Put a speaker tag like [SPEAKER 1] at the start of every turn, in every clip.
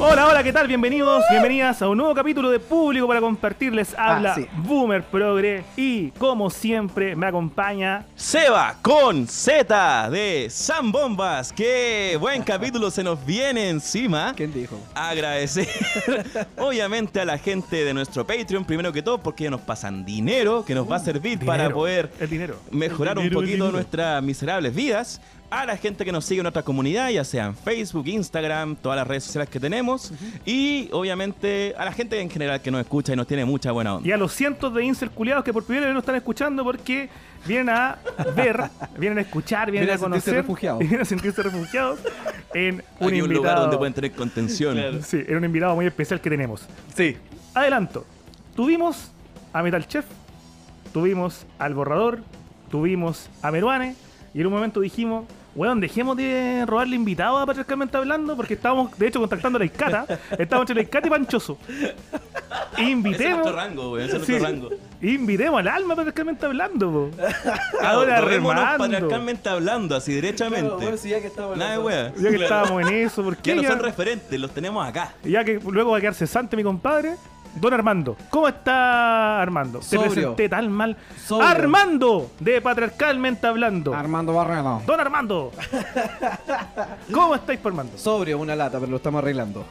[SPEAKER 1] Hola, hola, ¿qué tal? Bienvenidos, bienvenidas a un nuevo capítulo de Público para compartirles. Habla
[SPEAKER 2] Ah, sí.
[SPEAKER 1] Boomer Progre y, como siempre, me acompaña.
[SPEAKER 3] Seba con Z de San Bombas. Qué buen capítulo se nos viene encima.
[SPEAKER 2] ¿Quién dijo?
[SPEAKER 3] Agradecer obviamente a la gente de nuestro Patreon, primero que todo, porque ellos nos pasan dinero que nos va a servir para
[SPEAKER 1] Uh, Dinero.
[SPEAKER 3] poder
[SPEAKER 1] El dinero.
[SPEAKER 3] mejorar
[SPEAKER 1] El dinero,
[SPEAKER 3] un
[SPEAKER 1] el
[SPEAKER 3] poquito
[SPEAKER 1] dinero.
[SPEAKER 3] nuestras miserables vidas. A la gente que nos sigue en nuestra comunidad, ya sean Facebook, Instagram, todas las redes sociales que tenemos. Y obviamente a la gente en general que nos escucha y nos tiene mucha buena onda.
[SPEAKER 1] Y a los cientos de incel culiados que por primera vez nos están escuchando porque vienen a ver, vienen a escuchar, vienen,
[SPEAKER 2] Vienen a
[SPEAKER 1] a conocer.
[SPEAKER 2] sentirse refugiados.
[SPEAKER 1] y Vienen a sentirse refugiados en un
[SPEAKER 3] Aquí
[SPEAKER 1] invitado.
[SPEAKER 3] un lugar donde pueden tener contención.
[SPEAKER 1] Sí, era un invitado muy especial que tenemos.
[SPEAKER 2] Sí.
[SPEAKER 1] Adelanto. Tuvimos a Metal Chef, tuvimos al Borrador, tuvimos a Meruane, y en un momento dijimos, weón, dejemos de robarle invitados a Patriarcalmente Hablando, porque estábamos, de hecho, contactando a la Iscata, estábamos entre la Iscata y Panchoso.
[SPEAKER 3] Ese es
[SPEAKER 1] Invitemos.
[SPEAKER 3] nuestro rango, güey, ese es
[SPEAKER 1] Sí.
[SPEAKER 3] nuestro rango.
[SPEAKER 1] Invitemos al alma patriarcalmente hablando, po.
[SPEAKER 3] Claro,
[SPEAKER 1] Ahora
[SPEAKER 3] tomémonos
[SPEAKER 1] remando.
[SPEAKER 3] patriarcalmente hablando, así derechamente.
[SPEAKER 2] bueno, sí, ya que estamos en
[SPEAKER 3] Nada de
[SPEAKER 2] la-
[SPEAKER 3] wea.
[SPEAKER 1] Ya que estábamos en eso,
[SPEAKER 3] Ya
[SPEAKER 1] porque
[SPEAKER 3] no
[SPEAKER 1] ya,
[SPEAKER 3] son referentes, los tenemos acá.
[SPEAKER 1] ya que luego va a quedar cesante mi compadre. Don Armando, ¿cómo está Armando?
[SPEAKER 2] Sobrio.
[SPEAKER 1] Te presenté tan mal.
[SPEAKER 2] Sobrio.
[SPEAKER 1] Armando, de patriarcalmente hablando.
[SPEAKER 2] Armando Barredo.
[SPEAKER 1] Don Armando, ¿cómo estáis por Armando?
[SPEAKER 2] Sobrio, una lata, pero lo estamos arreglando.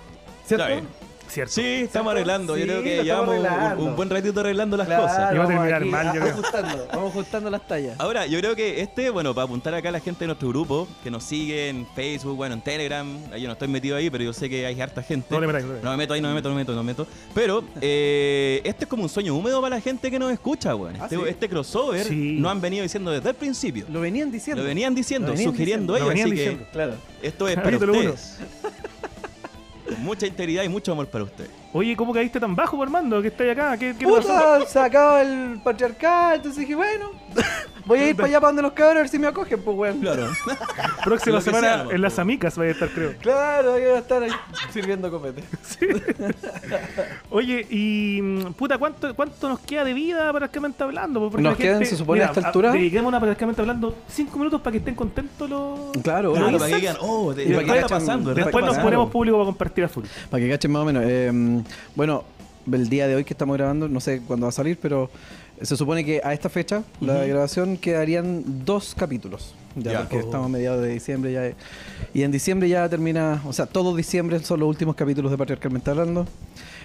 [SPEAKER 2] ¿Cierto?
[SPEAKER 3] Está bien.
[SPEAKER 1] Cierto.
[SPEAKER 3] Sí, estamos arreglando. Yo
[SPEAKER 2] Sí,
[SPEAKER 3] creo
[SPEAKER 2] lo
[SPEAKER 3] que
[SPEAKER 2] estamos
[SPEAKER 3] llevamos un,
[SPEAKER 2] arreglando.
[SPEAKER 3] un buen ratito arreglando las cosas.
[SPEAKER 1] Iba a
[SPEAKER 2] vamos
[SPEAKER 1] terminar mal, yo
[SPEAKER 2] vamos
[SPEAKER 1] creo.
[SPEAKER 2] ajustando, vamos ajustando las tallas.
[SPEAKER 3] Ahora, yo creo que este, bueno, para apuntar acá a la gente de nuestro grupo, que nos sigue en Facebook, bueno, en Telegram, ahí yo no estoy metido ahí, pero yo sé que hay harta gente.
[SPEAKER 1] No le metáis, no le metáis.
[SPEAKER 3] me meto ahí, no me meto, no me meto, no me meto. Pero, eh, este es como un sueño húmedo para la gente que nos escucha, weón.
[SPEAKER 2] Ah,
[SPEAKER 3] Este,
[SPEAKER 2] sí.
[SPEAKER 3] este crossover
[SPEAKER 1] Sí.
[SPEAKER 3] nos han venido diciendo desde el principio.
[SPEAKER 2] Lo venían diciendo.
[SPEAKER 3] Lo venían diciendo,
[SPEAKER 2] Lo venían
[SPEAKER 3] sugiriendo
[SPEAKER 1] diciendo.
[SPEAKER 3] ellos,
[SPEAKER 1] Lo venían
[SPEAKER 3] así que
[SPEAKER 1] diciendo.
[SPEAKER 2] Claro.
[SPEAKER 3] esto es para
[SPEAKER 1] Capítulo uno.
[SPEAKER 3] ustedes. Con mucha integridad y mucho amor para ustedes.
[SPEAKER 1] Oye, ¿cómo caíste tan bajo, po, Armando? ¿Qué estáis acá? ¿Qué, qué te pasó?
[SPEAKER 2] Puta, se acaba el patriarcado, entonces dije, bueno, voy a ir para allá para donde los cabros a ver si me acogen, pues weón.
[SPEAKER 3] Claro.
[SPEAKER 1] Próxima
[SPEAKER 3] Lo que sea,
[SPEAKER 1] semana
[SPEAKER 3] Armando.
[SPEAKER 1] en las amicas vais a estar, creo.
[SPEAKER 2] Claro, ahí voy a estar ahí sirviendo copete.
[SPEAKER 1] Sí. Oye, y mm, puta, ¿cuánto, cuánto nos queda de vida prácticamente hablando? Pues, Porque
[SPEAKER 2] Nos
[SPEAKER 1] la
[SPEAKER 2] quedan, se supone, a esta altura.
[SPEAKER 1] Dediquemos a prácticamente hablando 5 minutos para que estén contentos los.
[SPEAKER 2] Claro,
[SPEAKER 1] los
[SPEAKER 3] Claro, para que
[SPEAKER 1] incels.
[SPEAKER 3] digan, oh, de-
[SPEAKER 1] Y
[SPEAKER 3] de-
[SPEAKER 1] después-
[SPEAKER 3] ¿qué está pasando? ¿verdad?
[SPEAKER 1] Después
[SPEAKER 3] ¿Qué
[SPEAKER 1] nos
[SPEAKER 3] pasa?
[SPEAKER 1] ponemos público para compartir a full.
[SPEAKER 2] Para que cachen más o menos. eh, bueno, el día de hoy que estamos grabando, no sé cuándo va a salir, pero se supone que a esta fecha, la grabación, quedarían dos capítulos. Ya,
[SPEAKER 3] Ya.
[SPEAKER 2] porque
[SPEAKER 3] Oh.
[SPEAKER 2] estamos a mediados de diciembre ya. eh, Y en diciembre ya termina, o sea, todo diciembre son los últimos capítulos de Patriarcalmente Hablando.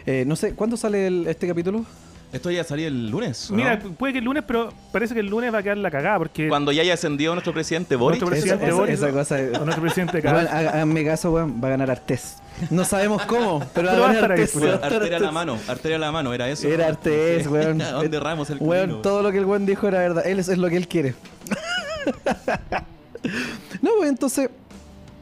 [SPEAKER 2] Eh, no sé, ¿cuándo sale el- este capítulo?
[SPEAKER 3] Esto ya salió el lunes. ¿o
[SPEAKER 1] Mira, eh,
[SPEAKER 3] no?
[SPEAKER 1] puede que el lunes, pero parece que el lunes va a quedar la cagada porque.
[SPEAKER 3] cuando ya haya ascendido nuestro presidente Boris.
[SPEAKER 1] Nuestro presidente
[SPEAKER 2] Esa- esa-
[SPEAKER 1] Boris.
[SPEAKER 2] esa cosa es-
[SPEAKER 1] o nuestro presidente de
[SPEAKER 2] Weón,
[SPEAKER 1] cagada.
[SPEAKER 2] haga- háganme caso, weón, va a ganar Artés. No sabemos cómo, pero,
[SPEAKER 1] Pero va
[SPEAKER 2] va
[SPEAKER 1] a
[SPEAKER 2] a
[SPEAKER 1] estar
[SPEAKER 2] ganar
[SPEAKER 1] ahí,
[SPEAKER 2] Artés.
[SPEAKER 1] pues.
[SPEAKER 2] va a
[SPEAKER 3] Bueno,
[SPEAKER 2] estar
[SPEAKER 3] arteria a la
[SPEAKER 2] Artés.
[SPEAKER 3] mano, arteria a la mano, era eso.
[SPEAKER 2] Era Artés, weón.
[SPEAKER 3] ¿A dónde Ramos el
[SPEAKER 2] Weón,
[SPEAKER 3] camino?
[SPEAKER 2] todo lo que el weón dijo era verdad. Él es, es lo que él quiere. no, pues entonces.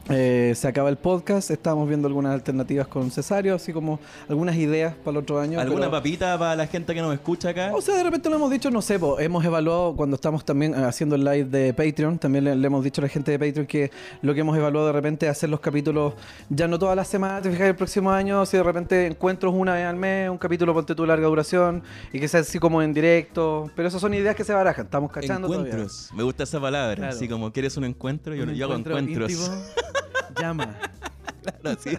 [SPEAKER 2] eh, se acaba el podcast, estábamos viendo algunas alternativas con Cesario, así como algunas ideas para el otro año.
[SPEAKER 3] ¿Alguna
[SPEAKER 2] pero-
[SPEAKER 3] papita para la gente que nos escucha acá?
[SPEAKER 2] o sea, de repente lo hemos dicho, no sé, po, hemos evaluado cuando estamos también eh, haciendo el live de Patreon, también le, le hemos dicho a la gente de Patreon que lo que hemos evaluado de repente es hacer los capítulos ya no todas las semanas, te fijas el próximo año, si de repente encuentros una vez al mes, un capítulo ponte tu larga duración y que sea así como en directo, pero esas son ideas que se barajan, estamos cachando todavía.
[SPEAKER 3] encuentros. Me gusta esa palabra.
[SPEAKER 2] Claro.
[SPEAKER 3] Así como, ¿quieres un encuentro? Yo,
[SPEAKER 2] Un
[SPEAKER 3] yo hago
[SPEAKER 2] encuentro
[SPEAKER 3] encuentros.
[SPEAKER 2] íntimo, llama.
[SPEAKER 3] Claro, sí.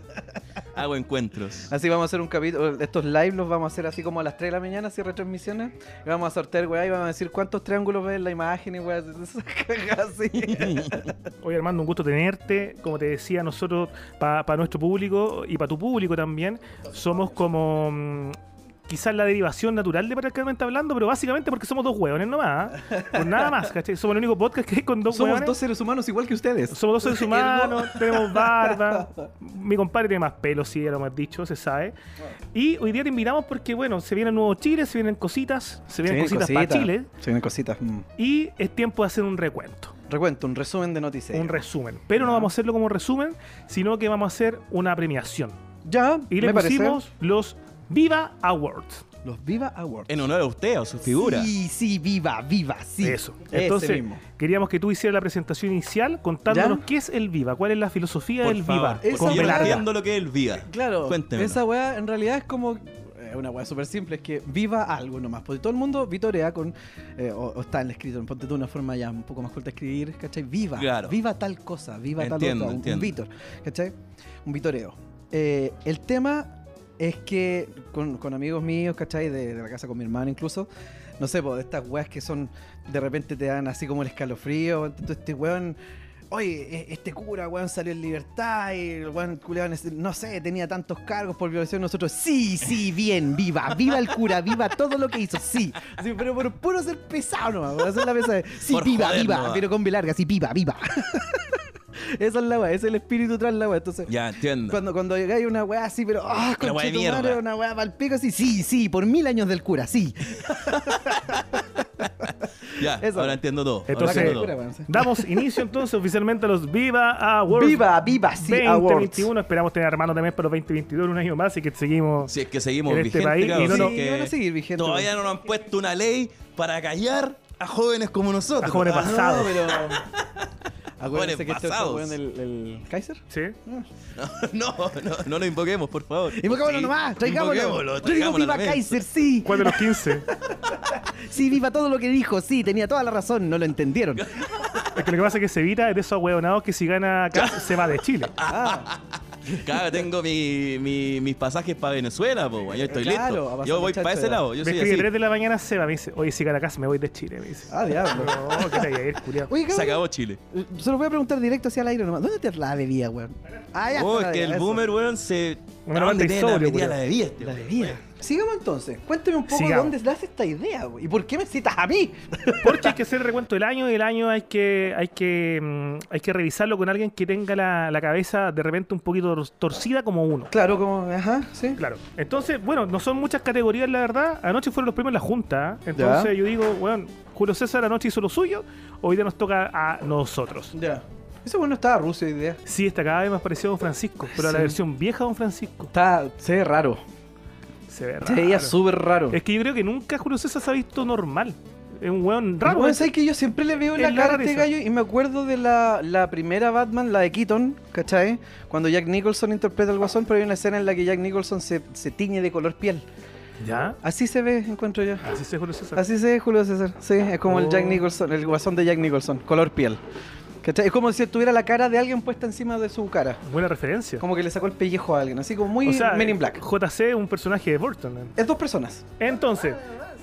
[SPEAKER 3] Hago encuentros.
[SPEAKER 2] Así vamos a hacer un capítulo. Estos live los vamos a hacer así como a las 3 de la mañana, así retransmisiones. Y vamos a sortear, weá, y vamos a decir cuántos triángulos ves en la imagen y weá. esas cagadas así.
[SPEAKER 1] Oye, Armando, un gusto tenerte. Como te decía, nosotros, para nuestro público y para tu público también, somos como. mm, Quizás la derivación natural de Patriarcalmente hablando, pero básicamente porque somos dos hueones nomás. ¿ah? Por nada más, ¿cachai? Somos el único podcast que es con dos
[SPEAKER 2] Somos
[SPEAKER 1] hueones.
[SPEAKER 2] dos seres humanos igual que ustedes.
[SPEAKER 1] Somos dos seres humanos, tenemos barba. Mi compadre tiene más pelo, sí, ya lo hemos dicho, se sabe.
[SPEAKER 2] Ah.
[SPEAKER 1] Y hoy día te invitamos porque, bueno, se vienen nuevos chiles, se vienen cositas, se vienen cositas para Chile.
[SPEAKER 2] Se vienen cositas. mm.
[SPEAKER 1] Y es tiempo de hacer un recuento,
[SPEAKER 2] Recuento, un resumen de noticias.
[SPEAKER 1] un resumen. Pero no vamos a hacerlo como resumen, sino que vamos a hacer una premiación.
[SPEAKER 2] Ya,
[SPEAKER 1] Y le
[SPEAKER 2] me parece.
[SPEAKER 1] pusimos los Viva Awards.
[SPEAKER 2] Los Viva Awards.
[SPEAKER 3] En honor a usted, a su figura.
[SPEAKER 2] Sí, sí, viva, viva, sí.
[SPEAKER 1] Eso.
[SPEAKER 2] Ese
[SPEAKER 1] Entonces,
[SPEAKER 2] mismo.
[SPEAKER 1] queríamos que tú hicieras la presentación inicial contándonos
[SPEAKER 2] ¿Ya?
[SPEAKER 1] qué es el Viva, cuál es la filosofía
[SPEAKER 3] Por
[SPEAKER 1] del
[SPEAKER 3] favor.
[SPEAKER 1] Viva.
[SPEAKER 2] Esa
[SPEAKER 3] Porque
[SPEAKER 1] Con
[SPEAKER 3] yo no
[SPEAKER 2] weá-
[SPEAKER 1] Belarga.
[SPEAKER 3] entiendo lo que es el vida.
[SPEAKER 2] Claro,
[SPEAKER 3] Cuénteme.
[SPEAKER 2] esa weá en realidad es como eh, una weá súper simple, es que viva algo nomás. Porque todo el mundo vitorea con, eh, o, o está en el escrito, en ponte tú una forma ya un poco más corta de escribir, ¿cachai? Viva,
[SPEAKER 3] Claro.
[SPEAKER 2] viva tal cosa, viva
[SPEAKER 3] Entiendo,
[SPEAKER 2] tal otra, un- un,
[SPEAKER 3] entiendo.
[SPEAKER 2] vitor, ¿cachai? Un vitoreo. Eh, el tema es que con, con amigos míos, ¿cachai? De, de la casa con mi hermana incluso, no sé, po, de estas weas que son, de repente te dan así como el escalofrío, entonces este weón... Oye, e- este cura, weón, salió en libertad y el weón culiao, no sé, tenía tantos cargos por violación. Nosotros, sí, sí, bien, viva, viva el cura, viva todo lo que hizo, sí. Sí, pero por puro ser pesado nomás, por hacer la pesada. Sí,
[SPEAKER 3] Por
[SPEAKER 2] viva,
[SPEAKER 3] joder
[SPEAKER 2] viva,
[SPEAKER 3] nomás.
[SPEAKER 2] pero con B larga, sí, viva, viva. Esa es la weá, ese es el espíritu tras la weá. Entonces,
[SPEAKER 3] Ya, entiendo.
[SPEAKER 2] cuando, cuando llegáis una weá así, pero ¡ah,
[SPEAKER 3] Una weá
[SPEAKER 2] conchetumare,
[SPEAKER 3] de mierda.
[SPEAKER 2] Una weá pal pico así, sí, sí, por mil años del cura, sí.
[SPEAKER 3] Ya,
[SPEAKER 2] Eso.
[SPEAKER 3] ahora entiendo todo. ahora
[SPEAKER 1] Entonces-
[SPEAKER 3] entiendo todo.
[SPEAKER 2] Cura, weón, sí.
[SPEAKER 1] Damos inicio entonces oficialmente a los Viva Awards.
[SPEAKER 2] Viva, viva, sí, awards.
[SPEAKER 1] 2021. Esperamos tener hermanos también para los 2022 en un año más, así que seguimos.
[SPEAKER 3] Si es que seguimos
[SPEAKER 1] En este
[SPEAKER 3] vigente,
[SPEAKER 1] país,
[SPEAKER 3] cabrón,
[SPEAKER 1] y no, no.
[SPEAKER 3] así que
[SPEAKER 2] Sí, van a seguir vigentes.
[SPEAKER 3] Todavía no nos han puesto una ley para callar a jóvenes como nosotros.
[SPEAKER 1] A jóvenes
[SPEAKER 3] Ah,
[SPEAKER 1] pasados.
[SPEAKER 2] No, pero. Acuérdense
[SPEAKER 3] Jóvenes
[SPEAKER 2] que este otro
[SPEAKER 3] pasados.
[SPEAKER 2] weón del el Kaiser.
[SPEAKER 1] Sí.
[SPEAKER 3] No, no, no lo invoquémos, por favor.
[SPEAKER 2] Invoquémoslo
[SPEAKER 3] Sí,
[SPEAKER 2] nomás, traigámoslo.
[SPEAKER 3] invoquémoslo,
[SPEAKER 2] Yo digo
[SPEAKER 3] traigámoslo
[SPEAKER 2] viva
[SPEAKER 3] también.
[SPEAKER 2] Kaiser, sí.
[SPEAKER 1] ¿Cuál de los 15?
[SPEAKER 2] Sí, viva todo lo que dijo, sí, tenía toda la razón, no lo entendieron.
[SPEAKER 1] es que lo que pasa es que se evita es de esos hueonados que si gana acá se va de Chile.
[SPEAKER 2] Ah,
[SPEAKER 3] Claro, tengo mi- mi- mis pasajes para Venezuela, po, weón. yo estoy
[SPEAKER 2] Claro, a
[SPEAKER 3] listo.
[SPEAKER 2] pasar
[SPEAKER 3] Yo voy
[SPEAKER 2] muchacho,
[SPEAKER 3] para ese
[SPEAKER 2] ya.
[SPEAKER 3] lado. Yo
[SPEAKER 1] me
[SPEAKER 3] soy
[SPEAKER 1] escribe
[SPEAKER 3] así.
[SPEAKER 1] 3 de la mañana se va, me dice, oye, si gana acá me voy de Chile, me dice.
[SPEAKER 2] ah diablo.
[SPEAKER 1] No, ¿qué te vaya a ir, culiao?
[SPEAKER 2] Oye,
[SPEAKER 3] Se
[SPEAKER 2] cabrón,
[SPEAKER 3] acabó Chile.
[SPEAKER 2] se lo voy a preguntar directo hacia el aire nomás. ¿Dónde te la bebía, weón? Ah, ya.
[SPEAKER 3] Oh,
[SPEAKER 2] está la
[SPEAKER 3] es que
[SPEAKER 2] bebida,
[SPEAKER 3] el
[SPEAKER 2] eso.
[SPEAKER 3] boomer, weón, se.
[SPEAKER 1] Una
[SPEAKER 3] ¿A dónde
[SPEAKER 1] banda
[SPEAKER 3] tiene
[SPEAKER 1] sobrio,
[SPEAKER 3] la bebida?
[SPEAKER 1] culiao.
[SPEAKER 3] La bebida, este,
[SPEAKER 2] La
[SPEAKER 3] weón?
[SPEAKER 2] bebida. Sigamos entonces. Cuéntame un poco
[SPEAKER 1] Sigamos.
[SPEAKER 2] dónde das esta idea, güey. ¿Y por qué me citas a mí?
[SPEAKER 1] Porque hay que hacer el recuento del año y el año hay que hay que mm, hay que revisarlo con alguien que tenga la, la cabeza de repente un poquito tor- torcida como uno.
[SPEAKER 2] Claro, como. Ajá, sí.
[SPEAKER 1] Claro. Entonces, bueno, no son muchas categorías, la verdad. Anoche fueron los premios en la Junta. ¿eh? Entonces
[SPEAKER 2] Ya.
[SPEAKER 1] yo digo, bueno, Julio César anoche hizo lo suyo, hoy día nos toca a nosotros.
[SPEAKER 2] Ya. Ese bueno estaba ruso, idea.
[SPEAKER 1] Sí, está cada vez más parecido a Don Francisco, pero a la
[SPEAKER 2] Sí.
[SPEAKER 1] versión vieja de Don Francisco.
[SPEAKER 2] Está. Se ve raro.
[SPEAKER 1] Se ve
[SPEAKER 2] Se veía
[SPEAKER 1] raro.
[SPEAKER 2] súper raro.
[SPEAKER 1] Es que yo creo que nunca Julio César se ha visto normal. Es un weón raro.
[SPEAKER 2] Bueno,
[SPEAKER 1] ¿eh?
[SPEAKER 2] ¿sabes que yo siempre le veo
[SPEAKER 1] Es
[SPEAKER 2] la
[SPEAKER 1] la
[SPEAKER 2] cara a este
[SPEAKER 1] rareza.
[SPEAKER 2] gallo y me acuerdo de la, la primera Batman, la de Keaton, ¿cachai? Cuando Jack Nicholson interpreta al guasón, pero hay una escena en la que Jack Nicholson se, se tiñe de color piel.
[SPEAKER 1] ¿Ya?
[SPEAKER 2] Así se ve, encuentro yo.
[SPEAKER 1] Así se ve Julio César.
[SPEAKER 2] Así se ve Julio César. Sí, es como el Jack
[SPEAKER 1] Oh.
[SPEAKER 2] Nicholson, el guasón de Jack Nicholson, color piel. ¿Cachai? Es como si tuviera la cara de alguien puesta encima de su cara.
[SPEAKER 1] Buena referencia.
[SPEAKER 2] Como que le sacó el pellejo a alguien, así como muy
[SPEAKER 1] o sea,
[SPEAKER 2] Men in Black.
[SPEAKER 1] JC es un personaje de Burton. ¿eh?
[SPEAKER 2] Es dos personas.
[SPEAKER 1] Entonces,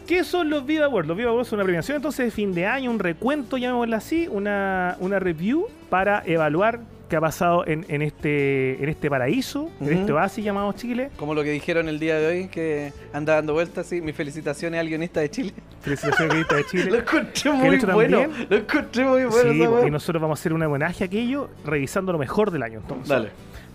[SPEAKER 1] ¿qué son los Viva Awards? Los Viva Awards son una premiación entonces de fin de año, un recuento, llamémoslo así, una, una review para evaluar qué ha pasado en, en este, en este paraíso, en
[SPEAKER 2] Ujú.
[SPEAKER 1] este oasis llamado Chile.
[SPEAKER 2] Como lo que dijeron el día de hoy, que anda dando vueltas, sí. Mis felicitaciones al guionista de Chile.
[SPEAKER 1] Felicitaciones periodista de
[SPEAKER 2] Lo
[SPEAKER 1] Chile.
[SPEAKER 2] encontré
[SPEAKER 1] ¿Que lo he
[SPEAKER 2] muy
[SPEAKER 1] hecho
[SPEAKER 2] bueno.
[SPEAKER 1] también?
[SPEAKER 2] Lo encontré muy bueno.
[SPEAKER 1] Sí,
[SPEAKER 2] esa weá.
[SPEAKER 1] y nosotros vamos a hacer un homenaje a aquello revisando lo mejor del año entonces.
[SPEAKER 2] Dale.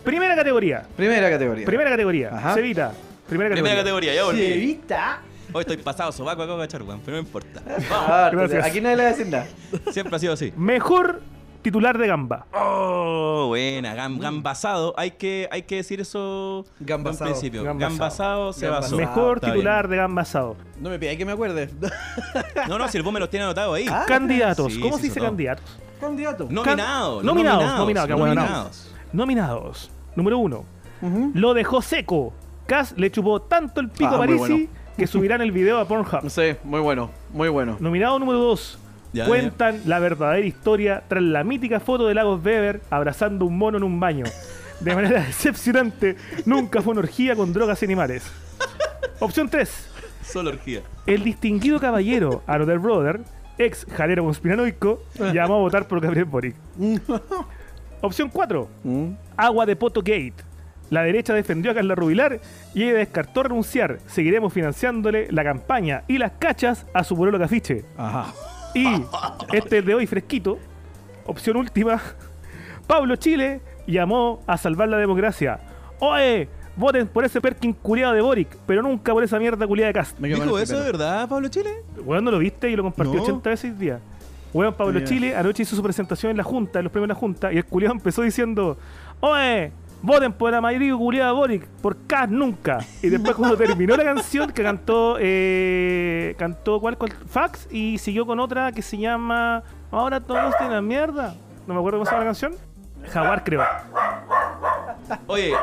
[SPEAKER 1] Primera categoría.
[SPEAKER 2] Primera categoría.
[SPEAKER 1] Primera categoría.
[SPEAKER 2] Ajá.
[SPEAKER 1] Cevita. Primera categoría.
[SPEAKER 3] Primera categoría, ya volví.
[SPEAKER 2] Chevita.
[SPEAKER 3] Hoy estoy pasado sobaco, acabo de echar, weón, pero no importa.
[SPEAKER 2] Ah,
[SPEAKER 1] Gracias.
[SPEAKER 2] Aquí nadie le va a decir nada.
[SPEAKER 3] Siempre ha sido así.
[SPEAKER 1] Mejor titular de gamba.
[SPEAKER 3] Oh, buena, gam- gambasado. Hay que, hay que decir eso
[SPEAKER 2] Gambasado.
[SPEAKER 3] en principio.
[SPEAKER 1] Gambasado.
[SPEAKER 3] Gambasado, se
[SPEAKER 2] Gambasado.
[SPEAKER 3] basó.
[SPEAKER 1] Mejor
[SPEAKER 3] Está
[SPEAKER 1] titular de gamba asado.
[SPEAKER 2] No me pidáis que me acuerde.
[SPEAKER 3] bien. No, no, si el vos me los tiene anotado ahí.
[SPEAKER 2] Ah.
[SPEAKER 1] Candidatos.
[SPEAKER 3] Sí,
[SPEAKER 1] ¿Cómo
[SPEAKER 3] sí,
[SPEAKER 1] se dice
[SPEAKER 3] sonó.
[SPEAKER 1] candidatos?
[SPEAKER 2] Candidato.
[SPEAKER 3] Nominados.
[SPEAKER 1] Can- nominados, nominados,
[SPEAKER 3] Nominados.
[SPEAKER 1] qué bueno, Nominados. Número uno.
[SPEAKER 2] Ujú.
[SPEAKER 1] Lo dejó seco. Cass le chupó tanto el pico
[SPEAKER 2] Ah,
[SPEAKER 1] a
[SPEAKER 2] muy
[SPEAKER 1] Parisi
[SPEAKER 2] bueno.
[SPEAKER 1] que subirán el video a Pornhub.
[SPEAKER 2] Sí, muy bueno. Muy bueno.
[SPEAKER 1] Nominado número 2.
[SPEAKER 3] Ya,
[SPEAKER 1] Cuentan la verdadera historia tras la mítica foto de Lagos Weber abrazando un mono en un baño. De manera decepcionante, nunca fue una orgía con drogas y animales. Opción 3.
[SPEAKER 3] Solo orgía.
[SPEAKER 1] El distinguido caballero Another Brother, ex jalero conspiranoico,
[SPEAKER 2] Ah.
[SPEAKER 1] llamó a votar por Gabriel Boric. Opción 4.
[SPEAKER 2] Mm.
[SPEAKER 1] Agua de Poto Gate. La derecha defendió a Carla Rubilar y ella descartó renunciar. Seguiremos financiándole la campaña y las cachas a su pueblo cafiche.
[SPEAKER 2] Ajá.
[SPEAKER 1] Y este de hoy fresquito, opción última, Pablo Chile llamó a salvar la democracia. Oe, voten por ese Perkin culiado de Boric, pero nunca por esa mierda culiada de Cast.
[SPEAKER 2] Me quedo
[SPEAKER 3] ¿Dijo
[SPEAKER 2] con este
[SPEAKER 3] eso de
[SPEAKER 2] pelo.
[SPEAKER 3] verdad, Pablo Chile?
[SPEAKER 1] Weón, ¿no lo viste y lo compartió
[SPEAKER 3] No.
[SPEAKER 1] 80 veces el día? Weón, Pablo
[SPEAKER 2] Mira.
[SPEAKER 1] Chile anoche hizo su presentación en la Junta, en los premios de la Junta, y el culiado empezó diciendo: ¡Oe! ¡Voten por la mayoría culiada de Boric! ¡Por Cas nunca! Y después, cuando terminó la canción, que cantó. Eh, cantó cuál, cuál, Fax, y siguió con otra que se llama. Ahora todos tienen la mierda. No me acuerdo cómo se llama la canción. Jaguar, creo.
[SPEAKER 3] Oye,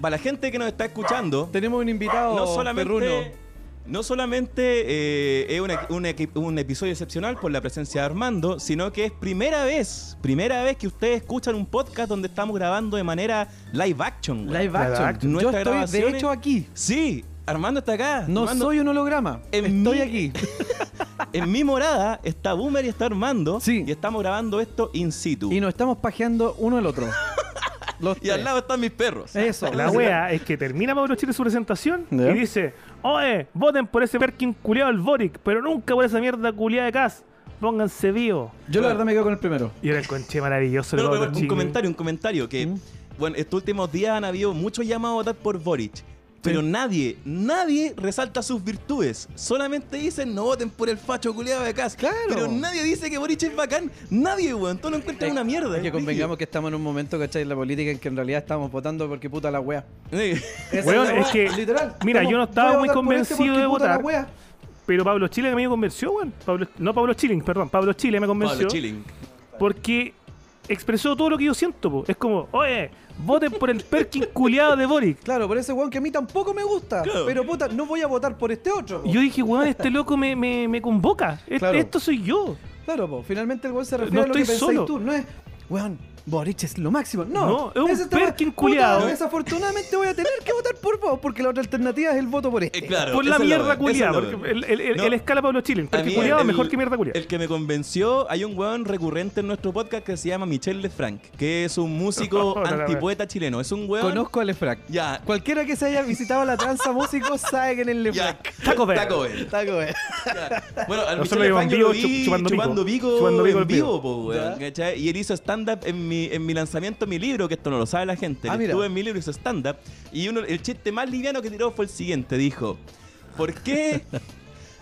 [SPEAKER 3] para la gente que nos está escuchando,
[SPEAKER 2] Tenemos un invitado
[SPEAKER 3] no solamente.
[SPEAKER 2] perruno.
[SPEAKER 3] No solamente eh, es una- un, equi- un episodio excepcional por la presencia de Armando, sino que es primera vez, primera vez que ustedes escuchan un podcast donde estamos grabando de manera live action. güey.
[SPEAKER 2] Live action.
[SPEAKER 1] action.
[SPEAKER 2] Yo
[SPEAKER 3] Nuestras
[SPEAKER 2] estoy, de
[SPEAKER 3] grabaciones-
[SPEAKER 2] hecho, aquí.
[SPEAKER 3] Sí, Armando está acá.
[SPEAKER 2] No
[SPEAKER 3] Armando-
[SPEAKER 2] soy un holograma.
[SPEAKER 3] En
[SPEAKER 2] estoy
[SPEAKER 3] mi-
[SPEAKER 2] aquí.
[SPEAKER 3] En mi morada está Boomer y está Armando.
[SPEAKER 2] Sí.
[SPEAKER 3] Y estamos grabando esto in situ.
[SPEAKER 2] Y nos estamos pajeando uno al otro. Los
[SPEAKER 3] Y al
[SPEAKER 2] tres.
[SPEAKER 3] lado están mis perros.
[SPEAKER 2] Eso.
[SPEAKER 1] La wea es que termina Pablo Chile su presentación
[SPEAKER 2] Ya.
[SPEAKER 1] y dice: Oye, voten por ese Perkin culiado al Boric, pero nunca por esa mierda culiada de Cas. Pónganse vivo.
[SPEAKER 2] Yo la verdad me quedo con el primero.
[SPEAKER 1] Y era el conche maravilloso. de
[SPEAKER 3] No, no,
[SPEAKER 1] Pablo
[SPEAKER 3] pero un
[SPEAKER 1] Chile.
[SPEAKER 3] comentario, un comentario que,
[SPEAKER 2] Mm.
[SPEAKER 3] bueno, estos últimos días han habido muchos llamados a votar por Boric. Pero nadie, nadie resalta sus virtudes. Solamente dicen no voten por el facho culiado de Cas.
[SPEAKER 2] Claro.
[SPEAKER 3] Pero nadie dice que Boric es bacán. Nadie, weón. Todo lo encuentran una mierda.
[SPEAKER 2] Que
[SPEAKER 3] es
[SPEAKER 2] convengamos que estamos en un momento, ¿cachai? En la política en que en realidad estamos votando porque puta la wea.
[SPEAKER 3] brígido.
[SPEAKER 2] Esa
[SPEAKER 1] Weón,
[SPEAKER 2] la wea,
[SPEAKER 1] es que-
[SPEAKER 2] Literal.
[SPEAKER 1] mira, yo no estaba
[SPEAKER 2] voy a
[SPEAKER 1] muy
[SPEAKER 2] votar por este
[SPEAKER 1] convencido de
[SPEAKER 2] porque puta la
[SPEAKER 1] votar.
[SPEAKER 2] wea.
[SPEAKER 1] Pero Pablo Chile que a mí me convenció, weón. Pablo- no Pablo Chilling, perdón. Pablo Chile me convenció.
[SPEAKER 3] Pablo Chilling.
[SPEAKER 1] Porque expresó todo lo que yo siento, po. Es como, oye, voten por el Perkin culiado de Boric.
[SPEAKER 2] Claro, por ese weón que a mí tampoco me gusta.
[SPEAKER 3] Claro.
[SPEAKER 2] Pero puta, no voy a votar por este otro. po.
[SPEAKER 1] Y Yo dije, weón, este loco me, me, me convoca. Este-
[SPEAKER 2] Claro.
[SPEAKER 1] Esto soy yo.
[SPEAKER 2] Claro, po. finalmente el weón se refiere
[SPEAKER 1] No
[SPEAKER 2] a lo que
[SPEAKER 1] estoy
[SPEAKER 2] pensáis
[SPEAKER 1] solo.
[SPEAKER 2] tú. No es, weón, Boric es lo máximo. No,
[SPEAKER 1] No, es un
[SPEAKER 2] ese tema-
[SPEAKER 1] Perkin
[SPEAKER 2] puta,
[SPEAKER 1] culiao.
[SPEAKER 2] Desafortunadamente voy a tener que votar por vos porque la otra alternativa es el voto por este.
[SPEAKER 3] Eh, claro,
[SPEAKER 1] por la
[SPEAKER 3] ese es lo
[SPEAKER 1] mierda
[SPEAKER 3] bueno, ese es
[SPEAKER 1] culiada.
[SPEAKER 3] lo
[SPEAKER 1] Porque
[SPEAKER 3] bueno.
[SPEAKER 1] el, el, el-
[SPEAKER 3] No.
[SPEAKER 1] el escala Pablo Chile. El
[SPEAKER 3] A mí
[SPEAKER 1] Perkin culiado es
[SPEAKER 3] el-
[SPEAKER 1] mejor que mierda culiada.
[SPEAKER 3] El que me convenció, hay un weón recurrente en nuestro podcast que se llama Michel Lefranc, que es un músico
[SPEAKER 1] No, no, no.
[SPEAKER 3] antipoeta chileno. Es un weón.
[SPEAKER 2] Conozco al Efrac.
[SPEAKER 3] Ya.
[SPEAKER 2] Cualquiera que se haya visitado la tranza músico sabe que en el
[SPEAKER 3] ya.
[SPEAKER 2] Efrac.
[SPEAKER 1] Taco Bell.
[SPEAKER 3] Taco Bell.
[SPEAKER 2] Está como-
[SPEAKER 3] Ya. Bueno,
[SPEAKER 1] Nosotros
[SPEAKER 3] al Michel
[SPEAKER 1] lo
[SPEAKER 3] Lefranc yo lo
[SPEAKER 1] llevamos en vivo,
[SPEAKER 3] vi
[SPEAKER 1] chup- chupando pico.
[SPEAKER 3] chupando, pico,
[SPEAKER 1] Chupando pico
[SPEAKER 3] en
[SPEAKER 1] en
[SPEAKER 3] vivo,
[SPEAKER 1] vivo.
[SPEAKER 3] po, weón,
[SPEAKER 2] Ya.
[SPEAKER 3] ¿cachai? Y él hizo stand-up en mi, en mi lanzamiento, de mi libro, que esto no lo sabe la gente.
[SPEAKER 2] Ah,
[SPEAKER 3] que
[SPEAKER 2] mira.
[SPEAKER 3] estuve en mi libro, hizo stand-up. Y uno, el chiste más liviano que tiró fue el siguiente. Dijo, ¿por qué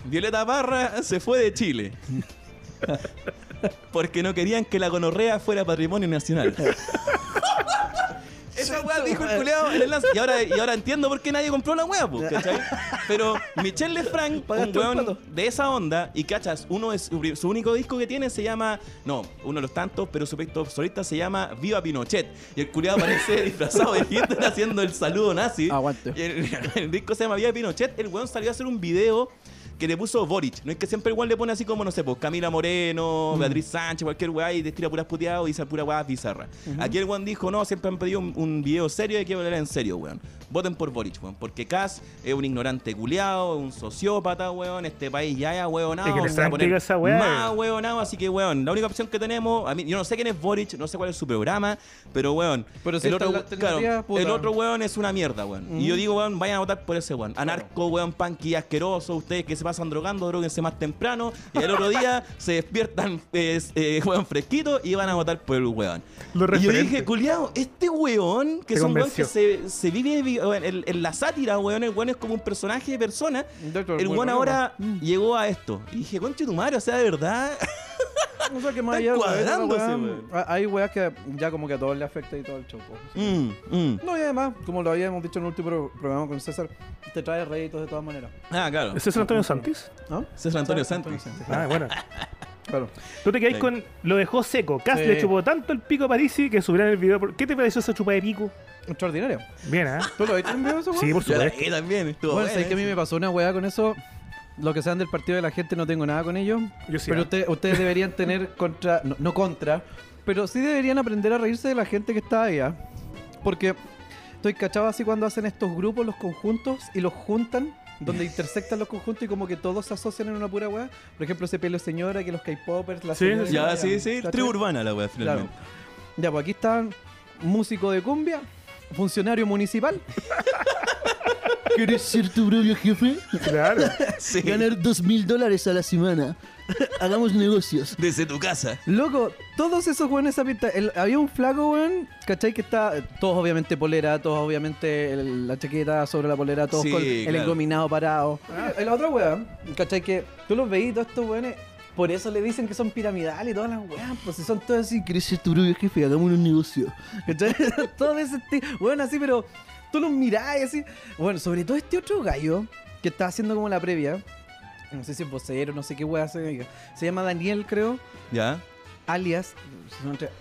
[SPEAKER 3] Violeta Parra se fue de Chile? Porque no querían que la gonorrea fuera patrimonio nacional. Esa weá dijo el culeado en el lance. Y ahora, y ahora entiendo por qué nadie compró la weá, po, ¿cachai? Pero Michel Lefranc, un
[SPEAKER 2] Pagaste un
[SPEAKER 3] weón
[SPEAKER 2] pato.
[SPEAKER 3] de esa onda, y cachas, uno es su, su único disco que tiene se llama. No, uno de los tantos, pero su proyecto solista se llama Viva Pinochet. Y el culeado aparece disfrazado de Hitler haciendo el saludo nazi.
[SPEAKER 2] Aguante.
[SPEAKER 3] Y el, el disco se llama Viva Pinochet. El weón salió a hacer un video. Que le puso Boric. No es que siempre el weón le pone así como, no sé, pues Camila Moreno,
[SPEAKER 1] Mm.
[SPEAKER 3] Beatriz Sánchez, cualquier weá, y te tira puras puteadas y dice pura weá bizarra. Aquí el weón dijo, no, siempre han pedido un, un video serio y hay que hablar en serio, weón. Voten por Boric, weón, porque Cass es un ignorante culiado, un sociópata, weón. Este país ya es
[SPEAKER 1] Es
[SPEAKER 3] weonado.
[SPEAKER 1] que le están pegando esa weá,
[SPEAKER 3] Más
[SPEAKER 1] weón.
[SPEAKER 3] weonado, así que, weón, la única opción que tenemos, a mí, yo no sé quién es Boric, no sé cuál es su programa, pero, weón,
[SPEAKER 2] Pero si
[SPEAKER 3] el,
[SPEAKER 2] está
[SPEAKER 3] otro,
[SPEAKER 2] la
[SPEAKER 3] we- claro,
[SPEAKER 2] alternativa, puta.
[SPEAKER 3] el otro weón es una mierda, weón. Y yo digo, weón, vayan a votar por ese weón. Anarco, weón, punky, asqueroso. Ustedes que se pasan drogando, droguense más temprano. Y al otro día se despiertan, eh, eh, weón, fresquito y van a votar por el weón.
[SPEAKER 1] Lo
[SPEAKER 3] y yo
[SPEAKER 1] referente.
[SPEAKER 3] dije, culiao, este weón, que
[SPEAKER 1] Te
[SPEAKER 3] es un weón que
[SPEAKER 1] convenció.
[SPEAKER 3] se, se vive vi- weón, en, en la sátira, weón. El weón es como un personaje de persona.
[SPEAKER 2] Doctor,
[SPEAKER 3] el
[SPEAKER 2] muy
[SPEAKER 3] weón
[SPEAKER 2] bueno,
[SPEAKER 3] ahora llegó a esto. Y dije, conche tu madre, o sea, de verdad.
[SPEAKER 2] O sea, que más
[SPEAKER 3] Están
[SPEAKER 2] allá, weón, esa
[SPEAKER 3] cuadrándose,
[SPEAKER 2] weá,
[SPEAKER 3] weón.
[SPEAKER 2] a- Hay weas que ya como que a todos le afecta y todo el choco.
[SPEAKER 3] Mm, mm.
[SPEAKER 2] No, y además, como lo habíamos dicho en el último pro- programa con César, te trae réditos de todas maneras.
[SPEAKER 3] Ah, claro.
[SPEAKER 1] ¿Es César Antonio Santis?
[SPEAKER 2] ¿No?
[SPEAKER 3] César Antonio Santos.
[SPEAKER 1] Ah, bueno.
[SPEAKER 2] Claro.
[SPEAKER 1] Tú te quedáis
[SPEAKER 3] Sí.
[SPEAKER 1] con. Lo dejó seco. Cas
[SPEAKER 2] Sí.
[SPEAKER 1] le chupó tanto el pico a Parisi que subieron el video. por- ¿Qué te pareció esa chupa de pico?
[SPEAKER 2] Extraordinario.
[SPEAKER 1] Bien,
[SPEAKER 3] ¿eh?
[SPEAKER 1] ¿ah?
[SPEAKER 2] ¿Tú lo viste en video eso, weón?
[SPEAKER 1] Sí, por
[SPEAKER 3] Yo la
[SPEAKER 1] supuesto.
[SPEAKER 3] vi también, estuvo
[SPEAKER 2] Bueno,
[SPEAKER 3] buena
[SPEAKER 2] sabéis que a mí
[SPEAKER 3] esa.
[SPEAKER 2] me pasó una weá con eso. Lo que sean del partido de la gente no tengo nada con ellos.
[SPEAKER 1] Yo sí,
[SPEAKER 2] Pero
[SPEAKER 1] ¿eh?
[SPEAKER 2] usted- ustedes deberían tener contra. No, no contra, pero sí deberían aprender a reírse de la gente que está allá. Porque estoy cachado así cuando hacen estos grupos, los conjuntos, y los juntan, donde intersectan los conjuntos y como que todos se asocian en una pura weá. Por ejemplo, ese pelo señora, que los K-popers, la
[SPEAKER 1] Sí,
[SPEAKER 2] señora que
[SPEAKER 3] Ya,
[SPEAKER 2] vaya,
[SPEAKER 3] sí, sí,
[SPEAKER 2] ¿cachai?
[SPEAKER 3] tribu urbana la weá,
[SPEAKER 2] Claro.
[SPEAKER 3] finalmente.
[SPEAKER 2] Ya, pues aquí están músico de cumbia, funcionario municipal.
[SPEAKER 4] ¿Quieres ser tu propio jefe?
[SPEAKER 1] Claro.
[SPEAKER 3] Sí.
[SPEAKER 4] Ganar dos mil dólares a la semana. Hagamos negocios.
[SPEAKER 3] Desde tu casa.
[SPEAKER 2] Loco, todos esos weones esa pinta. el- había un flaco, weón, ¿cachai? Que está. Todos obviamente polera, todos obviamente el- la chaqueta sobre la polera, todos
[SPEAKER 3] Sí,
[SPEAKER 2] con el
[SPEAKER 3] claro.
[SPEAKER 2] engominado parado. Ah, El la otra weón, ¿cachai? Que tú los veís, todos estos weones. Por eso le dicen que son piramidales y todas las weas, pues si son todos así,
[SPEAKER 4] ¿Quieres ser tu propio jefe? Hagamos un negocio.
[SPEAKER 2] ¿cachai? todos de ese tipo, weón, así, pero tú los mirás y así. Bueno, sobre todo este otro gallo que está haciendo como la previa, no sé si es vocero, no sé qué wea hace, se llama Daniel, creo.
[SPEAKER 3] Ya.
[SPEAKER 2] alias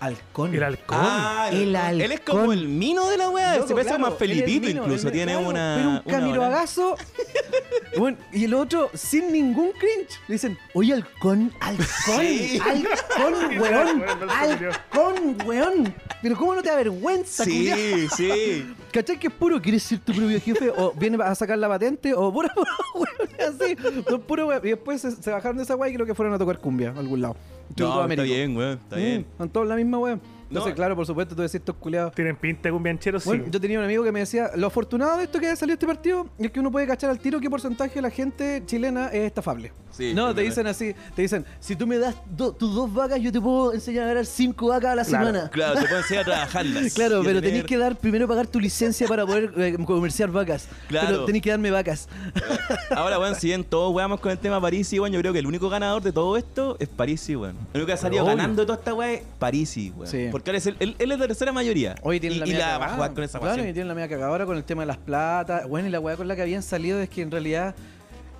[SPEAKER 2] Halcón.
[SPEAKER 1] El halcón.
[SPEAKER 3] Ah,
[SPEAKER 2] El
[SPEAKER 3] él es como
[SPEAKER 2] halcón.
[SPEAKER 3] el mino de la weá.
[SPEAKER 2] Loco,
[SPEAKER 3] Ah, se parece
[SPEAKER 2] claro,
[SPEAKER 3] más Felipito
[SPEAKER 2] él es mino,
[SPEAKER 3] incluso.
[SPEAKER 2] él es-
[SPEAKER 3] Tiene
[SPEAKER 2] claro,
[SPEAKER 3] una.
[SPEAKER 2] pero un
[SPEAKER 3] una hora.
[SPEAKER 2] camiroagazo. bueno, y el otro, sin ningún cringe, le dicen, oye, halcón, halcón,
[SPEAKER 3] Sí.
[SPEAKER 2] halcón,
[SPEAKER 1] Sí, bueno,
[SPEAKER 2] weón,
[SPEAKER 1] no se peleó.
[SPEAKER 2] halcón, weón. Pero ¿cómo no te avergüenza, culiao?
[SPEAKER 3] Sí, sí.
[SPEAKER 2] ¿Cachai que es puro? ¿Quieres ser tu propio jefe? ¿O viene a sacar la patente? ¿O pura, pura weón, así? Son puro weón. Y después se, se bajaron de esa weá y creo que fueron a tocar cumbia a algún lado.
[SPEAKER 3] No, está
[SPEAKER 2] América.
[SPEAKER 3] bien, weón. Está
[SPEAKER 2] Mm,
[SPEAKER 3] bien.
[SPEAKER 2] Son todos la misma weón. Entonces,
[SPEAKER 3] No.
[SPEAKER 2] claro, por supuesto, tú decís estos culiados.
[SPEAKER 1] Tienen pinta de cumbiancheros, sí.
[SPEAKER 2] Bueno, yo tenía un amigo que me decía, lo afortunado de esto que salió este partido es que uno puede cachar al tiro qué porcentaje de la gente chilena es estafable.
[SPEAKER 3] Sí,
[SPEAKER 2] no,
[SPEAKER 3] es
[SPEAKER 2] te
[SPEAKER 3] verdad.
[SPEAKER 2] dicen así, te dicen,
[SPEAKER 4] Si tú me das do- tus dos vacas, yo te puedo enseñar a ganar cinco vacas a la
[SPEAKER 1] Claro.
[SPEAKER 4] semana.
[SPEAKER 3] Claro, te pueden enseñar a trabajarlas.
[SPEAKER 4] Claro,
[SPEAKER 3] y a
[SPEAKER 4] pero
[SPEAKER 3] tener-
[SPEAKER 4] tenéis que dar primero pagar tu licencia para poder eh, comerciar vacas.
[SPEAKER 3] Claro.
[SPEAKER 4] Pero tenéis que darme vacas.
[SPEAKER 3] Ahora, weón, si bien todos weamos con el tema Parisi, weón, yo creo que el único ganador de todo esto es Parisi, weón. El único que ha salido
[SPEAKER 2] Obvio.
[SPEAKER 3] ganando de toda esta weá es Parisi, weón.
[SPEAKER 2] Sí.
[SPEAKER 3] Porque él es, el, él, él es la tercera mayoría.
[SPEAKER 2] hoy tienen
[SPEAKER 3] y,
[SPEAKER 2] la
[SPEAKER 3] y
[SPEAKER 2] mía
[SPEAKER 3] la va a jugar con esa
[SPEAKER 2] Claro, y
[SPEAKER 3] pasión.
[SPEAKER 2] tienen la mía cagada ahora con el tema de las platas. Bueno, y la weá con la que habían salido es que en realidad.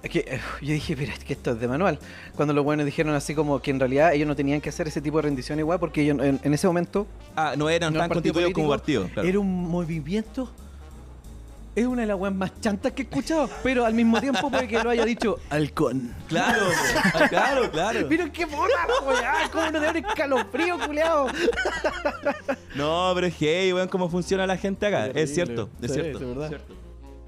[SPEAKER 2] Es que eh, yo dije, pero es que esto es de manual. Cuando los buenos dijeron así como que en realidad ellos no tenían que hacer ese tipo de rendición igual porque ellos en, en ese momento
[SPEAKER 3] Ah, no eran
[SPEAKER 2] No,
[SPEAKER 3] tan
[SPEAKER 2] partido
[SPEAKER 3] constituidos como
[SPEAKER 2] político,
[SPEAKER 3] partido. Claro.
[SPEAKER 2] Era un movimiento. Es una de las weas más chantas que he escuchado, pero al mismo tiempo puede que lo haya dicho halcón.
[SPEAKER 3] Claro, weón. claro, claro.
[SPEAKER 2] Miren qué porra, weá, cómo no te da un escalofrío, culiao.
[SPEAKER 3] No, pero es hey, weón, cómo funciona la gente acá. Es cierto, es
[SPEAKER 2] Sí,
[SPEAKER 3] cierto.
[SPEAKER 2] de verdad.
[SPEAKER 3] Cierto.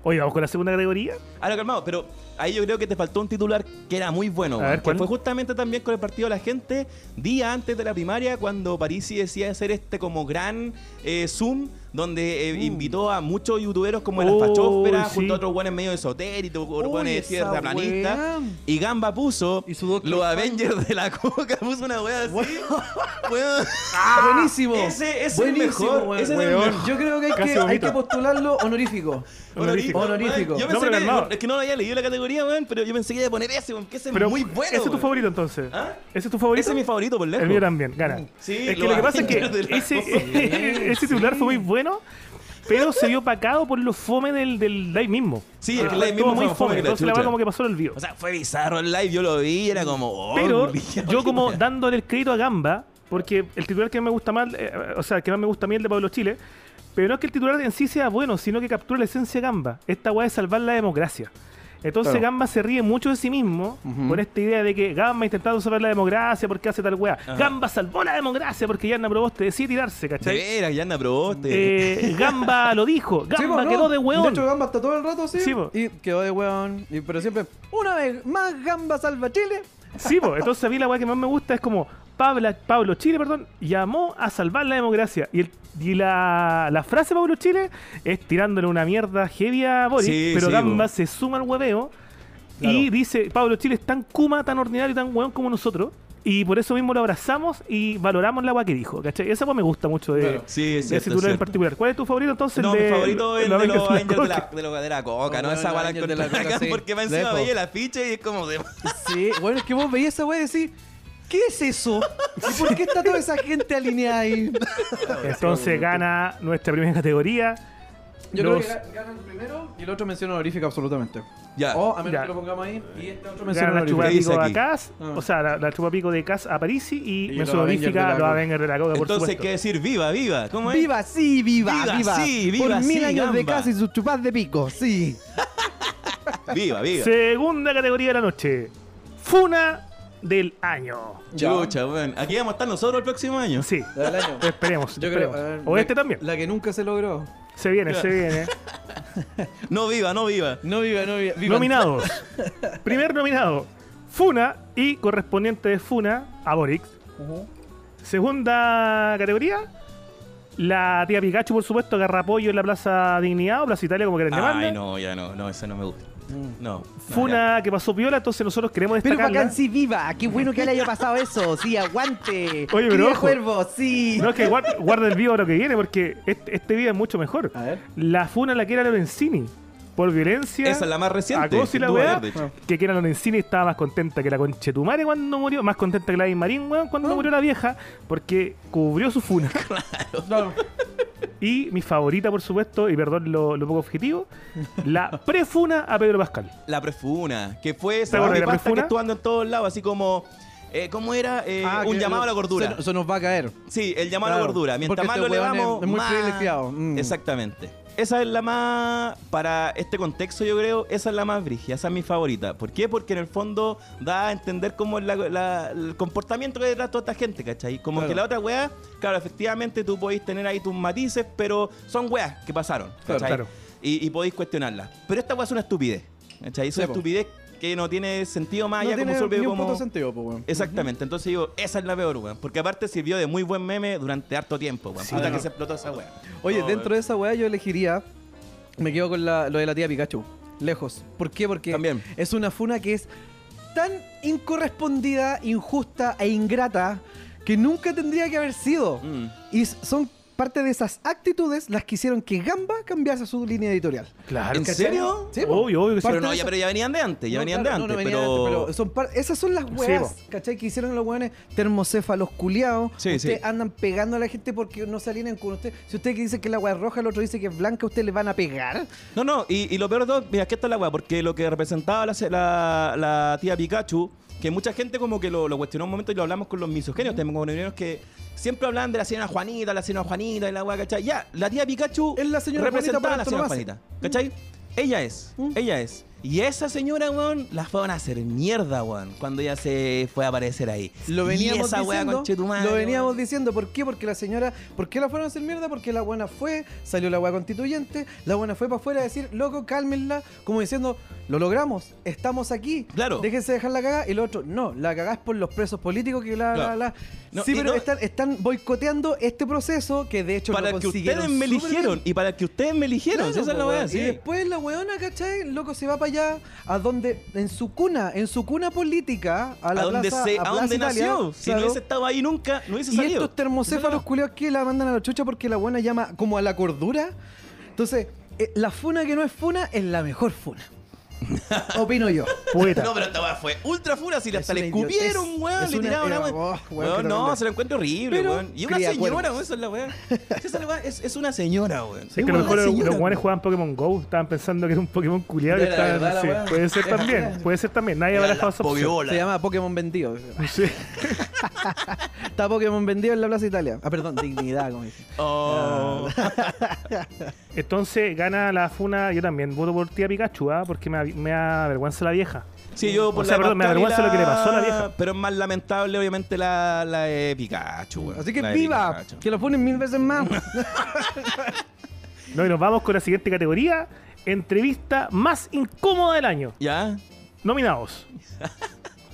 [SPEAKER 1] Oye, vamos con la segunda categoría.
[SPEAKER 3] Ahora, calmado, pero ahí yo creo que te faltó un titular que era muy bueno.
[SPEAKER 1] A
[SPEAKER 3] weón,
[SPEAKER 1] ver,
[SPEAKER 3] que
[SPEAKER 1] ¿cuál?
[SPEAKER 3] fue justamente también con el partido de la gente, día antes de la primaria, cuando Parisi decía hacer este como gran eh, Zoom, donde eh,
[SPEAKER 2] Mm.
[SPEAKER 3] invitó a muchos youtuberos como de
[SPEAKER 1] Oh,
[SPEAKER 3] las fachósferas,
[SPEAKER 1] sí.
[SPEAKER 3] junto a otros buenos medio esotéricos, otros
[SPEAKER 2] Uy,
[SPEAKER 3] buenos de
[SPEAKER 2] esa
[SPEAKER 3] planistas.
[SPEAKER 2] weá.
[SPEAKER 3] Y Gamba puso
[SPEAKER 2] Y su Doctor
[SPEAKER 3] los
[SPEAKER 2] Fine.
[SPEAKER 3] Avengers de la coca, puso una wea así. Weón.
[SPEAKER 2] Ah, Buenísimo.
[SPEAKER 3] Ese es el mejor,
[SPEAKER 2] weón.
[SPEAKER 3] ese es el mejor.
[SPEAKER 2] Yo creo que hay,
[SPEAKER 1] Casi
[SPEAKER 2] que hay
[SPEAKER 1] vomito.
[SPEAKER 2] que postularlo honorífico.
[SPEAKER 1] Honorífico.
[SPEAKER 2] Honorífico.
[SPEAKER 1] No,
[SPEAKER 3] Yo pensé
[SPEAKER 1] pero
[SPEAKER 3] que,
[SPEAKER 1] calmado.
[SPEAKER 3] es que no lo había leído la categoría, weón, pero yo pensé que iba a poner ese, weón, que ese es
[SPEAKER 1] Pero
[SPEAKER 3] muy bueno.
[SPEAKER 1] ¿Ese es tu
[SPEAKER 3] weón.
[SPEAKER 1] favorito entonces?
[SPEAKER 3] ¿Ah?
[SPEAKER 1] ¿Ese es tu favorito?
[SPEAKER 3] Ese es mi favorito, por lejos. Mm.
[SPEAKER 1] El mío también, gana.
[SPEAKER 3] Sí,
[SPEAKER 1] es que
[SPEAKER 3] lo
[SPEAKER 1] lo que pasa es
[SPEAKER 3] amo.
[SPEAKER 1] que ese, ese titular fue muy bueno, pero se vio pacado por los fome del, del live mismo. Ah,
[SPEAKER 3] Sí, el
[SPEAKER 1] Estuvo
[SPEAKER 3] live mismo fue
[SPEAKER 1] muy
[SPEAKER 3] más fome
[SPEAKER 1] fome,
[SPEAKER 3] que la
[SPEAKER 1] entonces la
[SPEAKER 3] chucha.
[SPEAKER 1] verdad como que pasó el olvido.
[SPEAKER 3] O sea, fue bizarro el live, yo lo vi, era como. oh,
[SPEAKER 1] pero
[SPEAKER 3] culiao.
[SPEAKER 1] yo como dándole el crédito a Gamba, porque el titular que me gusta más, eh, o sea, que más me gusta a mí es el de Pablo Chile, pero no es que el titular en sí sea bueno, sino que captura la esencia de Gamba. Esta weá es salvar la democracia. Entonces
[SPEAKER 2] Claro.
[SPEAKER 1] Gamba se ríe mucho de sí mismo
[SPEAKER 2] Ujú.
[SPEAKER 1] con esta idea de que Gamba ha intentado salvar la democracia porque hace tal weá.
[SPEAKER 3] Ajá.
[SPEAKER 1] Gamba salvó la democracia porque ya Proboste decide tirarse,
[SPEAKER 3] De
[SPEAKER 1] ¿cachai?
[SPEAKER 3] veras, ya anda proboste.
[SPEAKER 1] Eh, Gamba lo dijo. Gamba
[SPEAKER 2] Sí, po, ¿no?
[SPEAKER 1] quedó de
[SPEAKER 2] De
[SPEAKER 1] hueón.
[SPEAKER 2] hecho, Gamba está todo el rato así.
[SPEAKER 1] Sí, pues. po.
[SPEAKER 2] y quedó de hueón. Y, pero siempre, una vez más, Gamba salva Chile.
[SPEAKER 1] Sí, po. entonces a mí la weá que más me gusta es como Pablo, Pablo Chile, perdón, llamó a salvar la democracia. Y, el- y la, la frase de Pablo Chile es tirándole una mierda heavy a Boris,
[SPEAKER 3] Sí,
[SPEAKER 1] pero
[SPEAKER 3] sí,
[SPEAKER 1] Gamba
[SPEAKER 3] po.
[SPEAKER 1] se suma al hueveo y
[SPEAKER 2] Claro.
[SPEAKER 1] dice, Pablo Chile es tan kuma, tan ordinario, y tan hueón como nosotros. Y por eso mismo lo abrazamos y valoramos la agua que dijo, ¿cachai? Esa weá me gusta mucho de,
[SPEAKER 2] Claro.
[SPEAKER 3] Sí,
[SPEAKER 1] de
[SPEAKER 3] es
[SPEAKER 1] ese
[SPEAKER 3] cierto,
[SPEAKER 1] titular en
[SPEAKER 3] es cierto.
[SPEAKER 1] particular. ¿Cuál es tu favorito entonces?
[SPEAKER 3] No,
[SPEAKER 1] de-
[SPEAKER 3] mi favorito es
[SPEAKER 1] los
[SPEAKER 3] de los
[SPEAKER 1] Avengers
[SPEAKER 3] Angels de
[SPEAKER 1] Coca?
[SPEAKER 3] la, de los- de la coca,
[SPEAKER 2] Oh,
[SPEAKER 3] ¿no?
[SPEAKER 2] bueno,
[SPEAKER 3] Esa
[SPEAKER 2] los
[SPEAKER 3] guala
[SPEAKER 2] Angels de la
[SPEAKER 3] encontré
[SPEAKER 2] Coca,
[SPEAKER 3] acá,
[SPEAKER 2] sí.
[SPEAKER 3] porque va encima
[SPEAKER 2] Lejos.
[SPEAKER 3] veía la ficha y es como de.
[SPEAKER 2] Sí, bueno, es que vos veías esa wea y decís, ¿qué es eso? ¿Y por qué está toda esa gente alineada ahí?
[SPEAKER 1] Entonces gana nuestra primera categoría. Los-
[SPEAKER 2] ganan primero y el otro menciona honorífico absolutamente.
[SPEAKER 3] Ya.
[SPEAKER 2] O a menos
[SPEAKER 1] Ya.
[SPEAKER 2] que lo pongamos ahí y este otro menciona
[SPEAKER 1] Gana la
[SPEAKER 2] honorífico.
[SPEAKER 3] ¿Qué dice
[SPEAKER 1] chupapico a
[SPEAKER 3] aquí?
[SPEAKER 1] Cas,
[SPEAKER 2] Ah.
[SPEAKER 1] o sea, la, la chupapico de Cas a Parisi y,
[SPEAKER 2] Y
[SPEAKER 1] me
[SPEAKER 2] los Avengers de la
[SPEAKER 1] sonorifica a los
[SPEAKER 2] Coca.
[SPEAKER 1] Avengers de la Coca, por
[SPEAKER 3] Entonces,
[SPEAKER 1] supuesto.
[SPEAKER 3] ¿qué decir? Viva, viva. ¿Cómo es?
[SPEAKER 2] ¡Viva, sí, viva,
[SPEAKER 3] Viva,
[SPEAKER 2] viva!
[SPEAKER 3] sí, viva,
[SPEAKER 2] Por mil
[SPEAKER 3] sí,
[SPEAKER 2] años de
[SPEAKER 3] gamba.
[SPEAKER 2] casa y sus chupas de pico, sí.
[SPEAKER 3] Viva, viva.
[SPEAKER 1] Segunda categoría de la noche. Funa del año.
[SPEAKER 3] Chucha, weón. Aquí vamos a estar nosotros el próximo año.
[SPEAKER 1] Sí,
[SPEAKER 2] La del año.
[SPEAKER 1] esperemos.
[SPEAKER 2] Yo creo.
[SPEAKER 1] esperemos.
[SPEAKER 2] a ver,
[SPEAKER 1] o
[SPEAKER 2] la-
[SPEAKER 1] este también.
[SPEAKER 2] La que nunca se logró.
[SPEAKER 1] Se viene, se viene.
[SPEAKER 3] No viva, no viva.
[SPEAKER 2] No viva, no viva. viva.
[SPEAKER 1] Nominados. Primer nominado. Funa y correspondiente de Funa a Borix.
[SPEAKER 2] Ujú.
[SPEAKER 1] Segunda categoría. La tía Pikachu, por supuesto, agarra apoyo en la Plaza Dignidad o Plaza Italia, como quieran llamarla.
[SPEAKER 3] Ay, no, ya no, no, esa no me gusta. No. no,
[SPEAKER 1] Fue una que pasó piola, entonces nosotros queremos
[SPEAKER 2] Ah, Pero
[SPEAKER 1] destacarla.
[SPEAKER 2] bacán, sí, viva. Qué bueno que le haya pasado eso. Sí, aguante.
[SPEAKER 1] pero
[SPEAKER 2] Cría
[SPEAKER 1] ojo.
[SPEAKER 2] cuervo, sí.
[SPEAKER 1] No, es que guarda, guarda el vivo lo que viene, porque este, este video es mucho mejor.
[SPEAKER 2] A ver.
[SPEAKER 1] La funa la que era Lorenzini, por violencia.
[SPEAKER 3] Esa es la más reciente.
[SPEAKER 1] Acoso y la
[SPEAKER 3] sin duda,
[SPEAKER 1] weá,
[SPEAKER 3] de hecho.
[SPEAKER 1] que que era Lorenzini estaba más contenta que la conchetumare cuando murió, más contenta que la de Marín, weón, cuando
[SPEAKER 2] Ah.
[SPEAKER 1] murió la vieja, porque cubrió su funa.
[SPEAKER 2] No.
[SPEAKER 1] Y mi favorita, por supuesto, y perdón lo, lo poco objetivo, la prefuna a Pedro Pascal.
[SPEAKER 3] La prefuna, que fue
[SPEAKER 1] ¿Te
[SPEAKER 3] esa
[SPEAKER 1] acuerdas de la
[SPEAKER 3] pasta que
[SPEAKER 1] prefuna?
[SPEAKER 3] estuvo andando en todos lados, así como eh, ¿Cómo era? Eh,
[SPEAKER 2] Ah,
[SPEAKER 3] un
[SPEAKER 2] que
[SPEAKER 3] llamado a la
[SPEAKER 2] lo-
[SPEAKER 3] gordura.
[SPEAKER 2] se- se nos va a caer.
[SPEAKER 3] Sí, el llamado a la
[SPEAKER 2] Claro,
[SPEAKER 3] gordura. Mientras
[SPEAKER 2] porque
[SPEAKER 3] más lo
[SPEAKER 2] este weón
[SPEAKER 3] elevamos,
[SPEAKER 2] es- es muy
[SPEAKER 3] más-
[SPEAKER 2] privilegiado, mm.
[SPEAKER 3] Exactamente. Esa es la más, para este contexto yo creo, esa es la más brígida, esa es mi favorita. ¿Por qué? Porque en el fondo da a entender cómo es la- la- el comportamiento que hay detrás de toda esta gente, ¿cachai? Como
[SPEAKER 2] Claro.
[SPEAKER 3] que la otra weá, claro, efectivamente tú podéis tener ahí tus matices, pero son weas que pasaron, ¿cachai?
[SPEAKER 1] Claro, claro.
[SPEAKER 3] Y, y podéis cuestionarlas. Pero esta wea es una estupidez, ¿cachai? Es
[SPEAKER 2] Sí,
[SPEAKER 3] una
[SPEAKER 2] po.
[SPEAKER 3] estupidez que no tiene sentido más
[SPEAKER 2] no
[SPEAKER 3] allá
[SPEAKER 2] tiene
[SPEAKER 3] Ah, como solo
[SPEAKER 2] ni un
[SPEAKER 3] como-
[SPEAKER 2] puto sentido, pues, weón.
[SPEAKER 3] Exactamente, entonces digo, esa es la peor, weón. Porque aparte sirvió de muy buen meme durante harto tiempo, weón. Puta
[SPEAKER 2] claro.
[SPEAKER 3] que se explotó esa weón.
[SPEAKER 2] Oye, dentro de esa weá yo elegiría. Me quedo con la- lo de la tía Pikachu. Lejos. ¿Por qué? Porque
[SPEAKER 3] También.
[SPEAKER 2] es una funa que es tan incorrespondida, injusta e ingrata que nunca tendría que haber sido.
[SPEAKER 3] Mm.
[SPEAKER 2] Y s- son parte de esas actitudes las que hicieron que Gamba cambiase su línea editorial.
[SPEAKER 1] Claro.
[SPEAKER 3] ¿En serio?
[SPEAKER 2] Sí, po.
[SPEAKER 1] obvio, obvio. que sí.
[SPEAKER 2] Parte
[SPEAKER 3] Pero no,
[SPEAKER 2] de
[SPEAKER 3] ya,
[SPEAKER 2] esa-
[SPEAKER 3] pero ya venían de antes, ya
[SPEAKER 2] No,
[SPEAKER 3] venían
[SPEAKER 2] claro,
[SPEAKER 3] de
[SPEAKER 2] no, no
[SPEAKER 3] antes,
[SPEAKER 2] venían
[SPEAKER 3] pero...
[SPEAKER 2] de antes, pero son par- esas son las weas,
[SPEAKER 1] Sí,
[SPEAKER 2] ¿cachai? Que hicieron los weones termocéfalos culiados.
[SPEAKER 3] Sí,
[SPEAKER 2] ustedes
[SPEAKER 3] sí.
[SPEAKER 2] andan pegando a la gente porque no se alinean con usted. Si usted que dice que la wea es roja, el otro dice que es blanca, ¿ustedes le van a pegar?
[SPEAKER 3] No, no, y, y lo peor de todo, mira, aquí está la weá, porque lo que representaba la, la- la tía Pikachu, que mucha gente como que lo, lo cuestionó un momento y lo hablamos con los misogenios, también con los misogenios que siempre hablan de la señora Juanita, la señora Juanita y la weá, ¿cachai? Ya, la tía Pikachu
[SPEAKER 2] Es la señora
[SPEAKER 3] representaba
[SPEAKER 2] Juanita,
[SPEAKER 3] a la
[SPEAKER 2] por
[SPEAKER 3] señora
[SPEAKER 2] antonomasia.
[SPEAKER 3] Juanita, ¿cachai? Ella es,
[SPEAKER 2] Mm.
[SPEAKER 3] ella es. Y esa señora, weón, la fueron a hacer mierda, weón, cuando ella se fue a aparecer ahí.
[SPEAKER 2] Lo
[SPEAKER 3] y
[SPEAKER 2] veníamos
[SPEAKER 3] esa weá,
[SPEAKER 2] diciendo.
[SPEAKER 3] conchetumadre,
[SPEAKER 2] lo veníamos
[SPEAKER 3] weón.
[SPEAKER 2] diciendo. ¿Por qué? Porque la señora. ¿Por qué la fueron a hacer mierda? Porque la buena fue, salió la weá constituyente, la buena fue para afuera a decir, loco, cálmenla, como diciendo, lo logramos, estamos aquí.
[SPEAKER 3] Claro.
[SPEAKER 2] Déjense dejar la cagada. Y lo otro, no, la cagada es por los presos políticos que bla,
[SPEAKER 3] Claro.
[SPEAKER 2] bla, bla.
[SPEAKER 3] No,
[SPEAKER 2] sí,
[SPEAKER 3] y
[SPEAKER 2] pero
[SPEAKER 3] no-
[SPEAKER 2] están, están boicoteando este proceso que de hecho
[SPEAKER 3] Para
[SPEAKER 2] lo
[SPEAKER 3] el que
[SPEAKER 2] consiguieron
[SPEAKER 3] ustedes me
[SPEAKER 2] súper bien.
[SPEAKER 3] eligieron, y para el que ustedes me eligieron,
[SPEAKER 2] Claro,
[SPEAKER 3] esa es
[SPEAKER 2] po,
[SPEAKER 3] la weá,
[SPEAKER 2] weón.
[SPEAKER 3] sí.
[SPEAKER 2] Y después la weona, ¿cachai? El loco se va para allá, a donde, en su cuna, en su cuna política, a la
[SPEAKER 3] a donde,
[SPEAKER 2] plaza,
[SPEAKER 3] se,
[SPEAKER 2] a
[SPEAKER 3] a
[SPEAKER 2] Plaza
[SPEAKER 3] donde
[SPEAKER 2] Italia,
[SPEAKER 3] nació. Si
[SPEAKER 2] claro.
[SPEAKER 3] no hubiese estado ahí nunca, no hubiese
[SPEAKER 2] Y
[SPEAKER 3] salido.
[SPEAKER 2] estos termocéfalos culiados que la mandan a la chucha porque la buena llama como a la cordura. Entonces, eh, la funa que no es funa es la mejor funa. Opino yo.
[SPEAKER 1] Poeta.
[SPEAKER 3] No, pero esta weá fue ultra fura, si hasta
[SPEAKER 2] Es una
[SPEAKER 3] le
[SPEAKER 2] idiotez.
[SPEAKER 3] escupieron, weón,
[SPEAKER 2] Es
[SPEAKER 3] le
[SPEAKER 2] una-
[SPEAKER 3] tiraron una
[SPEAKER 2] eh,
[SPEAKER 3] weón.
[SPEAKER 2] oh, weón,
[SPEAKER 3] Weón,
[SPEAKER 2] qué
[SPEAKER 3] no,
[SPEAKER 2] tremendo.
[SPEAKER 3] se la encuentro horrible,
[SPEAKER 2] Pero
[SPEAKER 3] weón. Y una
[SPEAKER 2] cría
[SPEAKER 3] señora,
[SPEAKER 2] cuervos.
[SPEAKER 3] weón, esa es la weá. Si esa es la weá, es, es una señora, weón.
[SPEAKER 1] Sí, que a lo
[SPEAKER 2] Una
[SPEAKER 1] mejor los-
[SPEAKER 2] señora,
[SPEAKER 1] los guanes jugaban Pokémon Go, estaban pensando que era un Pokémon culiado.
[SPEAKER 2] Era la verdad, la weá.
[SPEAKER 1] puede ser también, puede ser también. Nadie habrá dejado esa opción.
[SPEAKER 2] Se llama Pokémon vendido.
[SPEAKER 1] Sí.
[SPEAKER 2] Está Pokémon vendido en la Plaza Italia. Ah, perdón, dignidad, como dicen.
[SPEAKER 3] Oh.
[SPEAKER 2] Ah.
[SPEAKER 1] Entonces gana la funa, yo también voto por tía Pikachu, ¿ah? porque me, av- me avergüenza la vieja.
[SPEAKER 3] Sí, yo por
[SPEAKER 1] sea,
[SPEAKER 3] la de
[SPEAKER 1] perdón, me
[SPEAKER 3] Pascal y
[SPEAKER 1] avergüenza
[SPEAKER 3] la-
[SPEAKER 1] lo que le pasó a la vieja.
[SPEAKER 3] Pero es más lamentable, obviamente, la, la de Pikachu, weón.
[SPEAKER 2] Así que
[SPEAKER 3] La de
[SPEAKER 2] viva,
[SPEAKER 3] Pikachu.
[SPEAKER 2] que lo ponen mil veces más.
[SPEAKER 1] No, y nos vamos con la siguiente categoría, entrevista más incómoda del año.
[SPEAKER 3] ¿Ya?
[SPEAKER 1] Nominados.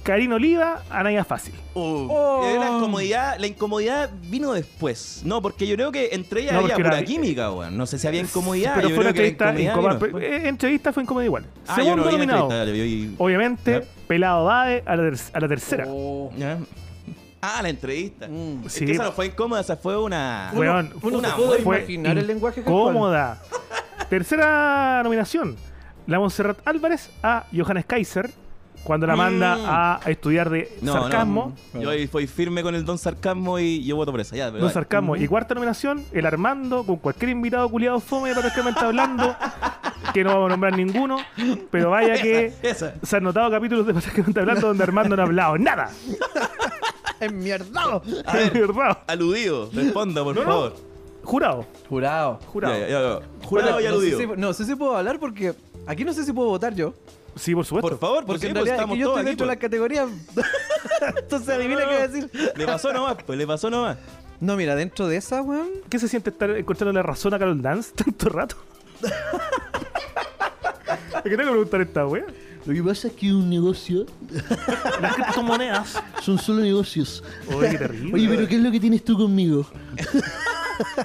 [SPEAKER 1] Karina Oliva, Anaya Fácil.
[SPEAKER 3] Uh,
[SPEAKER 2] Oh.
[SPEAKER 3] y La incomodidad, la incomodidad vino después. No, porque yo creo que entre ellas
[SPEAKER 1] No,
[SPEAKER 3] había
[SPEAKER 1] porque
[SPEAKER 3] pura
[SPEAKER 1] era-
[SPEAKER 3] química, weón. No sé si había incomodidad.
[SPEAKER 1] pero
[SPEAKER 3] yo
[SPEAKER 1] fue una
[SPEAKER 3] creo que la
[SPEAKER 1] entrevista
[SPEAKER 3] incomodidad
[SPEAKER 1] incómoda.
[SPEAKER 3] vino
[SPEAKER 1] pero, eh, entrevista fue incómoda igual.
[SPEAKER 3] Ah, yo
[SPEAKER 1] Segundo
[SPEAKER 3] no vi la
[SPEAKER 1] nominado.
[SPEAKER 3] entrevista, dale, yo-
[SPEAKER 1] Obviamente,
[SPEAKER 3] Ya.
[SPEAKER 1] Pelado Dade a la, ter- a la tercera.
[SPEAKER 2] Oh.
[SPEAKER 3] Ya. Ah, la entrevista.
[SPEAKER 2] Mm.
[SPEAKER 3] Es
[SPEAKER 1] Sí.
[SPEAKER 3] que esa no fue incómoda, esa fue una.
[SPEAKER 1] Fue- Weón,
[SPEAKER 2] uno, uno
[SPEAKER 3] una
[SPEAKER 2] se puede
[SPEAKER 1] fue
[SPEAKER 2] imaginar el lenguaje gestual.
[SPEAKER 1] Cómoda. Tercera nominación. La Montserrat Álvarez a Johannes Kaiser. Cuando la
[SPEAKER 3] Mm.
[SPEAKER 1] manda a estudiar de
[SPEAKER 3] No, no.
[SPEAKER 1] sarcasmo.
[SPEAKER 3] Yo ahí fui firme con el don sarcasmo y yo voto por esa. Ya, pero Mm.
[SPEAKER 1] No
[SPEAKER 3] dale.
[SPEAKER 1] sarcasmo. Y cuarta nominación, el Armando, con cualquier invitado culiado fome para que me está hablando, que no vamos a nombrar ninguno, pero vaya que
[SPEAKER 3] Esa.
[SPEAKER 1] se han notado capítulos de Para que me está hablando donde Armando no ha hablado nada.
[SPEAKER 2] Es mierdado.
[SPEAKER 3] A ver,
[SPEAKER 1] Jurado.
[SPEAKER 3] aludido, responda, por
[SPEAKER 1] No, no.
[SPEAKER 3] favor.
[SPEAKER 1] Jurado,
[SPEAKER 2] Jurado.
[SPEAKER 1] jurado.
[SPEAKER 3] Ya, ya, ya. Jurado
[SPEAKER 2] Bueno,
[SPEAKER 3] y
[SPEAKER 2] no sé
[SPEAKER 3] aludido.
[SPEAKER 2] si- no sé si puedo hablar porque aquí no sé si puedo votar yo.
[SPEAKER 1] Sí, por supuesto.
[SPEAKER 3] Por favor,
[SPEAKER 2] Porque
[SPEAKER 3] porque
[SPEAKER 2] en
[SPEAKER 3] pues,
[SPEAKER 2] realidad es
[SPEAKER 3] estamos
[SPEAKER 2] que yo
[SPEAKER 3] todos
[SPEAKER 2] estoy
[SPEAKER 3] aquí.
[SPEAKER 2] dentro de la
[SPEAKER 3] pues.
[SPEAKER 2] categoría. Entonces adivina
[SPEAKER 3] No,
[SPEAKER 2] qué voy a
[SPEAKER 3] no.
[SPEAKER 2] decir.
[SPEAKER 3] Le pasó nomás, pues le pasó nomás.
[SPEAKER 2] No, mira, dentro de esa, weón.
[SPEAKER 1] ¿Qué se siente estar encontrando la razón a Carol Dance tanto rato? ¿Qué tengo que preguntar a esta wea?
[SPEAKER 4] Lo que pasa es que un negocio
[SPEAKER 1] Las criptomonedas.
[SPEAKER 4] son solo negocios.
[SPEAKER 1] Oye, qué terrible.
[SPEAKER 4] Oye, pero ¿qué es lo que tienes tú conmigo?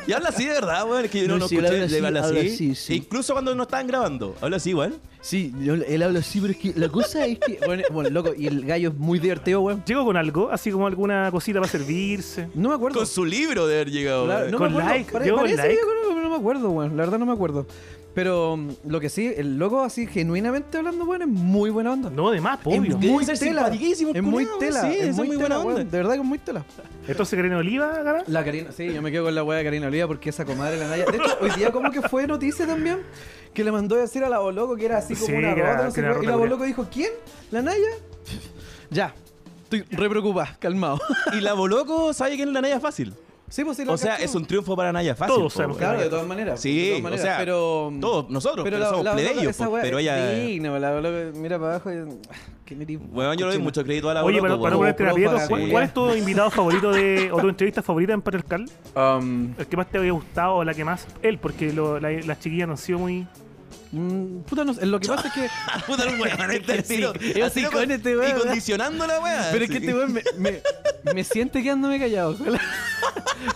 [SPEAKER 3] Y habla así de verdad, weón. Es que yo no,
[SPEAKER 4] No,
[SPEAKER 3] lo
[SPEAKER 4] sí, él
[SPEAKER 3] escuché. le
[SPEAKER 4] habla así,
[SPEAKER 3] habla
[SPEAKER 4] habla
[SPEAKER 3] así.
[SPEAKER 4] así, sí.
[SPEAKER 3] E Incluso cuando no estaban grabando. Habla así, igual.
[SPEAKER 4] Sí, yo- él habla así, pero es que la cosa es que...
[SPEAKER 2] Bueno, bueno, loco, y el gallo es muy divertido, weón.
[SPEAKER 1] Llego con algo, así como alguna cosita para servirse.
[SPEAKER 2] No me acuerdo.
[SPEAKER 3] Con su libro de haber llegado.
[SPEAKER 2] Claro,
[SPEAKER 3] weón.
[SPEAKER 2] no
[SPEAKER 1] con
[SPEAKER 2] me acuerdo.
[SPEAKER 1] like,
[SPEAKER 2] Pare-
[SPEAKER 1] llegó con
[SPEAKER 2] parece que
[SPEAKER 1] like.
[SPEAKER 2] yo creo, pero no me acuerdo, weón. La verdad no me acuerdo. Pero mm, lo que sí, el loco así genuinamente hablando, weón, es muy buena onda.
[SPEAKER 1] No, de más,
[SPEAKER 2] Es
[SPEAKER 1] obvio.
[SPEAKER 3] Debe
[SPEAKER 2] muy
[SPEAKER 3] ser
[SPEAKER 2] tela,
[SPEAKER 3] simpaticísimo el
[SPEAKER 2] es muy
[SPEAKER 3] culiao,
[SPEAKER 2] tela,
[SPEAKER 3] sí,
[SPEAKER 2] es muy, buena onda. de verdad que es muy tela.
[SPEAKER 1] Entonces, Karina Oliva, gana.
[SPEAKER 2] La Karina, sí, yo me quedo con la weá de Karina Oliva porque esa comadre la Naya. De hecho, hoy día como que fue noticia también que le mandó a decir a la Boloco que era así como
[SPEAKER 1] Sí,
[SPEAKER 2] una
[SPEAKER 1] que era-
[SPEAKER 2] rota, no sé
[SPEAKER 1] que era
[SPEAKER 2] qué, y
[SPEAKER 1] rota
[SPEAKER 2] la
[SPEAKER 1] culia.
[SPEAKER 2] Boloco dijo, ¿quién? ¿La Naya? Ya. Estoy re preocupada, calmado.
[SPEAKER 3] Y la Boloco sabe que es la Naya Fácil.
[SPEAKER 2] Sí, pues sí, lo
[SPEAKER 3] O sea,
[SPEAKER 2] cachó.
[SPEAKER 3] es un triunfo para Naya Fácil.
[SPEAKER 1] Todos
[SPEAKER 3] po,
[SPEAKER 1] sabemos
[SPEAKER 3] weón.
[SPEAKER 2] Claro, de todas maneras. de
[SPEAKER 3] Sí,
[SPEAKER 2] todas maneras,
[SPEAKER 3] o sea,
[SPEAKER 2] pero.
[SPEAKER 3] todos nosotros, pero, somos plebeyos,
[SPEAKER 2] esa
[SPEAKER 3] po,
[SPEAKER 2] weá
[SPEAKER 3] pero
[SPEAKER 2] es
[SPEAKER 3] ella...
[SPEAKER 2] digna, la Boloco mira para abajo y. Que me
[SPEAKER 3] Bueno, yo le doy mucho crédito a la
[SPEAKER 1] Oye,
[SPEAKER 3] Boloco,
[SPEAKER 1] para, para este ponerte
[SPEAKER 3] po.
[SPEAKER 1] en aprietos,
[SPEAKER 2] Prófaga,
[SPEAKER 1] ¿cuál,
[SPEAKER 2] culiao.
[SPEAKER 1] cuál es tu invitado favorito de, o tu entrevista favorita en Patriarcal?
[SPEAKER 2] Um,
[SPEAKER 1] ¿El que más te había gustado o la que más? Él, porque lo- la- las chiquillas no han sido muy...
[SPEAKER 2] mm, puta, no sé. Lo que pasa es que.
[SPEAKER 3] Puta, un weón, este
[SPEAKER 2] Sí,
[SPEAKER 3] tiro.
[SPEAKER 2] es
[SPEAKER 3] así
[SPEAKER 2] así
[SPEAKER 3] con-
[SPEAKER 2] con este weón,
[SPEAKER 3] Y
[SPEAKER 2] ¿verdad?
[SPEAKER 3] condicionando la weá.
[SPEAKER 2] Pero es que
[SPEAKER 3] así.
[SPEAKER 2] este weón me, me, me siente quedándome callado.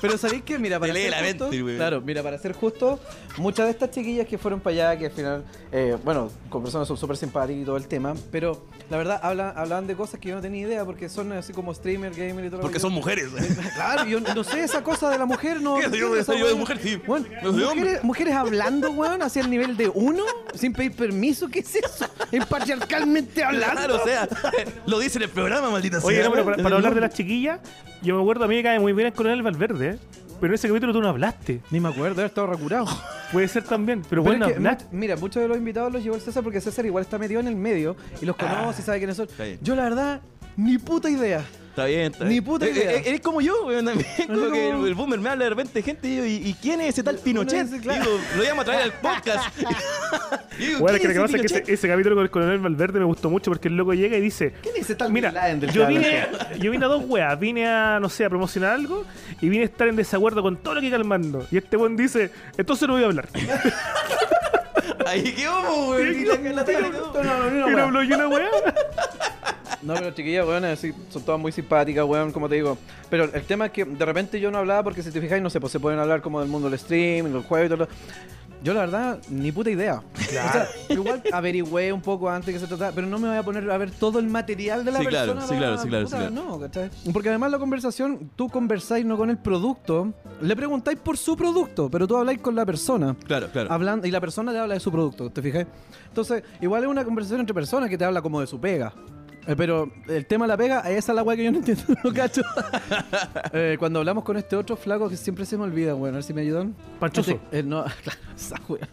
[SPEAKER 2] Pero sabéis que, mira, para
[SPEAKER 3] Te lee
[SPEAKER 2] ser
[SPEAKER 3] la mente,
[SPEAKER 2] justo-
[SPEAKER 3] weón.
[SPEAKER 2] Claro, mira, para ser justo, muchas de estas chiquillas que fueron para allá, que al final, eh, bueno, con personas son súper simpáticas y todo el tema, pero la verdad hablan, hablaban de cosas que yo no tenía idea, porque son así como streamer, gamer y todo lo
[SPEAKER 3] Porque
[SPEAKER 2] que-
[SPEAKER 3] son mujeres.
[SPEAKER 2] Claro, yo no sé esa cosa de la mujer, no.
[SPEAKER 3] ¿Qué?
[SPEAKER 2] no
[SPEAKER 3] Yo-
[SPEAKER 2] entiendo esa
[SPEAKER 3] yo de
[SPEAKER 2] weá.
[SPEAKER 3] mujer, sí.
[SPEAKER 2] Weón,
[SPEAKER 3] Yo soy hombre.
[SPEAKER 2] mujeres, mujeres hablando, weón, hacia el nivel de uno, sin pedir permiso, ¿qué es eso? Imparcialmente hablando.
[SPEAKER 3] Claro, o sea, lo dice en el programa, maldita sea.
[SPEAKER 1] Oye, no, pero
[SPEAKER 2] ¿eh?
[SPEAKER 1] para, para hablar de las chiquillas, yo me acuerdo, a mí me cae muy bien el coronel Valverde, ¿eh? pero en ese capítulo tú no hablaste.
[SPEAKER 2] Ni me acuerdo, haber estado recurado.
[SPEAKER 1] Puede ser también, pero,
[SPEAKER 2] Pero
[SPEAKER 1] bueno,
[SPEAKER 2] es que,
[SPEAKER 1] hablaste.
[SPEAKER 2] mu- mira, muchos de los invitados los llevó el César porque César igual está metido en el medio y los conoce y sabe quiénes son.
[SPEAKER 3] Ah, Está bien.
[SPEAKER 2] Yo la verdad, ni puta idea.
[SPEAKER 3] Está bien, está
[SPEAKER 2] Ni
[SPEAKER 3] bien.
[SPEAKER 2] puta
[SPEAKER 3] Eh,
[SPEAKER 2] idea.
[SPEAKER 3] eh, Eres como yo, weón, también. Como
[SPEAKER 2] como-
[SPEAKER 3] que el, el boomer me habla de repente gente y, yo, ¿y- y quién es ese tal Pinochet?
[SPEAKER 2] dice, claro.
[SPEAKER 3] Digo, lo llamo a traer al podcast. Y digo,
[SPEAKER 1] Bueno, es que
[SPEAKER 3] ¿quién
[SPEAKER 1] lo que pasa
[SPEAKER 3] es ese
[SPEAKER 1] es que
[SPEAKER 3] Pinochet?
[SPEAKER 1] ese, ese capítulo con el coronel Valverde me gustó mucho porque el loco llega y dice...
[SPEAKER 2] ¿Qué dice tal
[SPEAKER 1] Mira,
[SPEAKER 2] Bin Laden del
[SPEAKER 1] yo
[SPEAKER 2] que
[SPEAKER 1] vine,
[SPEAKER 2] hablan?
[SPEAKER 1] yo vine a dos weas. Vine a, no sé, a promocionar algo y vine a estar en desacuerdo con todo lo que calmando. Y este buen dice, entonces no voy a hablar.
[SPEAKER 3] Ahí quedó, weón. y la- la- la- la-
[SPEAKER 2] No, no, no,
[SPEAKER 1] Y
[SPEAKER 2] no,
[SPEAKER 1] no habló y una wea.
[SPEAKER 2] No, pero chiquillas, weón, así, son todas muy simpáticas, weón, como te digo. Pero el tema es que de repente yo no hablaba porque si te fijáis, no sé, pues se pueden hablar como del mundo del stream, los juegos y todo lo... Yo la verdad, ni puta idea. O sea, igual averigüé un poco antes que se trataba, pero no me voy a poner a ver todo el material de la
[SPEAKER 3] Sí, claro,
[SPEAKER 2] persona.
[SPEAKER 3] sí,
[SPEAKER 2] la-
[SPEAKER 3] claro, sí, claro,
[SPEAKER 2] puta,
[SPEAKER 3] sí, claro.
[SPEAKER 2] No, ¿cachai? Porque además la conversación, tú conversáis no con el producto, le preguntáis por su producto, pero tú habláis con la persona
[SPEAKER 3] Claro, claro.
[SPEAKER 2] hablando y la persona te habla de su producto, ¿te fijas? Entonces, igual es una conversación entre personas que te habla como de su pega. Eh, Pero el tema de la pega, esa es la weá que yo no entiendo, no cacho. Eh, cuando hablamos con este otro flaco que siempre se me olvida, bueno, a ver si me ayudan.
[SPEAKER 1] Panchoso.
[SPEAKER 2] Este- eh, no, claro, esa weá.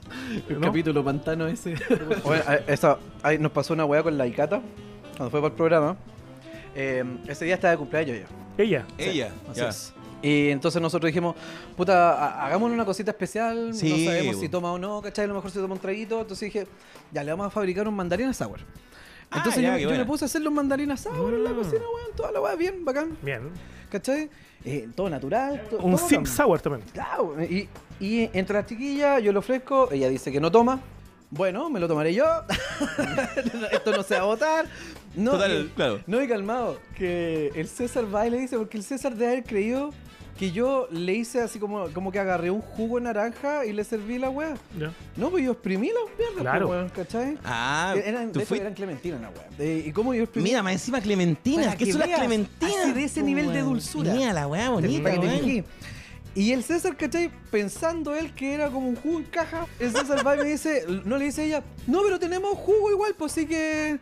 [SPEAKER 2] El
[SPEAKER 1] ¿No?
[SPEAKER 2] capítulo pantano ese. Bueno, eh, esa- ahí nos pasó una weá con la Icata, cuando fue para el programa. Eh, ese día estaba de cumpleaños yo.
[SPEAKER 1] Ella.
[SPEAKER 3] Ella.
[SPEAKER 2] Así
[SPEAKER 3] ya.
[SPEAKER 2] es. Y entonces nosotros dijimos, puta, ha- hagámosle una cosita especial,
[SPEAKER 3] Sí,
[SPEAKER 2] no sabemos
[SPEAKER 3] bo.
[SPEAKER 2] si toma o no, ¿cachai? A lo mejor se toma un traguito, entonces dije, ya le vamos a fabricar un mandarina sour.
[SPEAKER 3] Ah,
[SPEAKER 2] Entonces
[SPEAKER 3] ya,
[SPEAKER 2] yo,
[SPEAKER 3] qué
[SPEAKER 2] yo
[SPEAKER 3] buena. Ah.
[SPEAKER 2] me puse a hacer los mandarinas sour en la
[SPEAKER 1] Mm.
[SPEAKER 2] cocina, weón, toda la weá bien, bacán,
[SPEAKER 1] Bien.
[SPEAKER 2] ¿cachai? Eh, todo natural, to-
[SPEAKER 1] Un
[SPEAKER 2] todo
[SPEAKER 1] Sim
[SPEAKER 2] bacán.
[SPEAKER 1] Sour también.
[SPEAKER 2] Claro, y, y entre las chiquillas yo lo ofrezco, ella dice que no toma. Bueno, me lo tomaré yo. Esto no se va a votar. No,
[SPEAKER 3] Total,
[SPEAKER 2] y-
[SPEAKER 3] claro.
[SPEAKER 2] no, y calmado, que el César va y le dice, porque el César debe haber creído que yo le hice así como, como que agarré un jugo de naranja y le serví la weá.
[SPEAKER 1] Ya.
[SPEAKER 2] No, pues yo exprimí la mierda,
[SPEAKER 1] Claro.
[SPEAKER 2] ¿cachai? Eh,
[SPEAKER 3] Ah,
[SPEAKER 2] eran,
[SPEAKER 3] tú
[SPEAKER 2] de hecho,
[SPEAKER 3] fuiste.
[SPEAKER 2] eran clementinas la weá. Eh, ¿Y cómo yo exprimí?
[SPEAKER 3] Mira, más encima clementinas.
[SPEAKER 2] Para
[SPEAKER 3] ¿Qué
[SPEAKER 2] que
[SPEAKER 3] son las
[SPEAKER 2] veas,
[SPEAKER 3] clementinas?
[SPEAKER 2] así de ese
[SPEAKER 3] po,
[SPEAKER 2] nivel de
[SPEAKER 3] weón.
[SPEAKER 2] dulzura.
[SPEAKER 3] Mira la weá
[SPEAKER 2] Te-
[SPEAKER 3] bonita,
[SPEAKER 2] para que te
[SPEAKER 3] weón.
[SPEAKER 2] fijé. Y el César, ¿cachai? Pensando él que era como un jugo en caja, el César va y me dice, no le dice ella, no, pero tenemos jugo igual, pues sí que...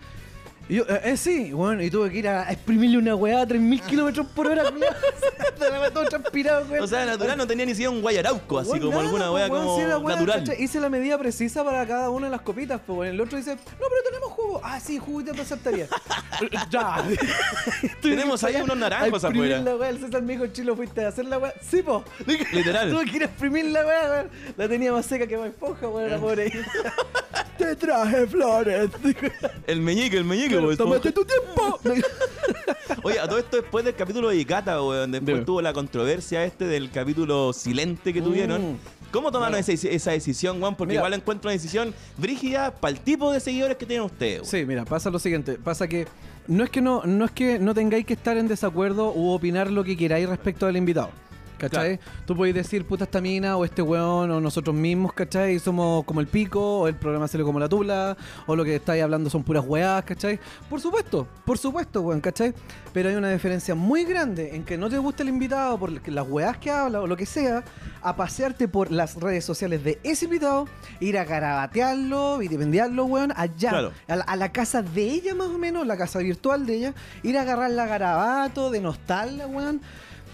[SPEAKER 2] Y yo, eh, eh, sí, bueno, y tuve que ir a exprimirle una weá a 3.000 kilómetros por hora, culiao. Se la todo transpirado, weón.
[SPEAKER 3] O sea, natural no tenía ni siquiera un guayarauco, así
[SPEAKER 2] Weón,
[SPEAKER 3] como
[SPEAKER 2] nada,
[SPEAKER 3] alguna
[SPEAKER 2] pues,
[SPEAKER 3] weá
[SPEAKER 2] weón,
[SPEAKER 3] como
[SPEAKER 2] sí, la weá,
[SPEAKER 3] natural.
[SPEAKER 2] ¿cachai? Hice la medida precisa para cada una de las copitas, pues bueno, el otro dice, no, pero tenemos jugo. Ah, sí, jugo y te aceptaría. ya.
[SPEAKER 3] Tenemos ahí unos naranjos
[SPEAKER 2] A exprimir
[SPEAKER 3] afuera.
[SPEAKER 2] la weá, el César me dijo, chilo, fuiste a hacer la weá. Sí, po. Tuve
[SPEAKER 3] Literal.
[SPEAKER 2] que ir a exprimir la weá, weón. La tenía más seca que más esponja, weón, la
[SPEAKER 3] Eh.
[SPEAKER 2] pobre. Te traje flores.
[SPEAKER 3] El meñique, el meñique, weón.
[SPEAKER 2] Tómate tu tiempo.
[SPEAKER 3] Oye, a todo esto después del capítulo de Icata, weón. Después
[SPEAKER 2] Dime.
[SPEAKER 3] tuvo la controversia este del capítulo silente que
[SPEAKER 2] Mm.
[SPEAKER 3] tuvieron. ¿Cómo tomaron esa, esa decisión, weón? Porque
[SPEAKER 2] Mira.
[SPEAKER 3] igual encuentro una decisión brígida para el tipo de seguidores que tienen ustedes, weón.
[SPEAKER 2] Sí, mira, pasa lo siguiente, pasa que no es que no, no es que no tengáis que estar en desacuerdo u opinar lo que queráis respecto del invitado. ¿Cachai? Tú podéis decir, puta esta mina, o este weón, o nosotros mismos, ¿cachai? Somos como el pico, o el programa sale como la tula, o lo que estáis hablando son puras weás, ¿cachai? Por supuesto, por supuesto, weón, ¿cachai? Pero hay una diferencia muy grande en que no te gusta el invitado por las weás que habla, o lo que sea, a pasearte por las redes sociales de ese invitado, ir a garabatearlo, vitipendiarlo, weón, allá,
[SPEAKER 3] Claro.
[SPEAKER 2] a la, a la casa de ella más o menos, la casa virtual de ella, ir a agarrar la garabato, denostarla, weón.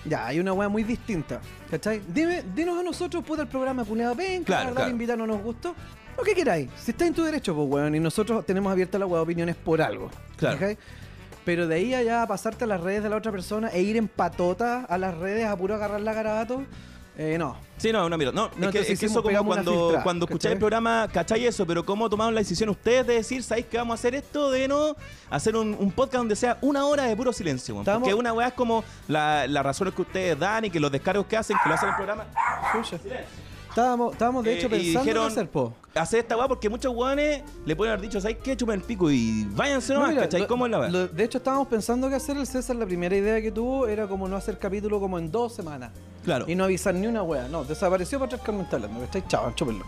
[SPEAKER 2] Ya, hay una weá muy distinta, ¿cachai? Dime, dinos a nosotros, puta, el programa culeado, ven,
[SPEAKER 3] Claro,
[SPEAKER 2] claro,
[SPEAKER 3] claro.
[SPEAKER 2] no nos gustó. Lo que queráis, si está en tu derecho, pues weón, y nosotros tenemos abierta la weá de opiniones por algo.
[SPEAKER 3] Claro.
[SPEAKER 2] ¿cachai? Pero de ahí allá a pasarte a las redes de la otra persona e ir en patota a las redes a puro agarrar la garabato, eh, no.
[SPEAKER 3] Sí, no, no, mira, no, es que,
[SPEAKER 2] entonces
[SPEAKER 3] es que
[SPEAKER 2] hicimos-
[SPEAKER 3] eso como
[SPEAKER 2] pegamos una
[SPEAKER 3] cuando,
[SPEAKER 2] filtrada,
[SPEAKER 3] cuando escucháis el
[SPEAKER 2] ¿cachai?
[SPEAKER 3] programa, ¿cacháis eso? Pero cómo tomaron la decisión ustedes de decir, ¿sabéis que vamos a hacer esto? De no hacer un, un podcast donde sea una hora de puro silencio, weón.
[SPEAKER 2] Estamos-
[SPEAKER 3] Porque una weá es como la- las razones que ustedes dan y que los descargos que hacen, que lo hacen el programa.
[SPEAKER 2] Chucha. Estábamos, estábamos de
[SPEAKER 3] Eh,
[SPEAKER 2] hecho
[SPEAKER 3] y
[SPEAKER 2] pensando
[SPEAKER 3] dijeron-
[SPEAKER 2] en hacer, po.
[SPEAKER 3] Hacer esta weá porque muchos weones le pueden haber dicho, ¿sabéis qué? Chupen el pico y váyanse
[SPEAKER 2] No,
[SPEAKER 3] nomás,
[SPEAKER 2] mira,
[SPEAKER 3] ¿cachai?
[SPEAKER 2] lo-
[SPEAKER 3] ¿Cómo es la weá?
[SPEAKER 2] lo- de hecho, estábamos pensando que hacer el César. La primera idea que tuvo era como no hacer capítulo como en dos semanas.
[SPEAKER 3] Claro.
[SPEAKER 2] Y no avisar ni una wea. No, desapareció para atrás Carmen Talando. ¿Cachai? Chao, chúpenlo.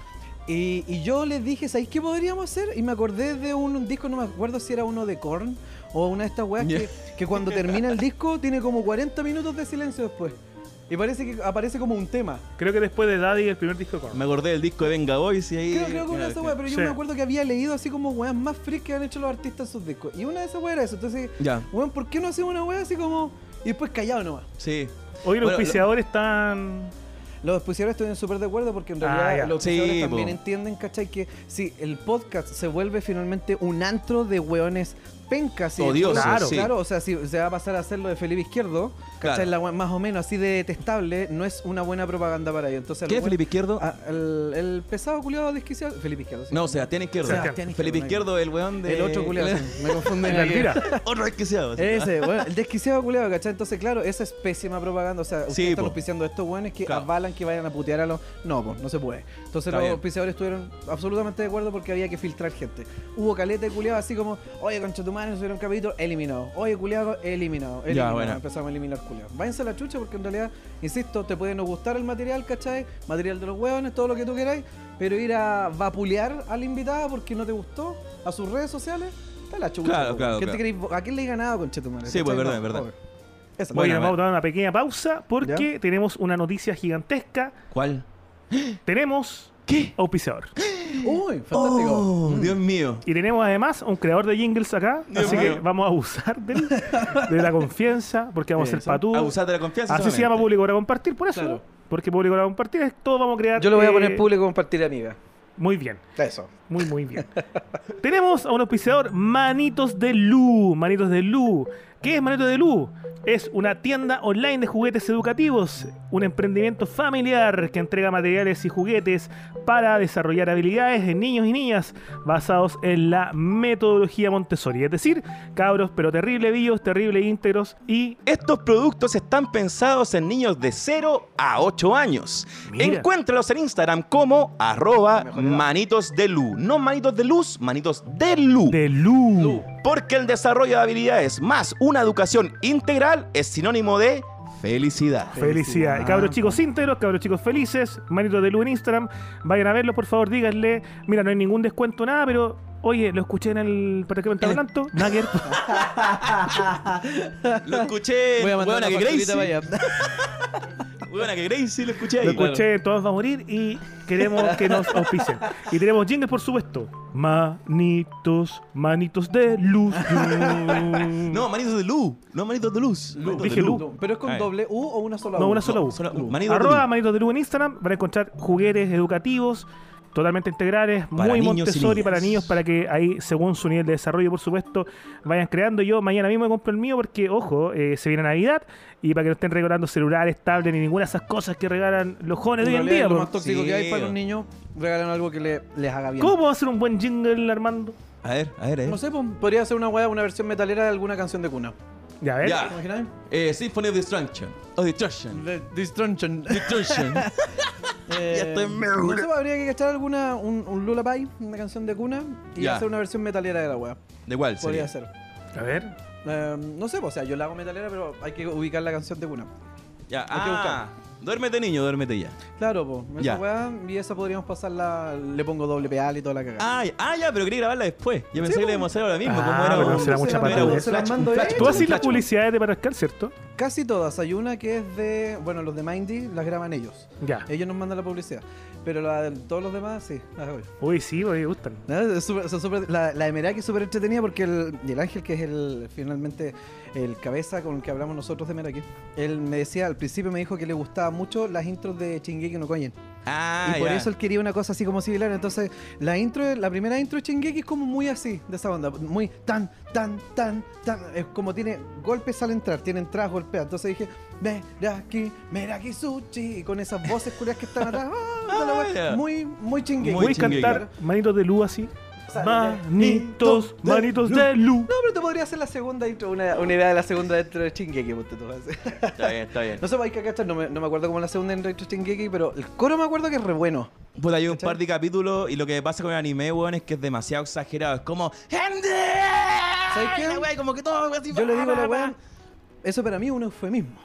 [SPEAKER 2] Y, y yo les dije, ¿sabéis qué podríamos hacer? Y me acordé de un, un disco, no me acuerdo si era uno de Korn o una de estas weas que, que cuando termina el disco tiene como 40 minutos de silencio después. Y parece que aparece como un tema.
[SPEAKER 1] Creo que después de Daddy, el primer disco de Korn.
[SPEAKER 3] Me acordé del disco de Venga Boys y ahí.
[SPEAKER 2] Creo, creo que una
[SPEAKER 3] Mira,
[SPEAKER 2] de esas weas, pero yo
[SPEAKER 1] Sí.
[SPEAKER 2] me acuerdo que había leído así como weas más freaks que han hecho los artistas en sus discos. Y una de esas weas era eso. Entonces,
[SPEAKER 3] Ya.
[SPEAKER 2] weón, ¿por qué no hacemos una wea así como. y después callado nomás?
[SPEAKER 3] Sí.
[SPEAKER 1] Hoy los
[SPEAKER 3] Bueno, lo-
[SPEAKER 1] auspiciadores están.
[SPEAKER 2] Los auspiciadores estoy súper de acuerdo porque en
[SPEAKER 1] Ah,
[SPEAKER 2] realidad
[SPEAKER 1] ya.
[SPEAKER 2] los auspiciadores
[SPEAKER 3] Sí,
[SPEAKER 2] también
[SPEAKER 3] po.
[SPEAKER 2] entienden, ¿cachai? Que si el podcast se vuelve finalmente un antro de weones pencas. y-
[SPEAKER 3] Odiosos,
[SPEAKER 2] claro,
[SPEAKER 3] sí.
[SPEAKER 2] claro. O sea, si se va a pasar a hacerlo de Felipe Izquierdo, ¿cachai?
[SPEAKER 3] Claro.
[SPEAKER 2] La wea más o menos así de detestable, no es una buena propaganda para ellos. Entonces,
[SPEAKER 3] ¿Qué
[SPEAKER 2] los
[SPEAKER 3] es Felipe
[SPEAKER 2] weones-
[SPEAKER 3] Izquierdo?
[SPEAKER 2] Ah, el, el pesado culiado desquiciado. Felipe Izquierdo, sí.
[SPEAKER 3] No, Sebastián Izquierdo.
[SPEAKER 1] Sebastián.
[SPEAKER 3] Felipe Izquierdo, el weón de.
[SPEAKER 2] El otro culiado, me confundí. Eh,
[SPEAKER 1] En la Elvira.
[SPEAKER 3] Otro desquiciado. sí.
[SPEAKER 2] Ese, bueno, el desquiciado culiado, ¿cachai? Entonces, claro, esa es pésima propaganda. O sea, ustedes
[SPEAKER 3] Sí,
[SPEAKER 2] están
[SPEAKER 3] po.
[SPEAKER 2] auspiciando a estos weones que
[SPEAKER 3] Claro.
[SPEAKER 2] avalan que vayan a putear a los. No, pues, no se puede. Entonces,
[SPEAKER 3] Está
[SPEAKER 2] los
[SPEAKER 3] bien.
[SPEAKER 2] auspiciadores estuvieron absolutamente de acuerdo porque había que filtrar gente. Hubo caleta de culiado así como, oye, concha tu madre, subieron un capítulo, eliminado. Oye, culiado, eliminado. eliminado.
[SPEAKER 3] bueno.
[SPEAKER 2] Empezamos a eliminar culiados. Váyanse a la chucha porque en realidad, insisto, te puede no gustar el material, ¿cachai? Material de los hueones, todo lo que tú queráis, pero ir a vapulear a la invitada porque no te gustó, a sus redes sociales. Está la chucha.
[SPEAKER 3] Claro,
[SPEAKER 2] po,
[SPEAKER 3] claro,
[SPEAKER 2] ¿Qué te
[SPEAKER 3] claro.
[SPEAKER 2] creéis vo- ¿A quién le he ganado, conchetumare?
[SPEAKER 3] Sí, pues,
[SPEAKER 2] ¿Cachai?
[SPEAKER 3] verdad,
[SPEAKER 2] No,
[SPEAKER 3] verdad.
[SPEAKER 2] obvio. Esa.
[SPEAKER 1] Oye,
[SPEAKER 3] Bueno,
[SPEAKER 1] nos
[SPEAKER 3] bueno.
[SPEAKER 1] vamos a dar una pequeña pausa porque tenemos una noticia gigantesca.
[SPEAKER 3] ¿Cuál?
[SPEAKER 1] Tenemos
[SPEAKER 3] ¿Qué?
[SPEAKER 1] auspiciador.
[SPEAKER 2] Uy, fantástico.
[SPEAKER 3] Oh, Dios mío.
[SPEAKER 1] Y tenemos además un creador de jingles acá,
[SPEAKER 3] Dios
[SPEAKER 1] así
[SPEAKER 3] mío.
[SPEAKER 1] que vamos a abusar de, él, de la confianza, porque vamos a ser
[SPEAKER 2] Eso.
[SPEAKER 1] patú.
[SPEAKER 3] Abusar de la confianza.
[SPEAKER 1] Así se
[SPEAKER 3] solamente.
[SPEAKER 1] llama público para compartir, por eso.
[SPEAKER 2] Claro.
[SPEAKER 1] Porque público para compartir es todo vamos a crear.
[SPEAKER 2] Yo lo voy a poner
[SPEAKER 1] eh,
[SPEAKER 2] público compartir amiga.
[SPEAKER 1] Muy bien.
[SPEAKER 2] Eso.
[SPEAKER 1] Muy, muy bien. Tenemos a un auspiciador, Manitos de Lu. Manitos de Lu. ¿Qué es Manitos de Lu? Es una tienda online de juguetes educativos, un emprendimiento familiar que entrega materiales y juguetes para desarrollar habilidades de niños y niñas basados en la metodología Montessori. Es decir, cabros pero terrible vivos, terrible íntegros y
[SPEAKER 3] Estos productos están pensados en niños de 0 a 8 años.
[SPEAKER 1] Mira.
[SPEAKER 3] Encuéntralos en Instagram como arroba manitos de luz. No manitos de luz, manitos de luz.
[SPEAKER 1] de Lu.
[SPEAKER 3] Porque el desarrollo de habilidades más una educación integral es sinónimo de felicidad.
[SPEAKER 1] Felicidad.
[SPEAKER 2] Felicidad.
[SPEAKER 1] Cabros chicos íntegros, cabros chicos felices. Manitos de luz en Instagram. Vayan a verlo, por favor, díganle. Mira, no hay ningún descuento, nada, pero. Oye, lo escuché en el. ¿Para qué me estaba hablando? Nugget.
[SPEAKER 3] Lo escuché.
[SPEAKER 2] Voy a mandar
[SPEAKER 3] huevona,
[SPEAKER 2] una
[SPEAKER 3] que
[SPEAKER 2] facturita
[SPEAKER 3] Gracie.
[SPEAKER 2] para allá.
[SPEAKER 3] Huevona, que Gracie lo escuché
[SPEAKER 1] Lo
[SPEAKER 3] ahí.
[SPEAKER 1] escuché, todos va a morir y queremos que nos auspicien. Y tenemos jingles, por supuesto. Manitos, manitos de luz.
[SPEAKER 3] No, manitos de luz. No, manitos de luz. Manitos de
[SPEAKER 1] Dije
[SPEAKER 3] luz.
[SPEAKER 1] Lu.
[SPEAKER 2] No, Pero es con
[SPEAKER 3] Ahí.
[SPEAKER 2] doble U o una sola U.
[SPEAKER 1] No, una sola U.
[SPEAKER 3] solo U. Manitos de
[SPEAKER 1] Arroba
[SPEAKER 3] luz.
[SPEAKER 1] manitos de luz en Instagram. Van a encontrar juguetes educativos. Totalmente integrales,
[SPEAKER 3] Para
[SPEAKER 1] muy
[SPEAKER 3] niños y
[SPEAKER 1] Montessori
[SPEAKER 3] niñas.
[SPEAKER 1] para niños, para que ahí, según su nivel de desarrollo, por supuesto, vayan creando. Yo mañana mismo me compro el mío porque, ojo, eh, se viene Navidad y para que no estén regalando celulares, tablets ni ninguna de esas cosas que regalan los jóvenes de hoy
[SPEAKER 2] En
[SPEAKER 1] en
[SPEAKER 2] realidad,
[SPEAKER 1] día.
[SPEAKER 2] lo
[SPEAKER 1] po.
[SPEAKER 2] más tóxico
[SPEAKER 3] Sí,
[SPEAKER 2] que hay para
[SPEAKER 3] weón.
[SPEAKER 2] un niño, regalan algo que le, les haga bien.
[SPEAKER 1] ¿Cómo va a ser un buen jingle, Armando?
[SPEAKER 3] A ver, a ver, a ver.
[SPEAKER 2] No sé, pues, podría ser una weá, una versión metalera de alguna canción de cuna.
[SPEAKER 1] Ya ves.
[SPEAKER 3] Ya.
[SPEAKER 2] ¿Te imagináis?
[SPEAKER 3] Eh, Symphony of Destruction. O Destruction.
[SPEAKER 2] The Destruction.
[SPEAKER 3] Destruction.
[SPEAKER 2] Eh,
[SPEAKER 3] Ya estoy medio-
[SPEAKER 2] No sé, pues, habría que cachar alguna, un, un lullaby, una canción de cuna, y
[SPEAKER 3] Ya.
[SPEAKER 2] hacer una versión metalera de la weá.
[SPEAKER 3] ¿De cuál
[SPEAKER 2] Podría
[SPEAKER 3] sería?
[SPEAKER 2] ser.
[SPEAKER 1] A ver.
[SPEAKER 2] Eh, no sé, pues, o sea, yo la hago metalera, pero hay que ubicar la canción de cuna.
[SPEAKER 3] Ya,
[SPEAKER 2] Hay que
[SPEAKER 3] ah, duérmete niño, duérmete ya.
[SPEAKER 2] Claro, pues,
[SPEAKER 3] Ya.
[SPEAKER 2] esa weá, y esa podríamos pasarla, le pongo doble pedal y toda la cagada.
[SPEAKER 3] Ah, ya, ah, ya, pero quería grabarla después. Yo pensé que la íbamos a hacer ahora mismo.
[SPEAKER 1] Ah,
[SPEAKER 3] como era
[SPEAKER 1] pero
[SPEAKER 3] un-
[SPEAKER 1] será mucha
[SPEAKER 3] como era
[SPEAKER 1] patudez.
[SPEAKER 3] un
[SPEAKER 1] Se
[SPEAKER 2] las
[SPEAKER 3] flash,
[SPEAKER 2] mando
[SPEAKER 3] un
[SPEAKER 2] yo.
[SPEAKER 3] flash,
[SPEAKER 1] Tú
[SPEAKER 3] un
[SPEAKER 2] Chula,
[SPEAKER 1] haces las
[SPEAKER 3] flash.
[SPEAKER 1] publicidades de Parascal, ¿cierto?
[SPEAKER 2] Casi todas. Hay una que es de. Bueno, los de Mindy las graban ellos.
[SPEAKER 1] Ya.
[SPEAKER 2] Ellos nos mandan la publicidad. Pero la de todos los demás, sí, las hago yo.
[SPEAKER 1] Uy, sí, pues, me gustan.
[SPEAKER 2] No, es súper- son súper- la, la de Meraki es súper entretenida porque el, y el Ángel, que es el finalmente el cabeza con el que hablamos nosotros de Meraki, él me decía, al principio me dijo que le gustaban mucho las intros de Chingeki no Koyen.
[SPEAKER 3] Ah,
[SPEAKER 2] y por
[SPEAKER 3] ya.
[SPEAKER 2] eso él quería una cosa así como similar. Entonces, la intro, la primera intro de Shingeki es como muy así, de esa banda. Muy tan, tan, tan, tan. Es como tiene golpes al entrar, tiene entradas golpeadas. Entonces dije, Meraki, Meraki Sushi. Y con esas voces culiadas que están atrás. ah, de la wea.
[SPEAKER 3] ya.
[SPEAKER 2] muy, muy Shingeki.
[SPEAKER 3] Muy
[SPEAKER 1] Voy a cantar manitos de luz así. Manitos, manitos de luz.
[SPEAKER 2] No, pero te podría hacer la segunda intro, una, una idea de la segunda intro de Shingeki. ponte tú, así.
[SPEAKER 3] Está bien, está bien.
[SPEAKER 2] No sé, hay que cachar, no me, no me acuerdo cómo es la segunda intro de Shingeki, pero el coro me acuerdo que es re bueno.
[SPEAKER 3] Puta, hay un
[SPEAKER 2] ¿Cachai?
[SPEAKER 3] par de capítulos y lo que pasa con el anime, weón, es que es demasiado exagerado. Es como. ¿Sabes
[SPEAKER 2] qué?
[SPEAKER 3] La wea, como que todo así.
[SPEAKER 2] Yo le digo a la
[SPEAKER 3] pa, pa,
[SPEAKER 2] weá, eso para mí es un eufemismo.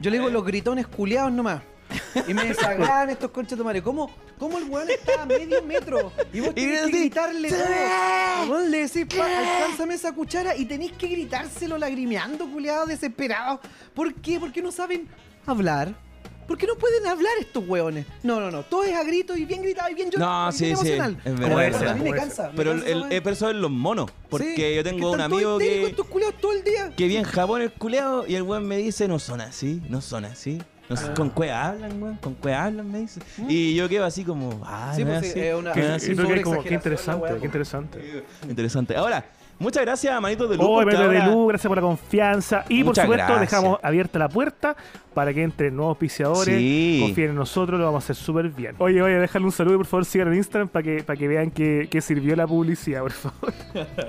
[SPEAKER 2] Yo le digo los gritones culeados nomás. Y me desagradan estos conches de madre. ¿Cómo, ¿Cómo el weón está a medio metro? Y vos tenés que
[SPEAKER 3] así,
[SPEAKER 2] gritarle
[SPEAKER 3] "Sí".
[SPEAKER 2] todo. Y vos le decís, "Pa, alcánzame esa cuchara y tenés que gritárselo lagrimeando, culeado, desesperado. ¿Por qué? Porque no saben hablar. ¿Por qué no pueden hablar estos weones? No, no, no. Todo es a grito y bien gritado y bien llorado.
[SPEAKER 3] No,
[SPEAKER 2] y
[SPEAKER 3] sí,
[SPEAKER 2] bien
[SPEAKER 3] sí.
[SPEAKER 2] emocional.
[SPEAKER 3] Es
[SPEAKER 1] verdad, es
[SPEAKER 2] a
[SPEAKER 1] verdad.
[SPEAKER 2] mí me
[SPEAKER 1] Puede
[SPEAKER 2] cansa. me
[SPEAKER 3] Pero el,
[SPEAKER 2] cansa,
[SPEAKER 3] el,
[SPEAKER 2] weón.
[SPEAKER 3] el personaje es los monos. Porque
[SPEAKER 2] Sí,
[SPEAKER 3] yo
[SPEAKER 2] es que
[SPEAKER 3] tengo un
[SPEAKER 2] están todos
[SPEAKER 3] amigo
[SPEAKER 2] histéricos
[SPEAKER 3] que.
[SPEAKER 2] estos culeados todo el día.
[SPEAKER 3] Que bien Japón el culeado y el weón me dice, no son así, no son así.
[SPEAKER 2] Ah.
[SPEAKER 3] No son- ¿Con qué hablan, weón? ¿Con qué hablan? Me dice. Y yo quedo así como, ah,
[SPEAKER 2] Mm. Sí,
[SPEAKER 3] no
[SPEAKER 2] pues
[SPEAKER 3] es
[SPEAKER 2] sí,
[SPEAKER 3] así.
[SPEAKER 2] es una-
[SPEAKER 3] no es
[SPEAKER 2] Ah,
[SPEAKER 1] Que-
[SPEAKER 3] así.
[SPEAKER 2] sí,
[SPEAKER 1] yo creo que
[SPEAKER 2] sobre
[SPEAKER 1] es como,
[SPEAKER 2] exageración,
[SPEAKER 1] qué interesante,
[SPEAKER 2] la weá,
[SPEAKER 1] qué interesante.
[SPEAKER 3] Interesante. Ahora, muchas gracias, Manito Eh, de Luz.
[SPEAKER 1] Oh,
[SPEAKER 3] porque
[SPEAKER 1] Beto de
[SPEAKER 3] ahora-
[SPEAKER 1] Luz, gracias por la confianza. Y por
[SPEAKER 3] Muchas
[SPEAKER 1] supuesto,
[SPEAKER 3] gracias.
[SPEAKER 1] dejamos abierta la puerta para que entren nuevos auspiciadores.
[SPEAKER 3] Sí.
[SPEAKER 1] Confíen en nosotros, lo vamos a hacer súper bien. Oye, oye, déjale un saludo y por favor sigan en Instagram para que, para que vean que, que sirvió la publicidad, por favor.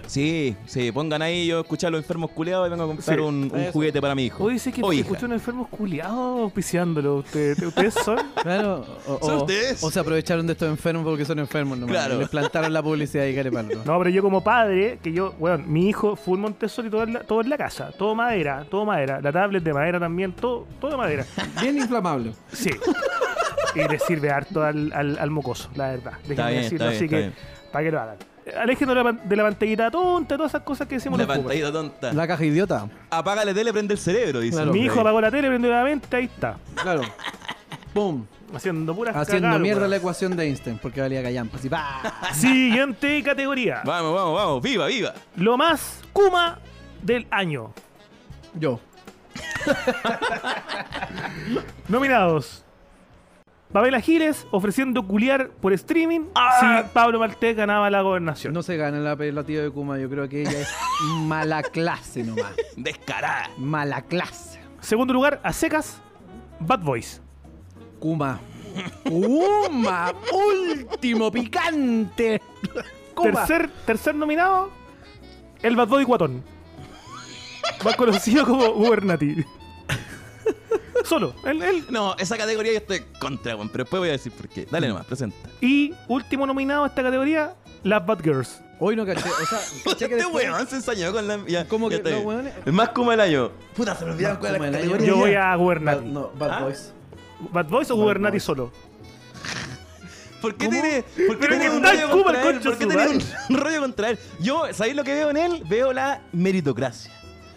[SPEAKER 3] Sí, sí, pongan ahí, yo escuché a los enfermos culeados y vengo a comprar
[SPEAKER 1] Sí.
[SPEAKER 3] un, un
[SPEAKER 2] Eso.
[SPEAKER 3] juguete para mi hijo.
[SPEAKER 1] Oye, dice que
[SPEAKER 3] O hija.
[SPEAKER 1] escuchan enfermos culiados auspiciándolo. ¿Ustedes, ustedes son?
[SPEAKER 2] Claro, o,
[SPEAKER 3] ¿Son
[SPEAKER 2] o-
[SPEAKER 3] ustedes?
[SPEAKER 2] o se aprovecharon de estos enfermos porque son enfermos nomás.
[SPEAKER 3] Claro.
[SPEAKER 2] Les plantaron la publicidad y carepalo.
[SPEAKER 1] No, pero yo como padre, que yo, bueno, mi hijo fue un Montessori todo en la, todo en la casa, todo madera, todo madera, la tablet de madera también, todo, todo de madera.
[SPEAKER 2] Bien inflamable.
[SPEAKER 1] Sí. y le sirve harto al, al, al mocoso, la verdad. Déjenme
[SPEAKER 3] bien,
[SPEAKER 1] decirlo,
[SPEAKER 3] está
[SPEAKER 1] así
[SPEAKER 3] bien,
[SPEAKER 1] que
[SPEAKER 3] está
[SPEAKER 1] para que lo hagan. Alejen de la, pan- de la pantallita tonta, todas esas cosas que decimos
[SPEAKER 3] La
[SPEAKER 1] los pobres.
[SPEAKER 3] pantallita tonta.
[SPEAKER 2] La caja idiota.
[SPEAKER 3] Apaga la tele, prende el cerebro, dice.
[SPEAKER 2] Claro.
[SPEAKER 1] Mi hijo apagó la tele, prendió la mente, ahí está.
[SPEAKER 2] Claro. ¡Pum!
[SPEAKER 1] Haciendo puras
[SPEAKER 2] Haciendo
[SPEAKER 1] cagadas,
[SPEAKER 2] mierda
[SPEAKER 1] weón.
[SPEAKER 2] la ecuación de Einstein porque valía gallampa. Así, ¡pa!
[SPEAKER 1] Siguiente categoría.
[SPEAKER 3] Vamos, vamos, vamos, viva, viva.
[SPEAKER 1] Lo más Kuma del año.
[SPEAKER 2] Yo.
[SPEAKER 1] Nominados. Pamela Giles ofreciendo culiar por streaming
[SPEAKER 3] Ah.
[SPEAKER 1] si Pablo Maltés ganaba la gobernación.
[SPEAKER 2] No se gana el apelativo de Kuma. Yo creo que ella es mala clase nomás.
[SPEAKER 3] Descarada.
[SPEAKER 2] Mala clase.
[SPEAKER 1] Segundo lugar, a secas, Bad Boys.
[SPEAKER 2] Kuma. Kuma. Último picante. Kuma.
[SPEAKER 1] Tercer, tercer nominado, el Bad Boy Guatón. Más conocido como Gubernati. Solo, él, él.
[SPEAKER 3] No, esa categoría yo estoy contra, weón, pero después voy a decir por qué.
[SPEAKER 1] Mm.
[SPEAKER 3] Dale nomás, presenta.
[SPEAKER 1] Y último nominado a esta categoría, las Bad Girls.
[SPEAKER 2] Hoy no caché. O sea, caché que
[SPEAKER 3] Este
[SPEAKER 2] después-
[SPEAKER 3] weón se ensañó con la. Ya,
[SPEAKER 2] ¿Cómo
[SPEAKER 3] ya
[SPEAKER 2] que
[SPEAKER 3] está
[SPEAKER 2] los
[SPEAKER 3] bien.
[SPEAKER 2] weones?
[SPEAKER 3] El más como el año. Puta, se me olvidaba
[SPEAKER 2] Más
[SPEAKER 3] cuál
[SPEAKER 2] Kuma
[SPEAKER 3] era la
[SPEAKER 2] del año.
[SPEAKER 3] categoría.
[SPEAKER 1] Yo voy a
[SPEAKER 2] Bad-
[SPEAKER 1] Gubernati.
[SPEAKER 2] no, Bad
[SPEAKER 3] ¿Ah?
[SPEAKER 2] Boys.
[SPEAKER 1] ¿Bad Boys o
[SPEAKER 2] Bad
[SPEAKER 1] Gubernati
[SPEAKER 2] Boys.
[SPEAKER 1] solo?
[SPEAKER 3] ¿Por qué
[SPEAKER 2] ¿Cómo?
[SPEAKER 3] tiene, por qué
[SPEAKER 1] Pero
[SPEAKER 3] tiene
[SPEAKER 1] que
[SPEAKER 3] un
[SPEAKER 1] tal
[SPEAKER 3] rollo
[SPEAKER 1] Kuma,
[SPEAKER 3] contra
[SPEAKER 1] el
[SPEAKER 3] él?
[SPEAKER 1] concha
[SPEAKER 3] ¿Por qué
[SPEAKER 1] de su
[SPEAKER 3] tiene un rollo contra él? Yo, ¿sabéis lo que veo en él? Veo la meritocracia.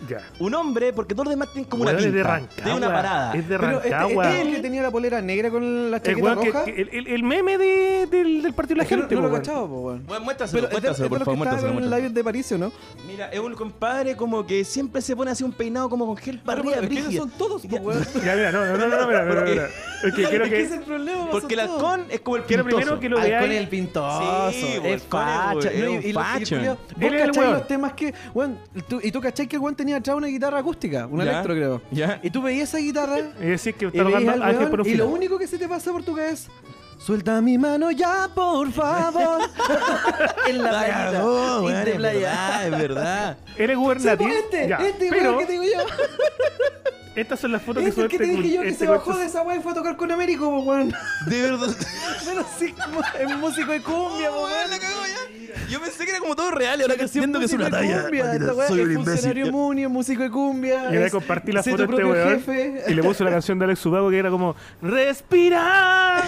[SPEAKER 1] Ya.
[SPEAKER 3] Un hombre, porque todos los demás tienen como una
[SPEAKER 1] Weón, es de
[SPEAKER 3] pinta,
[SPEAKER 1] Rancagua.
[SPEAKER 3] tiene una parada.
[SPEAKER 1] Es de
[SPEAKER 2] Pero este,
[SPEAKER 1] Rancagua.
[SPEAKER 2] este es el que tenía la polera negra con la
[SPEAKER 1] El,
[SPEAKER 2] chaqueta
[SPEAKER 1] weón que-
[SPEAKER 2] roja.
[SPEAKER 1] que- el- el- el meme de- del, del partido de la
[SPEAKER 2] Es que no-
[SPEAKER 1] gente.
[SPEAKER 2] no,
[SPEAKER 1] po,
[SPEAKER 2] lo
[SPEAKER 1] weón.
[SPEAKER 2] cachaba, po, weón.
[SPEAKER 3] Bueno, muéstraselo,
[SPEAKER 2] Pero este es de-
[SPEAKER 3] muéstraselo,
[SPEAKER 2] es de los que
[SPEAKER 3] por favor,
[SPEAKER 2] estaba
[SPEAKER 3] muéstraselo,
[SPEAKER 2] con el
[SPEAKER 3] muéstraselo.
[SPEAKER 2] labios de París, ¿o no?
[SPEAKER 3] Mira, es un compadre como que siempre se pone así un peinado como con gel para arriba,
[SPEAKER 2] es que
[SPEAKER 3] brígido.
[SPEAKER 2] son todos, po, weón.
[SPEAKER 1] Ya, mira, no, no, no, no, mira, mira,
[SPEAKER 3] Porque-
[SPEAKER 1] mira. Es que quiero
[SPEAKER 2] Es que
[SPEAKER 1] que.
[SPEAKER 2] es el problema.
[SPEAKER 3] Porque el halcón es como el
[SPEAKER 1] Quiero
[SPEAKER 3] pintoso.
[SPEAKER 1] primero que lo
[SPEAKER 2] Con
[SPEAKER 1] veáis.
[SPEAKER 2] el pintoso,
[SPEAKER 3] Sí, po,
[SPEAKER 2] es
[SPEAKER 3] el con el-
[SPEAKER 2] facha.
[SPEAKER 3] es
[SPEAKER 2] No, y-
[SPEAKER 3] un
[SPEAKER 2] y lo- y
[SPEAKER 3] facho.
[SPEAKER 2] culiao,
[SPEAKER 1] Él es
[SPEAKER 2] Vos
[SPEAKER 1] el
[SPEAKER 2] cachai
[SPEAKER 1] weón.
[SPEAKER 2] los temas que. weón, tú- y tú cachai que el weón tenía atrás una guitarra acústica, un
[SPEAKER 3] Ya,
[SPEAKER 2] electro, creo.
[SPEAKER 3] ya.
[SPEAKER 2] Y tú veías esa guitarra
[SPEAKER 1] Es decir, que
[SPEAKER 2] Y,
[SPEAKER 1] está
[SPEAKER 2] veis
[SPEAKER 1] tocando
[SPEAKER 2] al
[SPEAKER 1] Ángel
[SPEAKER 2] weón,
[SPEAKER 1] por un
[SPEAKER 2] y lo
[SPEAKER 1] filo.
[SPEAKER 2] único que se te pasa por tu cabeza es Suelta mi mano ya, por favor. en la
[SPEAKER 3] La
[SPEAKER 2] playita.
[SPEAKER 3] cagó,
[SPEAKER 2] In
[SPEAKER 3] weón,
[SPEAKER 2] the
[SPEAKER 3] es
[SPEAKER 2] playa.
[SPEAKER 3] verdad, es verdad.
[SPEAKER 1] Eres
[SPEAKER 2] Sí,
[SPEAKER 1] gubernati.
[SPEAKER 2] pues, este,
[SPEAKER 1] Ya,
[SPEAKER 2] este weón
[SPEAKER 1] pero
[SPEAKER 2] que te digo yo.
[SPEAKER 1] estas son las fotos que
[SPEAKER 2] Este
[SPEAKER 1] sube
[SPEAKER 2] que te
[SPEAKER 1] este
[SPEAKER 2] dije
[SPEAKER 1] cul-
[SPEAKER 2] yo que
[SPEAKER 1] este
[SPEAKER 2] se bajó
[SPEAKER 1] coche.
[SPEAKER 2] de esa weá y fue a tocar con Américo, po, weón.
[SPEAKER 3] De verdad.
[SPEAKER 2] Pero sí, como es músico de cumbia, po,
[SPEAKER 3] Oh, weón,
[SPEAKER 2] weón.
[SPEAKER 3] la cagó ya. Yo pensé que era como todo real y ahora que
[SPEAKER 2] Sí,
[SPEAKER 3] siento que es
[SPEAKER 2] músico
[SPEAKER 3] una
[SPEAKER 2] de
[SPEAKER 3] talla.
[SPEAKER 2] Cumbia,
[SPEAKER 3] Maldita,
[SPEAKER 2] esta weá,
[SPEAKER 3] soy
[SPEAKER 2] es
[SPEAKER 3] un
[SPEAKER 2] funcionario
[SPEAKER 3] imbécil.
[SPEAKER 2] muni, es músico de cumbia.
[SPEAKER 1] Y le
[SPEAKER 2] es-
[SPEAKER 1] compartí la
[SPEAKER 2] sé
[SPEAKER 1] foto a
[SPEAKER 2] tu
[SPEAKER 1] este
[SPEAKER 2] propio
[SPEAKER 1] weón.
[SPEAKER 2] jefe.
[SPEAKER 1] Y le puse la canción de Alex Subago que era como: Respira.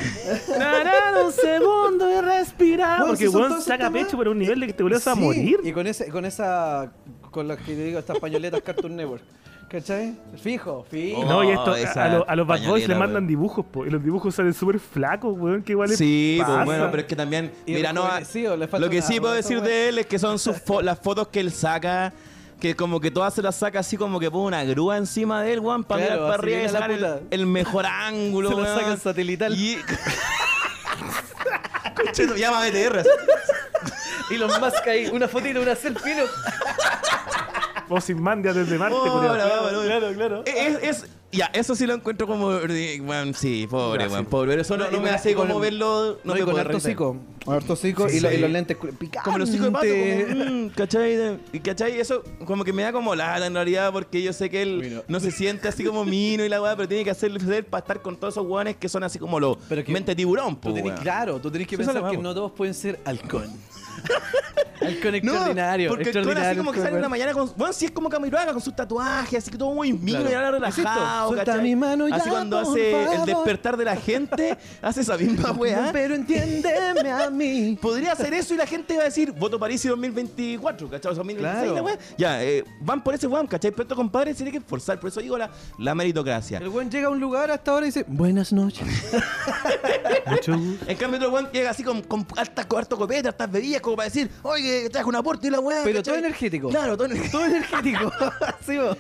[SPEAKER 1] Dará un segundo y respira.
[SPEAKER 2] Weón,
[SPEAKER 1] Porque
[SPEAKER 2] si son
[SPEAKER 1] Juan
[SPEAKER 2] todos
[SPEAKER 1] saca
[SPEAKER 2] esos temas-
[SPEAKER 1] pecho por un nivel de que te volvías a
[SPEAKER 2] Sí,
[SPEAKER 1] morir.
[SPEAKER 2] Y con, ese, con esa. Con las que te digo, estas pañoletas Cartoon Network. ¿Cachai? Fijo, fijo.
[SPEAKER 1] No, y esto,
[SPEAKER 3] Oh, esa
[SPEAKER 1] a, los- a los Bad Boys
[SPEAKER 3] pañoleta,
[SPEAKER 1] le mandan
[SPEAKER 3] weón.
[SPEAKER 1] dibujos, po, y los dibujos salen súper flacos, weón, que igual es
[SPEAKER 3] Sí,
[SPEAKER 1] pasa.
[SPEAKER 3] pues bueno, pero es que también,
[SPEAKER 2] Y
[SPEAKER 3] mira, no,
[SPEAKER 2] rejuvenecido, le falta
[SPEAKER 3] lo que
[SPEAKER 2] una-
[SPEAKER 3] sí puedo
[SPEAKER 2] una-
[SPEAKER 3] decir de él es que son sus fo- las fotos que él saca, que como que todas se las saca así como que pone una grúa encima de él, weón, para
[SPEAKER 2] Claro,
[SPEAKER 3] mirar
[SPEAKER 2] así
[SPEAKER 3] para arriba y
[SPEAKER 2] viene la
[SPEAKER 3] sacar el,
[SPEAKER 2] puta.
[SPEAKER 3] el mejor ángulo,
[SPEAKER 2] Se las
[SPEAKER 3] Oh, weón.
[SPEAKER 2] saca en satelital.
[SPEAKER 3] Y- Conche, me llama BTR.
[SPEAKER 2] Y los más ahí, una fotito, una selfie. ¿no?
[SPEAKER 1] Vos sin mandia desde Marte,
[SPEAKER 3] Pobre,
[SPEAKER 1] culiao.
[SPEAKER 3] vámonos.
[SPEAKER 1] Claro, claro.
[SPEAKER 3] E-, Es, es, ya, eso sí lo encuentro como. eh, weón, sí, pobre,
[SPEAKER 1] Gracias.
[SPEAKER 3] weón, pobre. Pero eso no,
[SPEAKER 2] Y
[SPEAKER 3] no me
[SPEAKER 2] con-
[SPEAKER 3] hace
[SPEAKER 2] y con-
[SPEAKER 3] como verlo. No
[SPEAKER 2] No,
[SPEAKER 3] me
[SPEAKER 2] y con
[SPEAKER 3] puedo
[SPEAKER 2] harto
[SPEAKER 3] reír.
[SPEAKER 2] hocico. Harto hocico
[SPEAKER 3] Sí,
[SPEAKER 2] y, lo-
[SPEAKER 3] sí.
[SPEAKER 2] y los lentes cu- picantes.
[SPEAKER 3] Como los hijos de pato, como, mm, ¿cachai? De- Y ¿cachai? Eso como que me da como la en realidad porque yo sé que él
[SPEAKER 2] Mino.
[SPEAKER 3] no se siente así como mino y la weá, pero tiene que hacerlo hacer para estar con todos esos weones que son así como los
[SPEAKER 2] Pero que-
[SPEAKER 3] mente tiburón, po,
[SPEAKER 2] Tú tenés-
[SPEAKER 3] weón.
[SPEAKER 2] claro, tú tenés que
[SPEAKER 3] Eso es lo
[SPEAKER 2] pensar que
[SPEAKER 3] vamos.
[SPEAKER 2] no todos pueden ser halcón. halcón
[SPEAKER 3] No,
[SPEAKER 2] extraordinario.
[SPEAKER 3] porque el
[SPEAKER 2] extraordinario
[SPEAKER 3] clon así como que sale en la
[SPEAKER 2] halcón.
[SPEAKER 3] mañana con... Bueno, sí es como Camiroaga con sus tatuajes, así que todo muy mino
[SPEAKER 2] Claro.
[SPEAKER 3] y ahora relajado,
[SPEAKER 2] Insisto, suelta
[SPEAKER 3] ¿cachai?
[SPEAKER 2] mi mano ya,
[SPEAKER 3] Así cuando
[SPEAKER 2] por
[SPEAKER 3] hace el
[SPEAKER 2] favor.
[SPEAKER 3] despertar de la gente, hace esa misma weá.
[SPEAKER 2] Pero entiéndeme a mí.
[SPEAKER 3] Podría hacer eso y la gente va a decir, voto París 2024, ¿cachai? O 2026,
[SPEAKER 2] Claro.
[SPEAKER 3] la weá. Ya, eh, van por ese weón, ¿cachai? Pero estos compadres se tiene que esforzar. Por eso digo la, la meritocracia.
[SPEAKER 2] El buen llega a un lugar hasta ahora y dice, buenas noches.
[SPEAKER 1] Mucho gusto.
[SPEAKER 3] En cambio, otro weón llega así con, con alta, con harto copete, hartas bebidas, como para decir, oye, traje un aporte y la weá.
[SPEAKER 2] Pero
[SPEAKER 3] ¿cachai?
[SPEAKER 2] todo energético.
[SPEAKER 3] Claro, todo energético.
[SPEAKER 2] Todo energético. Así vos.